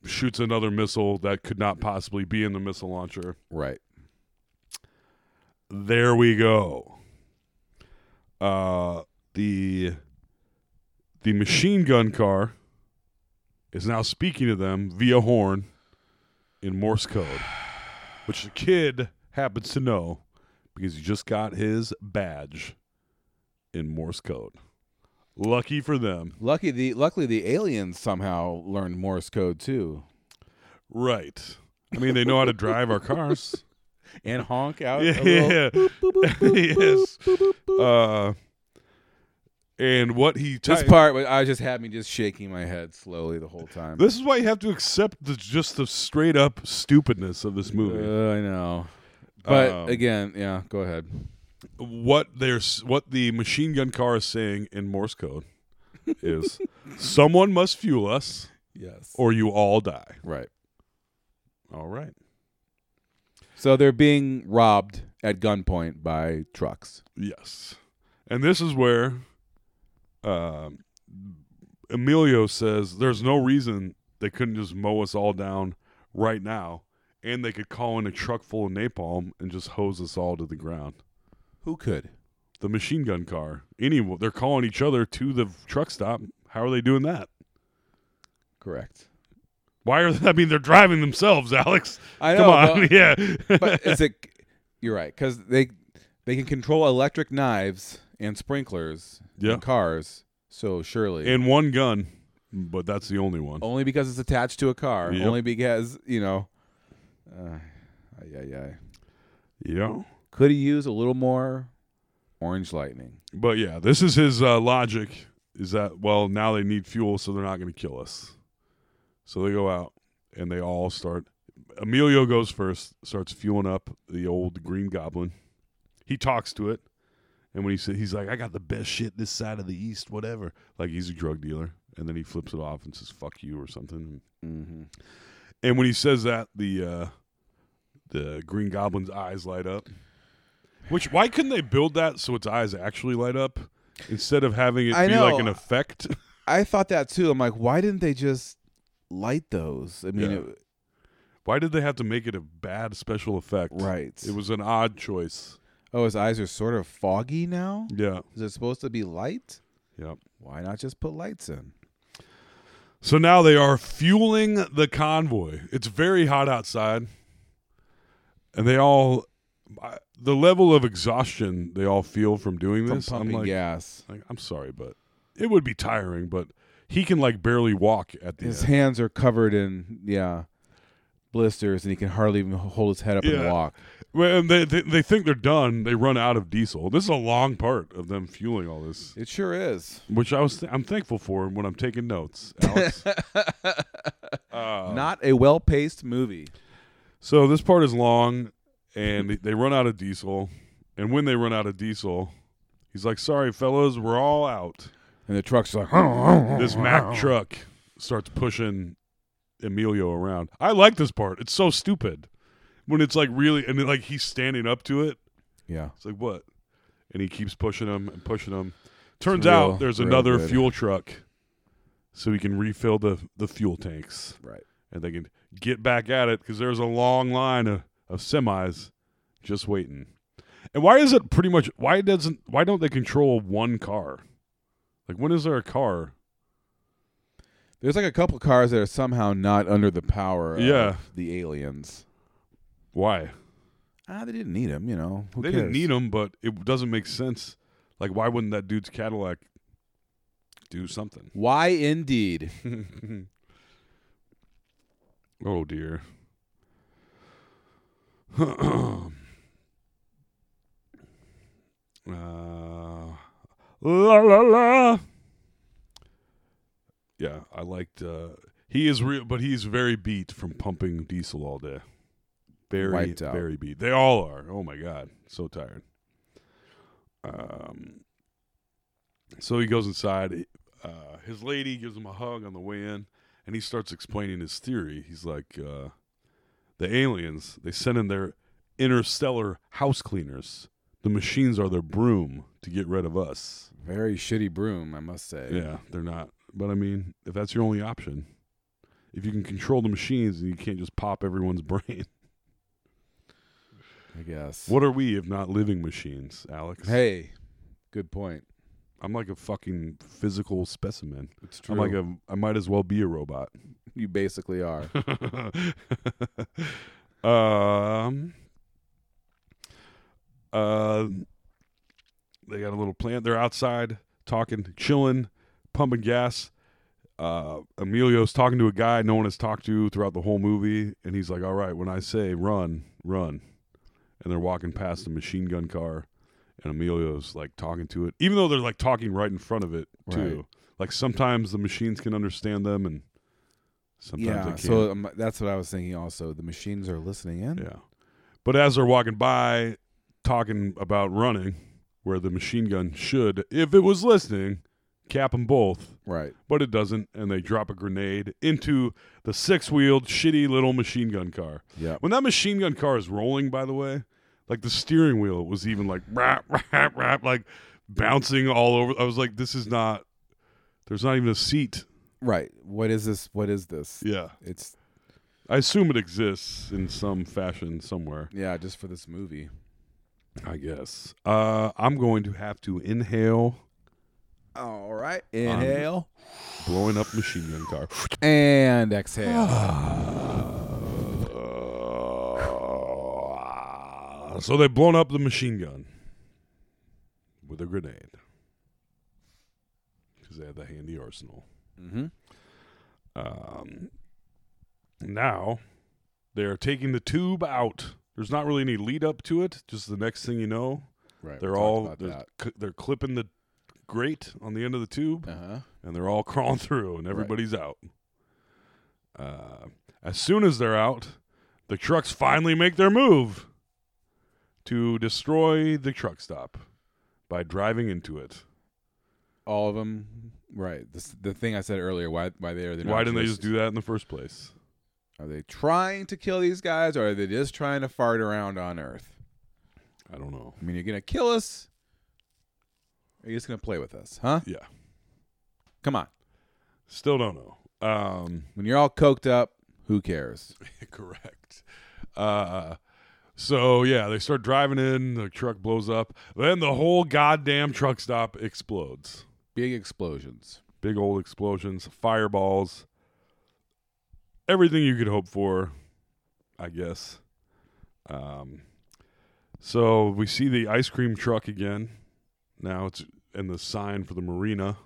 Speaker 9: shoots another missile that could not possibly be in the missile launcher.
Speaker 10: right.
Speaker 9: There we go. Uh, the the machine gun car is now speaking to them via horn in Morse code, which the kid happens to know because he just got his badge in Morse code. Lucky for them.
Speaker 10: Lucky the luckily the aliens somehow learned Morse code too.
Speaker 9: Right. I mean, they know how to drive our cars.
Speaker 10: And honk out
Speaker 9: yeah.
Speaker 10: a little.
Speaker 9: yes. Uh, and what he
Speaker 10: This
Speaker 9: typed-
Speaker 10: part I just had me just shaking my head slowly the whole time.
Speaker 9: This is why you have to accept the just the straight up stupidness of this movie.
Speaker 10: Uh, I know. But
Speaker 9: Um,
Speaker 10: again, yeah, go ahead.
Speaker 9: what there's what the machine gun car is saying in Morse code is someone must fuel us
Speaker 10: Yes.
Speaker 9: or you all die.
Speaker 10: Right.
Speaker 9: All right.
Speaker 10: So they're being robbed at gunpoint by trucks.
Speaker 9: Yes. And this is where um Emilio says there's no reason they couldn't just mow us all down right now and they could call in a truck full of napalm and just hose us all to the ground.
Speaker 10: Who could?
Speaker 9: the machine gun car. Anyone, they're calling each other to the truck stop. How are they doing that?
Speaker 10: Correct.
Speaker 9: Why are I mean they're driving themselves, Alex?
Speaker 10: I
Speaker 9: Come
Speaker 10: know,
Speaker 9: on,
Speaker 10: but-
Speaker 9: yeah.
Speaker 10: But is it You're right cuz they they can control electric knives and sprinklers
Speaker 9: Yeah.
Speaker 10: in cars. So surely.
Speaker 9: and one gun, but that's the only one.
Speaker 10: only because it's attached to a car.
Speaker 9: Yep.
Speaker 10: Only because, you know, uh, yeah, yeah.
Speaker 9: Yeah.
Speaker 10: Could he use a little more orange lightning?
Speaker 9: But yeah, this is his uh, logic: is that well, now they need fuel, so they're not going to kill us. So they go out and they all start. Emilio goes first, starts fueling up the old Green Goblin. He talks to it, and when he says he's like, "I got the best shit this side of the East, whatever," like he's a drug dealer, and then he flips it off and says "fuck you" or something.
Speaker 10: Mm-hmm.
Speaker 9: And when he says that, the uh, the Green Goblin's eyes light up. Which why couldn't they build that so its eyes actually light up instead of having it
Speaker 10: I
Speaker 9: be
Speaker 10: know.
Speaker 9: like an effect?
Speaker 10: I thought that too. I'm like, why didn't they just light those? I mean,
Speaker 9: Yeah.
Speaker 10: it,
Speaker 9: Why did they have to make it a bad special effect?
Speaker 10: right?
Speaker 9: It was an odd choice.
Speaker 10: oh, his eyes are sort of foggy now.
Speaker 9: Yeah.
Speaker 10: Is it supposed to be light?
Speaker 9: Yeah.
Speaker 10: Why not just put lights in?
Speaker 9: So now they are fueling the convoy. It's very hot outside. And they all I- the level of exhaustion they all feel from doing
Speaker 10: From
Speaker 9: this.
Speaker 10: pumping
Speaker 9: I'm like,
Speaker 10: gas,
Speaker 9: Like, I'm sorry, but it would be tiring, but he can like barely walk at the
Speaker 10: his
Speaker 9: end.
Speaker 10: hands are covered in yeah blisters, and he can hardly even hold his head up and
Speaker 9: Yeah.
Speaker 10: walk.
Speaker 9: Well, and they, they they think they're done. They run out of diesel. This is a long part of them fueling all this,
Speaker 10: It sure is
Speaker 9: which I was th- I'm thankful for when I'm taking notes. Alex. Uh,
Speaker 10: not a well-paced movie.
Speaker 9: so this part is long, and they- they run out of diesel. And when they run out of diesel, he's like, "Sorry, fellas, we're all out."
Speaker 10: And the truck's like,
Speaker 9: This Mack truck starts pushing Emilio around. I like this part. It's so stupid when it's like really and then like he's standing up to it.
Speaker 10: Yeah.
Speaker 9: It's like what? And he keeps pushing him and pushing him. Turns
Speaker 10: real-
Speaker 9: out there's
Speaker 10: real
Speaker 9: another
Speaker 10: good.
Speaker 9: fuel truck, so he can refill the the fuel tanks.
Speaker 10: Right.
Speaker 9: and they can get back at it because there's a long line of, of semis just waiting. And why is it pretty much why doesn't why don't they control one car? Like when is there a car?
Speaker 10: There's like a couple cars that are somehow not under the power of
Speaker 9: Yeah.
Speaker 10: the aliens.
Speaker 9: Why
Speaker 10: Ah, they didn't need them, you know. Who
Speaker 9: they didn't
Speaker 10: cares?
Speaker 9: need them, but it doesn't make sense. Like why wouldn't that dude's Cadillac do something?
Speaker 10: Why indeed?
Speaker 9: Oh dear. uh, la la la. Yeah, I liked. Uh, he is real, but he's very beat from pumping diesel all day. Very,
Speaker 10: Wiped out.
Speaker 9: very beat. They all are. Oh my god, so tired. Um. So he goes inside. Uh, his lady gives him a hug on the way in, and he starts explaining his theory. He's like, uh, "The aliens they send in their interstellar house cleaners. The machines are their broom to get rid of us."
Speaker 10: Very shitty broom, I must say.
Speaker 9: Yeah, they're not. But I mean, if that's your only option, if you can control the machines and you can't just pop everyone's brain,
Speaker 10: I guess.
Speaker 9: what are we if not living machines, Alex?
Speaker 10: Hey, good point.
Speaker 9: I'm like a fucking physical specimen.
Speaker 10: It's
Speaker 9: I'm like a. I might as well be a robot.
Speaker 10: you basically are.
Speaker 9: um. Uh, they got a little plant. They're outside talking, chilling, pumping gas. Uh, Emilio's talking to a guy no one has talked to throughout the whole movie, and he's like, "All right, when I say run, run," and they're walking past a machine gun car, and Emilio's like talking to it, even though they're like talking right in front of it too.
Speaker 10: Right.
Speaker 9: Like sometimes the machines can understand them, and sometimes they
Speaker 10: yeah,
Speaker 9: can't.
Speaker 10: so um, that's what I was thinking also. The machines are listening in.
Speaker 9: Yeah. But as they're walking by, talking about running, where the machine gun should, if it was listening, cap them both,
Speaker 10: Right.
Speaker 9: but it doesn't, and they drop a grenade into the six wheeled, shitty little machine gun car.
Speaker 10: Yeah.
Speaker 9: When that machine gun car is rolling, by the way, like the steering wheel was even like rap, rap, rap, like bouncing all over. I was like, this is not, there's not even a seat.
Speaker 10: Right. What is this? What is this?
Speaker 9: Yeah.
Speaker 10: It's
Speaker 9: I assume it exists in some fashion somewhere.
Speaker 10: yeah, just for this movie.
Speaker 9: I guess. Uh, I'm going to have to inhale
Speaker 10: All right. Inhale
Speaker 9: blowing up machine gun car.
Speaker 10: and exhale.
Speaker 9: Uh, so they've blown up the machine gun with a grenade because they had the handy arsenal.
Speaker 10: mm-hmm.
Speaker 9: Um, now they're taking the tube out. There's not really any lead up to it. Just the next thing you know,
Speaker 10: Right.
Speaker 9: they're all they're, c- they're clipping the grate on the end of the tube.
Speaker 10: Uh huh.
Speaker 9: and they're all crawling through and everybody's out. Uh, as soon as they're out, the trucks finally make their move to destroy the truck stop by driving into it.
Speaker 10: All of them. Right. This, the thing I said earlier. Why? Why they are? They
Speaker 9: Why didn't they just do that in the first place?
Speaker 10: Are they trying to kill these guys, or are they just trying to fart around on Earth?
Speaker 9: I don't know.
Speaker 10: I mean, you're gonna kill us. Or are you just gonna play with us, huh?
Speaker 9: Yeah.
Speaker 10: Come on.
Speaker 9: Still don't know. Um,
Speaker 10: When you're all coked up, who cares?
Speaker 9: correct. Uh, so, yeah, they start driving in, the truck blows up, then the whole goddamn truck stop explodes.
Speaker 10: Big explosions.
Speaker 9: big old explosions, fireballs, everything you could hope for, I guess. Um, so we see the ice cream truck again. Now it's and the sign for the marina.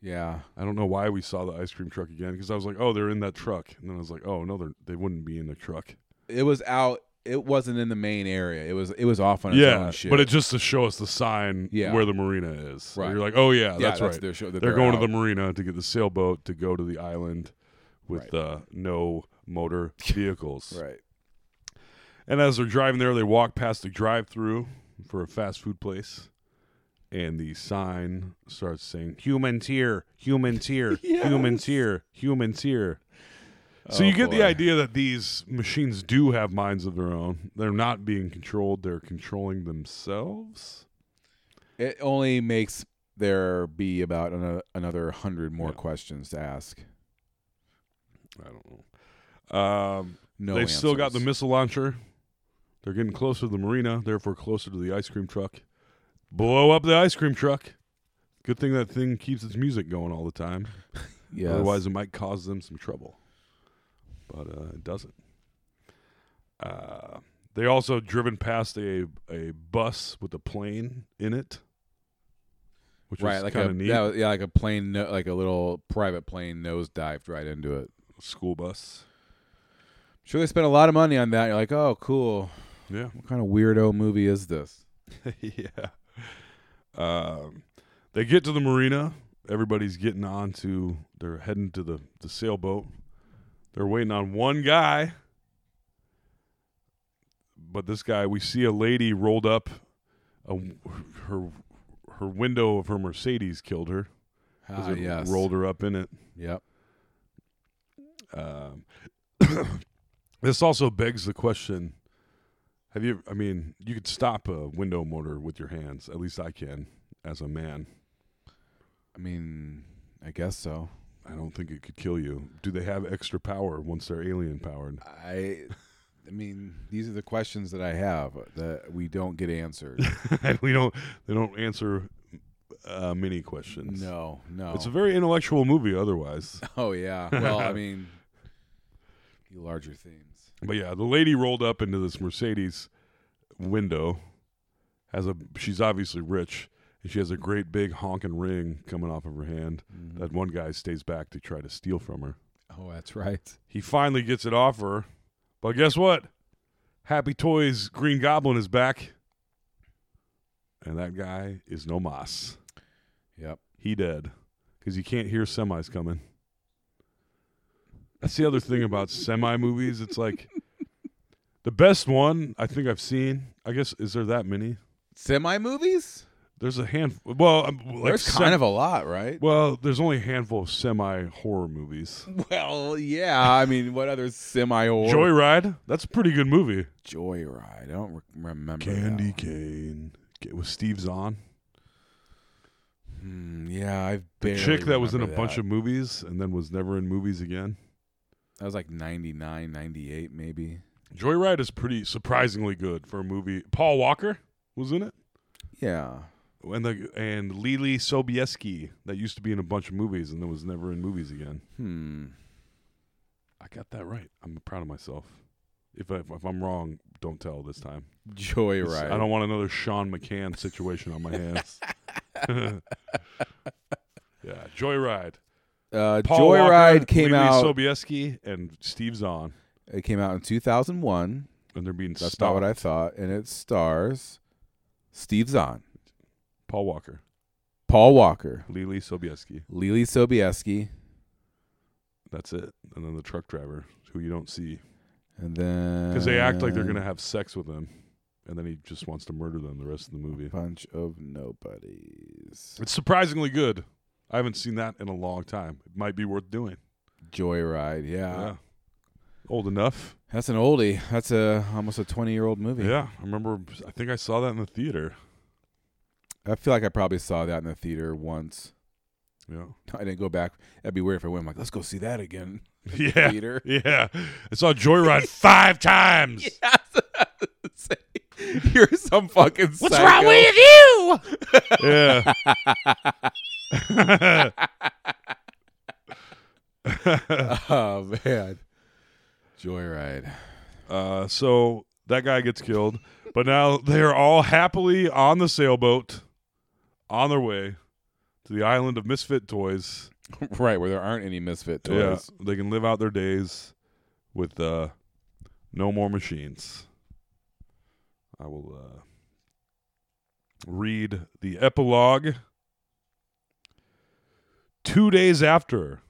Speaker 10: Yeah.
Speaker 9: I don't know why we saw the ice cream truck again because I was like, oh, they're in that truck, and then I was like, oh no, they're, they wouldn't be in the truck.
Speaker 10: It was out. It wasn't in the main area. It was. It was off on its
Speaker 9: yeah,
Speaker 10: own shit.
Speaker 9: but it's just to show us the sign
Speaker 10: Yeah.
Speaker 9: where the marina is.
Speaker 10: Right.
Speaker 9: You're like, oh yeah,
Speaker 10: yeah,
Speaker 9: that's, right.
Speaker 10: Their show, that
Speaker 9: they're, going
Speaker 10: out.
Speaker 9: to the marina to get the sailboat to go to the island with uh, no motor vehicles.
Speaker 10: Right.
Speaker 9: And as they're driving there, they walk past the drive-through for a fast food place, and the sign starts saying "Humans here, humans here, humans here, humans here," So you get the idea that these machines do have minds of their own. They're not being controlled, they're controlling themselves.
Speaker 10: It only makes there be about ano- another hundred more questions to ask.
Speaker 9: I don't know. Um,
Speaker 10: No
Speaker 9: they've still got the
Speaker 10: answers.
Speaker 9: missile launcher. They're getting closer to the marina, therefore closer to the ice cream truck. Blow up the ice cream truck. Good thing that thing keeps its music going all the time.
Speaker 10: Yes.
Speaker 9: Otherwise, it might cause them some trouble. But uh, it doesn't. Uh, they also driven past a a bus with a plane in it, which
Speaker 10: right,
Speaker 9: was
Speaker 10: like
Speaker 9: kind
Speaker 10: a
Speaker 9: of neat.
Speaker 10: yeah, yeah, like a plane, no- like a little private plane nose dived right into it.
Speaker 9: School bus.
Speaker 10: Sure, they spent a lot of money on that. You're like, oh, cool.
Speaker 9: Yeah.
Speaker 10: What kind of weirdo movie is this?
Speaker 9: yeah. Um, they get to the marina. Everybody's getting on to. They're heading to the the sailboat. They're waiting on one guy. But this guy, we see a lady rolled up. A, her her window of her Mercedes killed her. 'cause
Speaker 10: Ah,
Speaker 9: it
Speaker 10: yes.
Speaker 9: Rolled her up in it.
Speaker 10: Yep.
Speaker 9: Um, this also begs the question: Have you? I mean, you could stop a window motor with your hands. At least I can, as a man.
Speaker 10: I mean, I guess so.
Speaker 9: I don't think it could kill you. Do they have extra power once they're alien powered?
Speaker 10: I, I mean, these are the questions that I have that we don't get answered.
Speaker 9: we don't. They don't answer uh, many questions.
Speaker 10: no, no.
Speaker 9: It's a very intellectual movie, otherwise.
Speaker 10: oh yeah. Well, I mean, the larger themes.
Speaker 9: But yeah, the lady rolled up into this Mercedes window. Has a she's obviously rich, and she has a great big honking ring coming off of her hand. That one guy stays back to try to steal from her.
Speaker 10: Oh, that's right.
Speaker 9: He finally gets it off her, but guess what? Happy Toys Green Goblin is back, and that guy is no mas.
Speaker 10: Yep.
Speaker 9: He dead because you can't hear semis coming. That's the other thing about semi movies. It's like the best one I think I've seen. I guess is there that many?
Speaker 10: Semi movies.
Speaker 9: There's a handful. Well, um, like
Speaker 10: There's kind of a lot, right?
Speaker 9: Well, there's only a handful of semi horror movies.
Speaker 10: Well, yeah. I mean, what other semi or
Speaker 9: Joyride. That's a pretty good movie.
Speaker 10: Joyride? I don't re- remember. that
Speaker 9: Candy
Speaker 10: one.
Speaker 9: cane. Get- With Steve Zahn,
Speaker 10: Hmm, yeah, I've
Speaker 9: the chick that was in a bunch of movies and then was never in movies again.
Speaker 10: That was like 99, 98 maybe.
Speaker 9: Joyride is pretty surprisingly good for a movie. Paul Walker was in it.
Speaker 10: Yeah.
Speaker 9: and the and Lily Sobieski that used to be in a bunch of movies and then was never in movies again.
Speaker 10: Hmm.
Speaker 9: I got that right. I'm proud of myself. If I, if I'm wrong, don't tell this time. It's-
Speaker 10: Joyride.
Speaker 9: I don't want another Sean McCann situation on my hands. yeah, Joyride.
Speaker 10: Uh,
Speaker 9: Paul Walker,
Speaker 10: Joyride came
Speaker 9: Lily
Speaker 10: out.
Speaker 9: Sobieski and Steve Zahn,
Speaker 10: it came out in 2001.
Speaker 9: and they're being
Speaker 10: That's
Speaker 9: stopped.
Speaker 10: not what I thought. And it stars Steve Zahn,
Speaker 9: Paul Walker,
Speaker 10: Paul Walker,
Speaker 9: Lily Sobieski.
Speaker 10: Lily Sobieski,
Speaker 9: That's it. And then the truck driver who you don't see
Speaker 10: and then
Speaker 9: because they act like they're
Speaker 10: Uh.
Speaker 9: gonna have sex with him, and then he just wants to murder them the rest of the movie.
Speaker 10: bunch of nobodies.
Speaker 9: It's surprisingly good. I haven't seen that in a long time. It might be worth doing.
Speaker 10: Joyride. Yeah.
Speaker 9: yeah. Old enough.
Speaker 10: That's an oldie. That's a almost a 20 year old movie.
Speaker 9: Yeah. I remember I think I saw that in the theater.
Speaker 10: I feel like I probably saw that in the theater once.
Speaker 9: Yeah.
Speaker 10: I didn't go back. That'd be weird if I went. I'm like, let's go see that again.
Speaker 9: Yeah.
Speaker 10: Theater.
Speaker 9: Yeah. I saw Joyride five times.
Speaker 10: You're some fucking. What's wrong with
Speaker 9: Yeah.
Speaker 10: you? Oh man, Joyride.
Speaker 9: Uh, so that guy gets killed. But now they're all happily on the sailboat on their way to the island of misfit toys.
Speaker 10: right where there aren't any misfit toys.
Speaker 9: Yeah, they can live out their days with uh, no more machines. I will uh, read the epilogue. Two days after,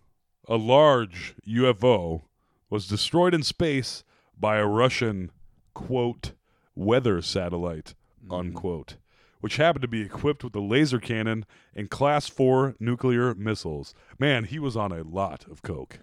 Speaker 9: a large UFO was destroyed in space
Speaker 10: Mm-hmm.
Speaker 9: by a Russian, quote, weather satellite, unquote, which happened to be equipped with a laser cannon and Class 4 nuclear missiles. Man, he was on a lot of coke.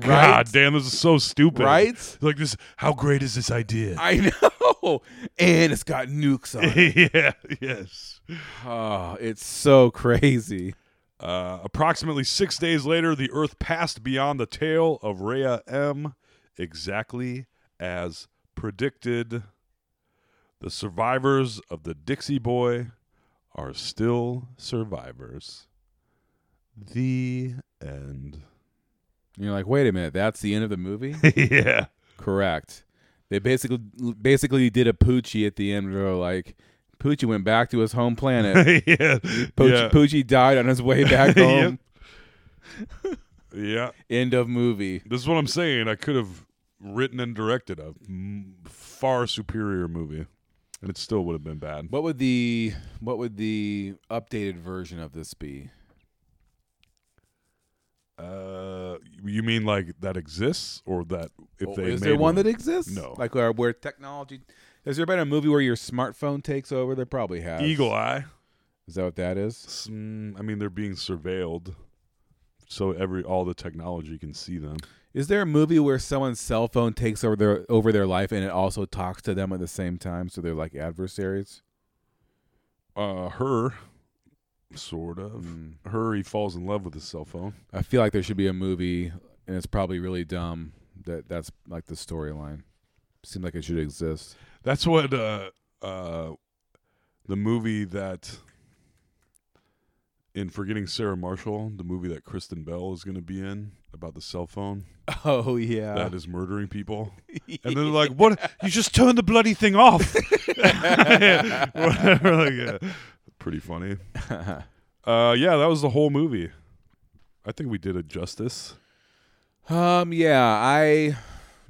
Speaker 9: God damn, this is so stupid.
Speaker 10: Right?
Speaker 9: Like this, how great is this idea?
Speaker 10: I know. And it's got nukes on it.
Speaker 9: yeah, yes.
Speaker 10: Oh, it's so crazy.
Speaker 9: Uh, approximately six days later, the Earth passed beyond the tail of Rhea M, exactly as predicted. The survivors of the Dixie Boy are still survivors. The end.
Speaker 10: And you're like, wait a minute, that's the end of the movie?
Speaker 9: yeah.
Speaker 10: Correct. They basically basically did a Poochie at the end. Where they were like, Poochie went back to his home planet.
Speaker 9: yeah.
Speaker 10: Poochie,
Speaker 9: yeah.
Speaker 10: Poochie died on his way back home.
Speaker 9: yeah.
Speaker 10: End of movie.
Speaker 9: This is what I'm saying. I could have written and directed a m- far superior movie, and it still would have been bad.
Speaker 10: What would the what would the updated version of this be?
Speaker 9: Uh, you mean like that exists, or that if
Speaker 10: Well,
Speaker 9: they
Speaker 10: is
Speaker 9: made
Speaker 10: there one that exists?
Speaker 9: No.
Speaker 10: Like where, where technology has there been a movie where your smartphone takes over? There probably has.
Speaker 9: Eagle Eye?
Speaker 10: Is that what that is?
Speaker 9: S- mm, I mean, they're being surveilled, so every all the technology can see them.
Speaker 10: Is there a movie where someone's cell phone takes over their over their life and it also talks to them at the same time, so they're like adversaries?
Speaker 9: Uh, her, sort of.
Speaker 10: Hmm.
Speaker 9: Her, he falls in love with his cell phone.
Speaker 10: I feel like there should be a movie, and it's probably really dumb that that's like the storyline. Seems like it should exist.
Speaker 9: That's what uh, uh, the movie that in Forgetting Sarah Marshall, the movie that Kristen Bell is going to be in about the cell phone
Speaker 10: Oh yeah,
Speaker 9: that is murdering people, and then like, "What? You just turned the bloody thing off." Whatever, like, uh, pretty funny. Uh, yeah, that was the whole movie. I think we did it justice.
Speaker 10: Um, yeah, I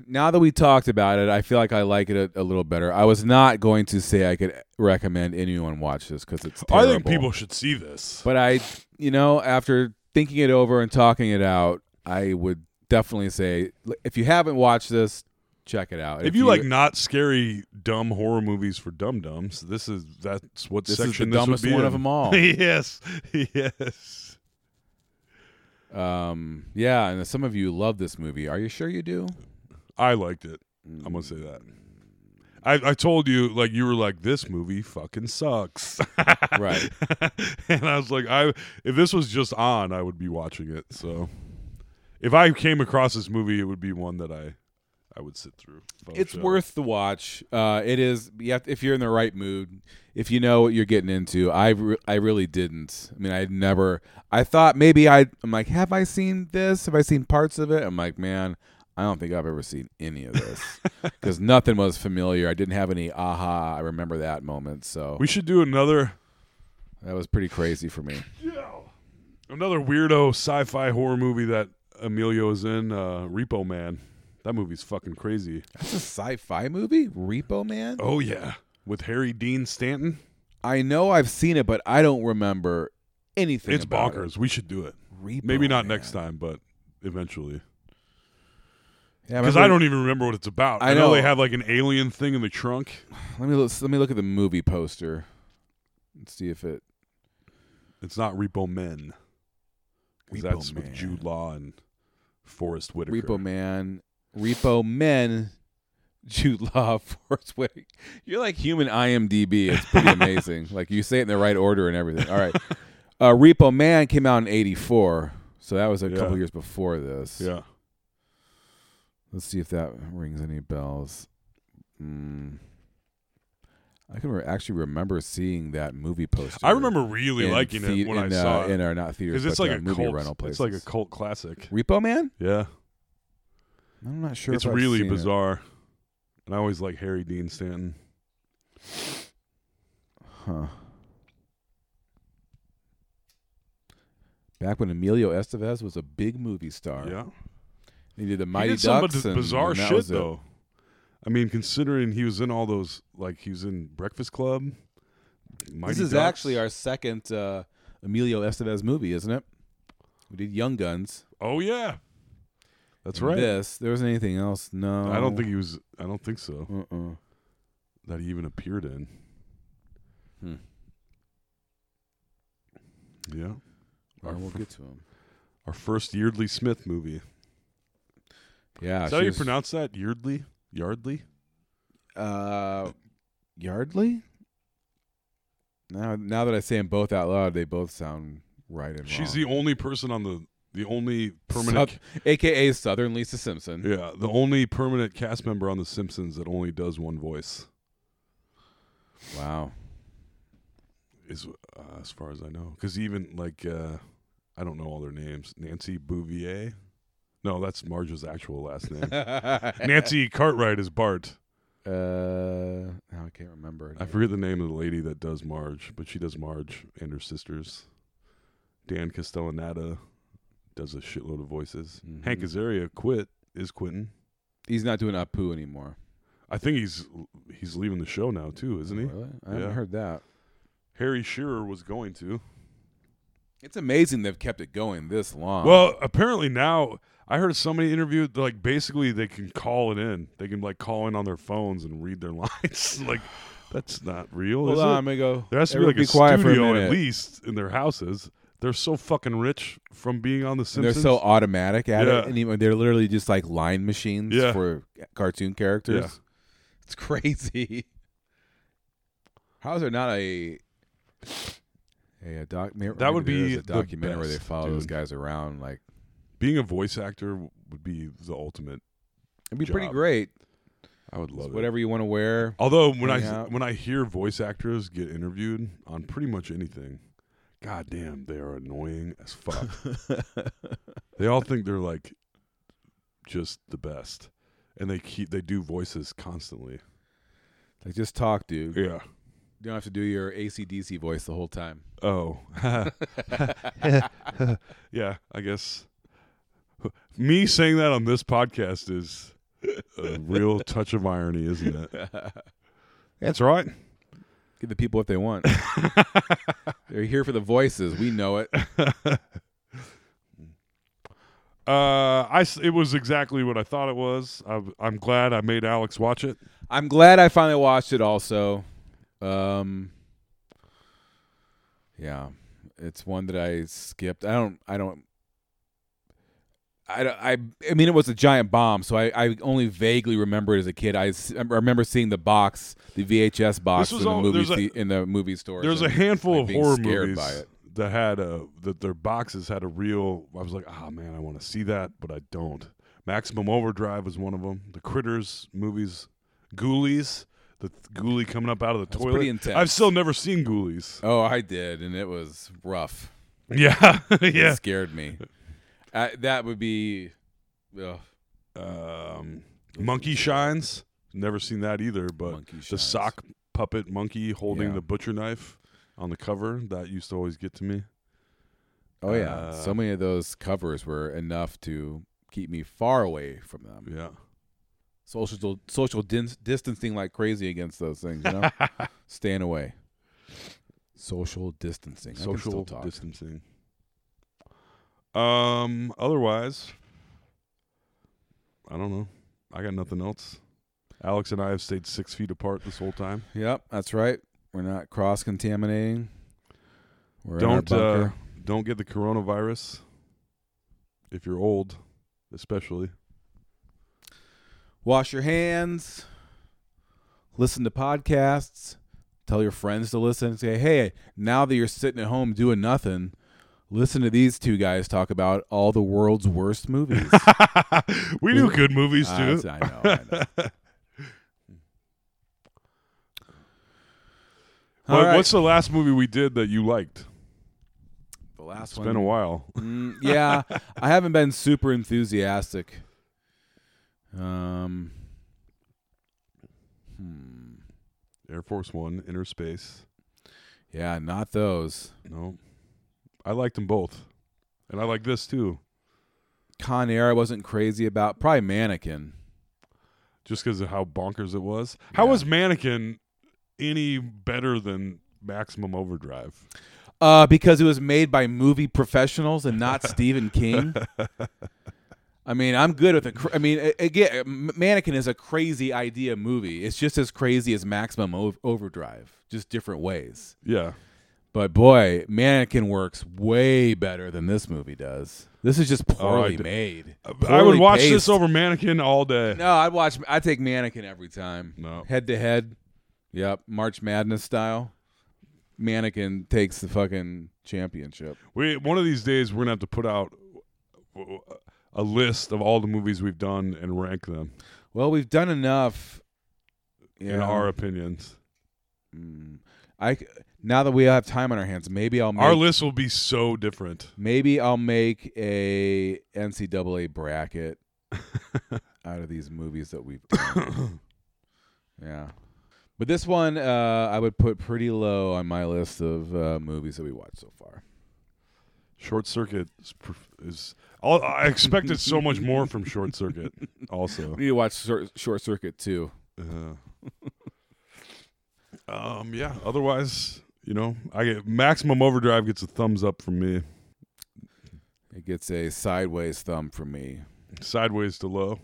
Speaker 10: now that we talked about it, I feel like I like it a, a little better. I was not going to say I could recommend anyone watch this because it's
Speaker 9: I think
Speaker 10: terrible.
Speaker 9: people should see this.
Speaker 10: but I, you know, after thinking it over and talking it out, I would definitely say l- if you haven't watched this, check it out.
Speaker 9: if you, like not scary dumb horror movies for dum dums, this is that's what
Speaker 10: This is
Speaker 9: section
Speaker 10: the
Speaker 9: this would
Speaker 10: dumbest
Speaker 9: be
Speaker 10: one
Speaker 9: in.
Speaker 10: of 'em all.
Speaker 9: yes, yes.
Speaker 10: um, yeah, and some of you love this movie. Are you sure you do?
Speaker 9: I liked it. I'm gonna say that. I I told you like you were like this movie fucking sucks,
Speaker 10: Right.
Speaker 9: and I was like I if this was just on I would be watching it. So if I came across this movie, it would be one that I I would sit through. if I was
Speaker 10: it's
Speaker 9: shown.
Speaker 10: worth the watch. Uh, it is. You have to- if you're in the right mood, if you know what you're getting into. I re- I really didn't. I mean, I never. I thought maybe I. I'm like, have I seen this? Have I seen parts of it? I'm like, man, I don't think I've ever seen any of this because nothing was familiar. I didn't have any aha. I remember that moment. So
Speaker 9: We should do another
Speaker 10: that was pretty crazy for me.
Speaker 9: another weirdo sci-fi horror movie that Emilio is in. Uh, Repo Man. That movie's fucking crazy.
Speaker 10: That's a sci-fi movie, Repo Man.
Speaker 9: Oh yeah, with Harry Dean Stanton.
Speaker 10: I know I've seen it, but I don't remember anything.
Speaker 9: It's
Speaker 10: about
Speaker 9: bonkers.
Speaker 10: It.
Speaker 9: We should do it.
Speaker 10: Repo
Speaker 9: Maybe not
Speaker 10: Man.
Speaker 9: next time, but eventually.
Speaker 10: Yeah,
Speaker 9: Because
Speaker 10: remember-
Speaker 9: I don't even remember what it's about.
Speaker 10: I
Speaker 9: I know.
Speaker 10: know.
Speaker 9: they have like an alien thing in the trunk.
Speaker 10: Let me look, let me look at the movie poster. Let's see if it.
Speaker 9: It's not Repo Men. 'Cause
Speaker 10: Repo
Speaker 9: that's
Speaker 10: Man.
Speaker 9: with Jude Law and Forrest Whitaker.
Speaker 10: Repo Man, Repo Men, Jude Law, Forrest Whitaker. You're like human IMDb. It's pretty amazing. like you say it in the right order and everything. All right, uh, Repo Man came out in '84, so that was a
Speaker 9: Yeah.
Speaker 10: couple years before this.
Speaker 9: Yeah.
Speaker 10: Let's see if that rings any bells. Mm. I can re- actually remember seeming that movie poster.
Speaker 9: I remember really
Speaker 10: in
Speaker 9: liking
Speaker 10: thea-
Speaker 9: it when
Speaker 10: in,
Speaker 9: I
Speaker 10: uh,
Speaker 9: saw
Speaker 10: in
Speaker 9: it.
Speaker 10: our not theaters,
Speaker 9: Because it's
Speaker 10: but,
Speaker 9: like
Speaker 10: uh,
Speaker 9: a
Speaker 10: movie
Speaker 9: cult.
Speaker 10: rental place.
Speaker 9: It's like a cult classic.
Speaker 10: Repo Man.
Speaker 9: Yeah.
Speaker 10: I'm not sure.
Speaker 9: it's
Speaker 10: if I've
Speaker 9: really
Speaker 10: seen it.
Speaker 9: bizarre. And I always like Harry Dean Stanton.
Speaker 10: Huh. Back when Emilio Estevez was a big movie star.
Speaker 9: Yeah.
Speaker 10: He did the Mighty
Speaker 9: he did
Speaker 10: Ducks.
Speaker 9: some
Speaker 10: and-
Speaker 9: b- bizarre
Speaker 10: and that
Speaker 9: shit
Speaker 10: was it.
Speaker 9: though. I mean, considering he was in all those, like he was in Breakfast Club. Mighty
Speaker 10: This is
Speaker 9: Ducks.
Speaker 10: actually our second uh, Emilio Estevez movie, isn't it? We did Young Guns.
Speaker 9: Oh yeah, that's
Speaker 10: and
Speaker 9: right.
Speaker 10: This. Oh. There wasn't anything else. No.
Speaker 9: I
Speaker 10: Oh.
Speaker 9: don't think he was. I don't think so.
Speaker 10: Uh-uh.
Speaker 9: That he even appeared in.
Speaker 10: Hmm.
Speaker 9: Yeah.
Speaker 10: Or we'll get to him.
Speaker 9: Our first Yeardley Smith movie.
Speaker 10: Yeah.
Speaker 9: Is that how you
Speaker 10: she's-
Speaker 9: pronounce that? Yeardley? Yardley?
Speaker 10: Uh, Yardley. Now, now that I say them both out loud, they both sound right and
Speaker 9: She's
Speaker 10: wrong.
Speaker 9: the only person on the the only permanent
Speaker 10: South- AKA Southern Lisa Simpson.
Speaker 9: Yeah, the only permanent cast member on The Simpsons that only does one voice
Speaker 10: Wow.
Speaker 9: is uh, as far as I know. Cuz even like uh I don't know all their names. Nancy Bouvier? No, that's Marge's actual last name. Nancy Cartwright is Bart.
Speaker 10: Uh, now I can't remember.
Speaker 9: I forget the name of the lady that does Marge, but she does Marge and her sisters. Dan Castellaneta does a shitload of voices. Hank Azaria quit is quitting.
Speaker 10: He's not doing Apu anymore.
Speaker 9: I think he's he's leaving the show now too, isn't he?
Speaker 10: Really? I haven't
Speaker 9: Yeah.
Speaker 10: heard that.
Speaker 9: Harry Shearer was going to.
Speaker 10: It's amazing they've kept it going this long.
Speaker 9: Well, apparently now I heard somebody interviewed like basically they can call it in. They can like call in on their phones and read their lines. like that's not real.
Speaker 10: hold
Speaker 9: is
Speaker 10: on,
Speaker 9: it?
Speaker 10: I'm gonna go.
Speaker 9: There has to be like a
Speaker 10: Everyone quiet for a
Speaker 9: studio
Speaker 10: minute.
Speaker 9: at least in their houses. They're so fucking rich from being on The
Speaker 10: And
Speaker 9: Simpsons.
Speaker 10: They're so automatic at
Speaker 9: Yeah.
Speaker 10: it, and even- they're literally just like line machines
Speaker 9: Yeah.
Speaker 10: for cartoon characters. It's crazy. How is there not a a, a doc? may-
Speaker 9: That would
Speaker 10: maybe there
Speaker 9: be
Speaker 10: is a
Speaker 9: the
Speaker 10: documentary where they
Speaker 9: best,
Speaker 10: follow those
Speaker 9: dude.
Speaker 10: guys around. Like
Speaker 9: being a voice actor w- would be the ultimate.
Speaker 10: it'd be pretty
Speaker 9: Job.
Speaker 10: great.
Speaker 9: I would love
Speaker 10: Just
Speaker 9: it.
Speaker 10: whatever you want to wear.
Speaker 9: Although when
Speaker 10: Hang
Speaker 9: I
Speaker 10: out.
Speaker 9: when I hear voice actors get interviewed on pretty much anything, god damn, they are annoying as fuck. they all think they're like just the best, and they keep they do voices constantly.
Speaker 10: Like just talk, dude. You
Speaker 9: Yeah.
Speaker 10: don't have to do your ACDC voice the whole time.
Speaker 9: Oh. yeah. I guess me saying that on this podcast is a real touch of irony, isn't it? That's right.
Speaker 10: Give the people what they want. They're here for the voices. We know it.
Speaker 9: Uh, I s- it was exactly what I thought it was. I'm, I'm glad I made Alex watch it.
Speaker 10: I'm glad I finally watched it. Also, um, yeah, it's one that I skipped. I don't. I don't. I, don't- I, I mean, it was a giant bomb, so I, I only vaguely remember it as a kid. I, s- I remember seeing the box, the VHS box
Speaker 9: This
Speaker 10: in
Speaker 9: was
Speaker 10: the,
Speaker 9: all-
Speaker 10: movie
Speaker 9: there's a-
Speaker 10: the- in the movie store.
Speaker 9: There's a handful
Speaker 10: like,
Speaker 9: of
Speaker 10: being
Speaker 9: horror
Speaker 10: scared
Speaker 9: movies
Speaker 10: by it.
Speaker 9: that had a that their boxes had a real. I was like, ah man, I want to see that, but I don't. Maximum Overdrive was one of them. The Critters movies, Ghoulies, the th- Ghoulie coming up out of the
Speaker 10: That's
Speaker 9: toilet.
Speaker 10: pretty intense.
Speaker 9: I've still never seen Ghoulies.
Speaker 10: Oh, I did, and it was rough.
Speaker 9: Yeah,
Speaker 10: It
Speaker 9: yeah.
Speaker 10: scared me. I, that would be. ugh.
Speaker 9: Um, Monkey Shines. Never seen that either, but
Speaker 10: Monkey
Speaker 9: the
Speaker 10: Shines.
Speaker 9: sock puppet monkey holding
Speaker 10: Yeah.
Speaker 9: the butcher knife on the cover that used to always get to me.
Speaker 10: Oh yeah,
Speaker 9: Uh,
Speaker 10: so many of those covers were enough to keep me far away from them.
Speaker 9: Yeah.
Speaker 10: Social social din- distancing like crazy against those things. You know, staying away. Social distancing. I can still
Speaker 9: social
Speaker 10: talk.
Speaker 9: distancing. Um. Otherwise, I don't know. I got nothing else. Alex and I have stayed six feet apart this whole time.
Speaker 10: Yep, that's right. We're not cross contaminating. We're
Speaker 9: don't
Speaker 10: in our
Speaker 9: uh,
Speaker 10: bunker.
Speaker 9: don't get the coronavirus if you're old, especially.
Speaker 10: wash your hands. Listen to podcasts. Tell your friends to listen. Say, hey, now that you're sitting at home doing nothing, listen to these two guys talk about all the world's worst movies.
Speaker 9: we do good movies
Speaker 10: Uh,
Speaker 9: too.
Speaker 10: that's- I know, I know. All
Speaker 9: What-
Speaker 10: right.
Speaker 9: What's the last movie we did that you liked?
Speaker 10: the last
Speaker 9: It's
Speaker 10: one?
Speaker 9: been a while.
Speaker 10: Mm, yeah, I haven't been super enthusiastic. Um,
Speaker 9: Air Force One, Inner Space.
Speaker 10: yeah, not those.
Speaker 9: No, I liked them both, and I like this too,
Speaker 10: Con Air, I wasn't crazy about. Probably Mannequin.
Speaker 9: just because of how bonkers it was. How
Speaker 10: Yeah.
Speaker 9: was Mannequin any better than Maximum Overdrive?
Speaker 10: Uh, because it was made by movie professionals and not Stephen King. I mean, I'm good with it. I mean, a- again, M- Mannequin is a crazy idea movie. It's just as crazy as Maximum o- Overdrive, just different ways.
Speaker 9: Yeah.
Speaker 10: But boy, Mannequin works way better than this movie does. This is just poorly
Speaker 9: Oh, d-
Speaker 10: made.
Speaker 9: I would
Speaker 10: Uh, poorly
Speaker 9: watch this
Speaker 10: paced.
Speaker 9: over Mannequin all day.
Speaker 10: No, I'd watch. I take Mannequin every time.
Speaker 9: No.
Speaker 10: Head to head. Yep. March Madness style. Mannequin takes the fucking championship.
Speaker 9: We one of these days we're gonna have to put out a list of all the movies we've done and rank them
Speaker 10: Well, we've done enough. Yeah.
Speaker 9: in our opinions.
Speaker 10: I c- now that we have time on our hands, maybe I'll make,
Speaker 9: Our list will be so different.
Speaker 10: maybe I'll make a NCAA bracket out of these movies that we've done. yeah. But this one uh, I would put pretty low on my list of uh, movies that we watched so far.
Speaker 9: Short Circuit is. pr- is I'll, I expected so much more from Short Circuit. Also,
Speaker 10: We need to watch Shor- Short Circuit too.
Speaker 9: Uh, um, yeah. Otherwise, you know, I get maximum overdrive gets a thumbs up from me.
Speaker 10: It gets a sideways thumb from me.
Speaker 9: Sideways to low.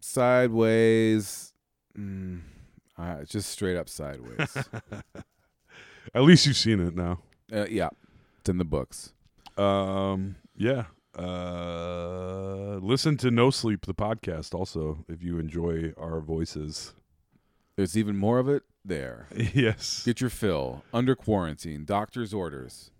Speaker 10: Sideways, mm, uh, just straight up sideways.
Speaker 9: At least you've seen it now.
Speaker 10: uh, yeah, it's in the books.
Speaker 9: Um, yeah. Uh, listen to No Sleep the podcast also if you enjoy our voices.
Speaker 10: There's even more of it there.
Speaker 9: yes.
Speaker 10: Get your fill under quarantine, doctor's orders.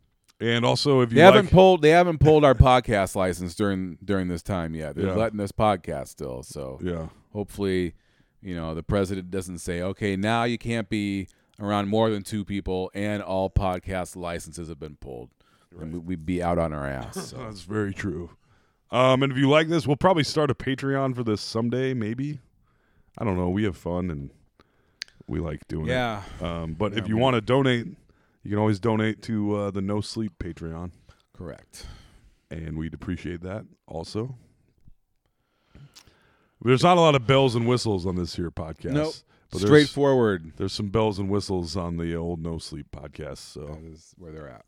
Speaker 9: And also if you
Speaker 10: They haven't
Speaker 9: like,
Speaker 10: pulled. They haven't pulled our podcast license during during this time yet. They're
Speaker 9: Yeah.
Speaker 10: letting us podcast still. So
Speaker 9: yeah.
Speaker 10: hopefully, you know, the president doesn't say, "Okay, now you can't be around more than two people," and all podcast licenses have been pulled. And we- we'd be out on our ass. So.
Speaker 9: That's very true. Um, and if you like this, we'll probably start a Patreon for this someday, maybe. I don't know. We have fun and we like doing
Speaker 10: yeah.
Speaker 9: it. Um, but if you want to donate, you can always donate to uh, the No Sleep Patreon,
Speaker 10: Correct.
Speaker 9: and we'd appreciate that also. There's not a lot of bells and whistles on this here podcast.
Speaker 10: Nope.
Speaker 9: But there's-
Speaker 10: Straightforward.
Speaker 9: There's some bells and whistles on the old No Sleep podcast. So,
Speaker 10: That is where they're at.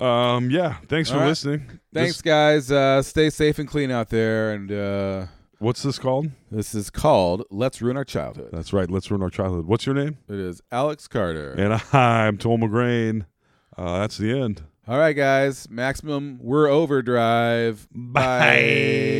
Speaker 9: um, yeah. Thanks
Speaker 10: All
Speaker 9: for
Speaker 10: right.
Speaker 9: listening.
Speaker 10: Thanks,
Speaker 9: This-
Speaker 10: guys. Uh, stay safe and clean out there. And uh,
Speaker 9: what's this called?
Speaker 10: this is called "Let's Ruin Our Childhood."
Speaker 9: That's right. Let's ruin our childhood. What's your name?
Speaker 10: It is Alex Carter.
Speaker 9: And I'm Tom McGrain. Uh, that's the end.
Speaker 10: All right, guys. Maximum, we're overdrive. Bye.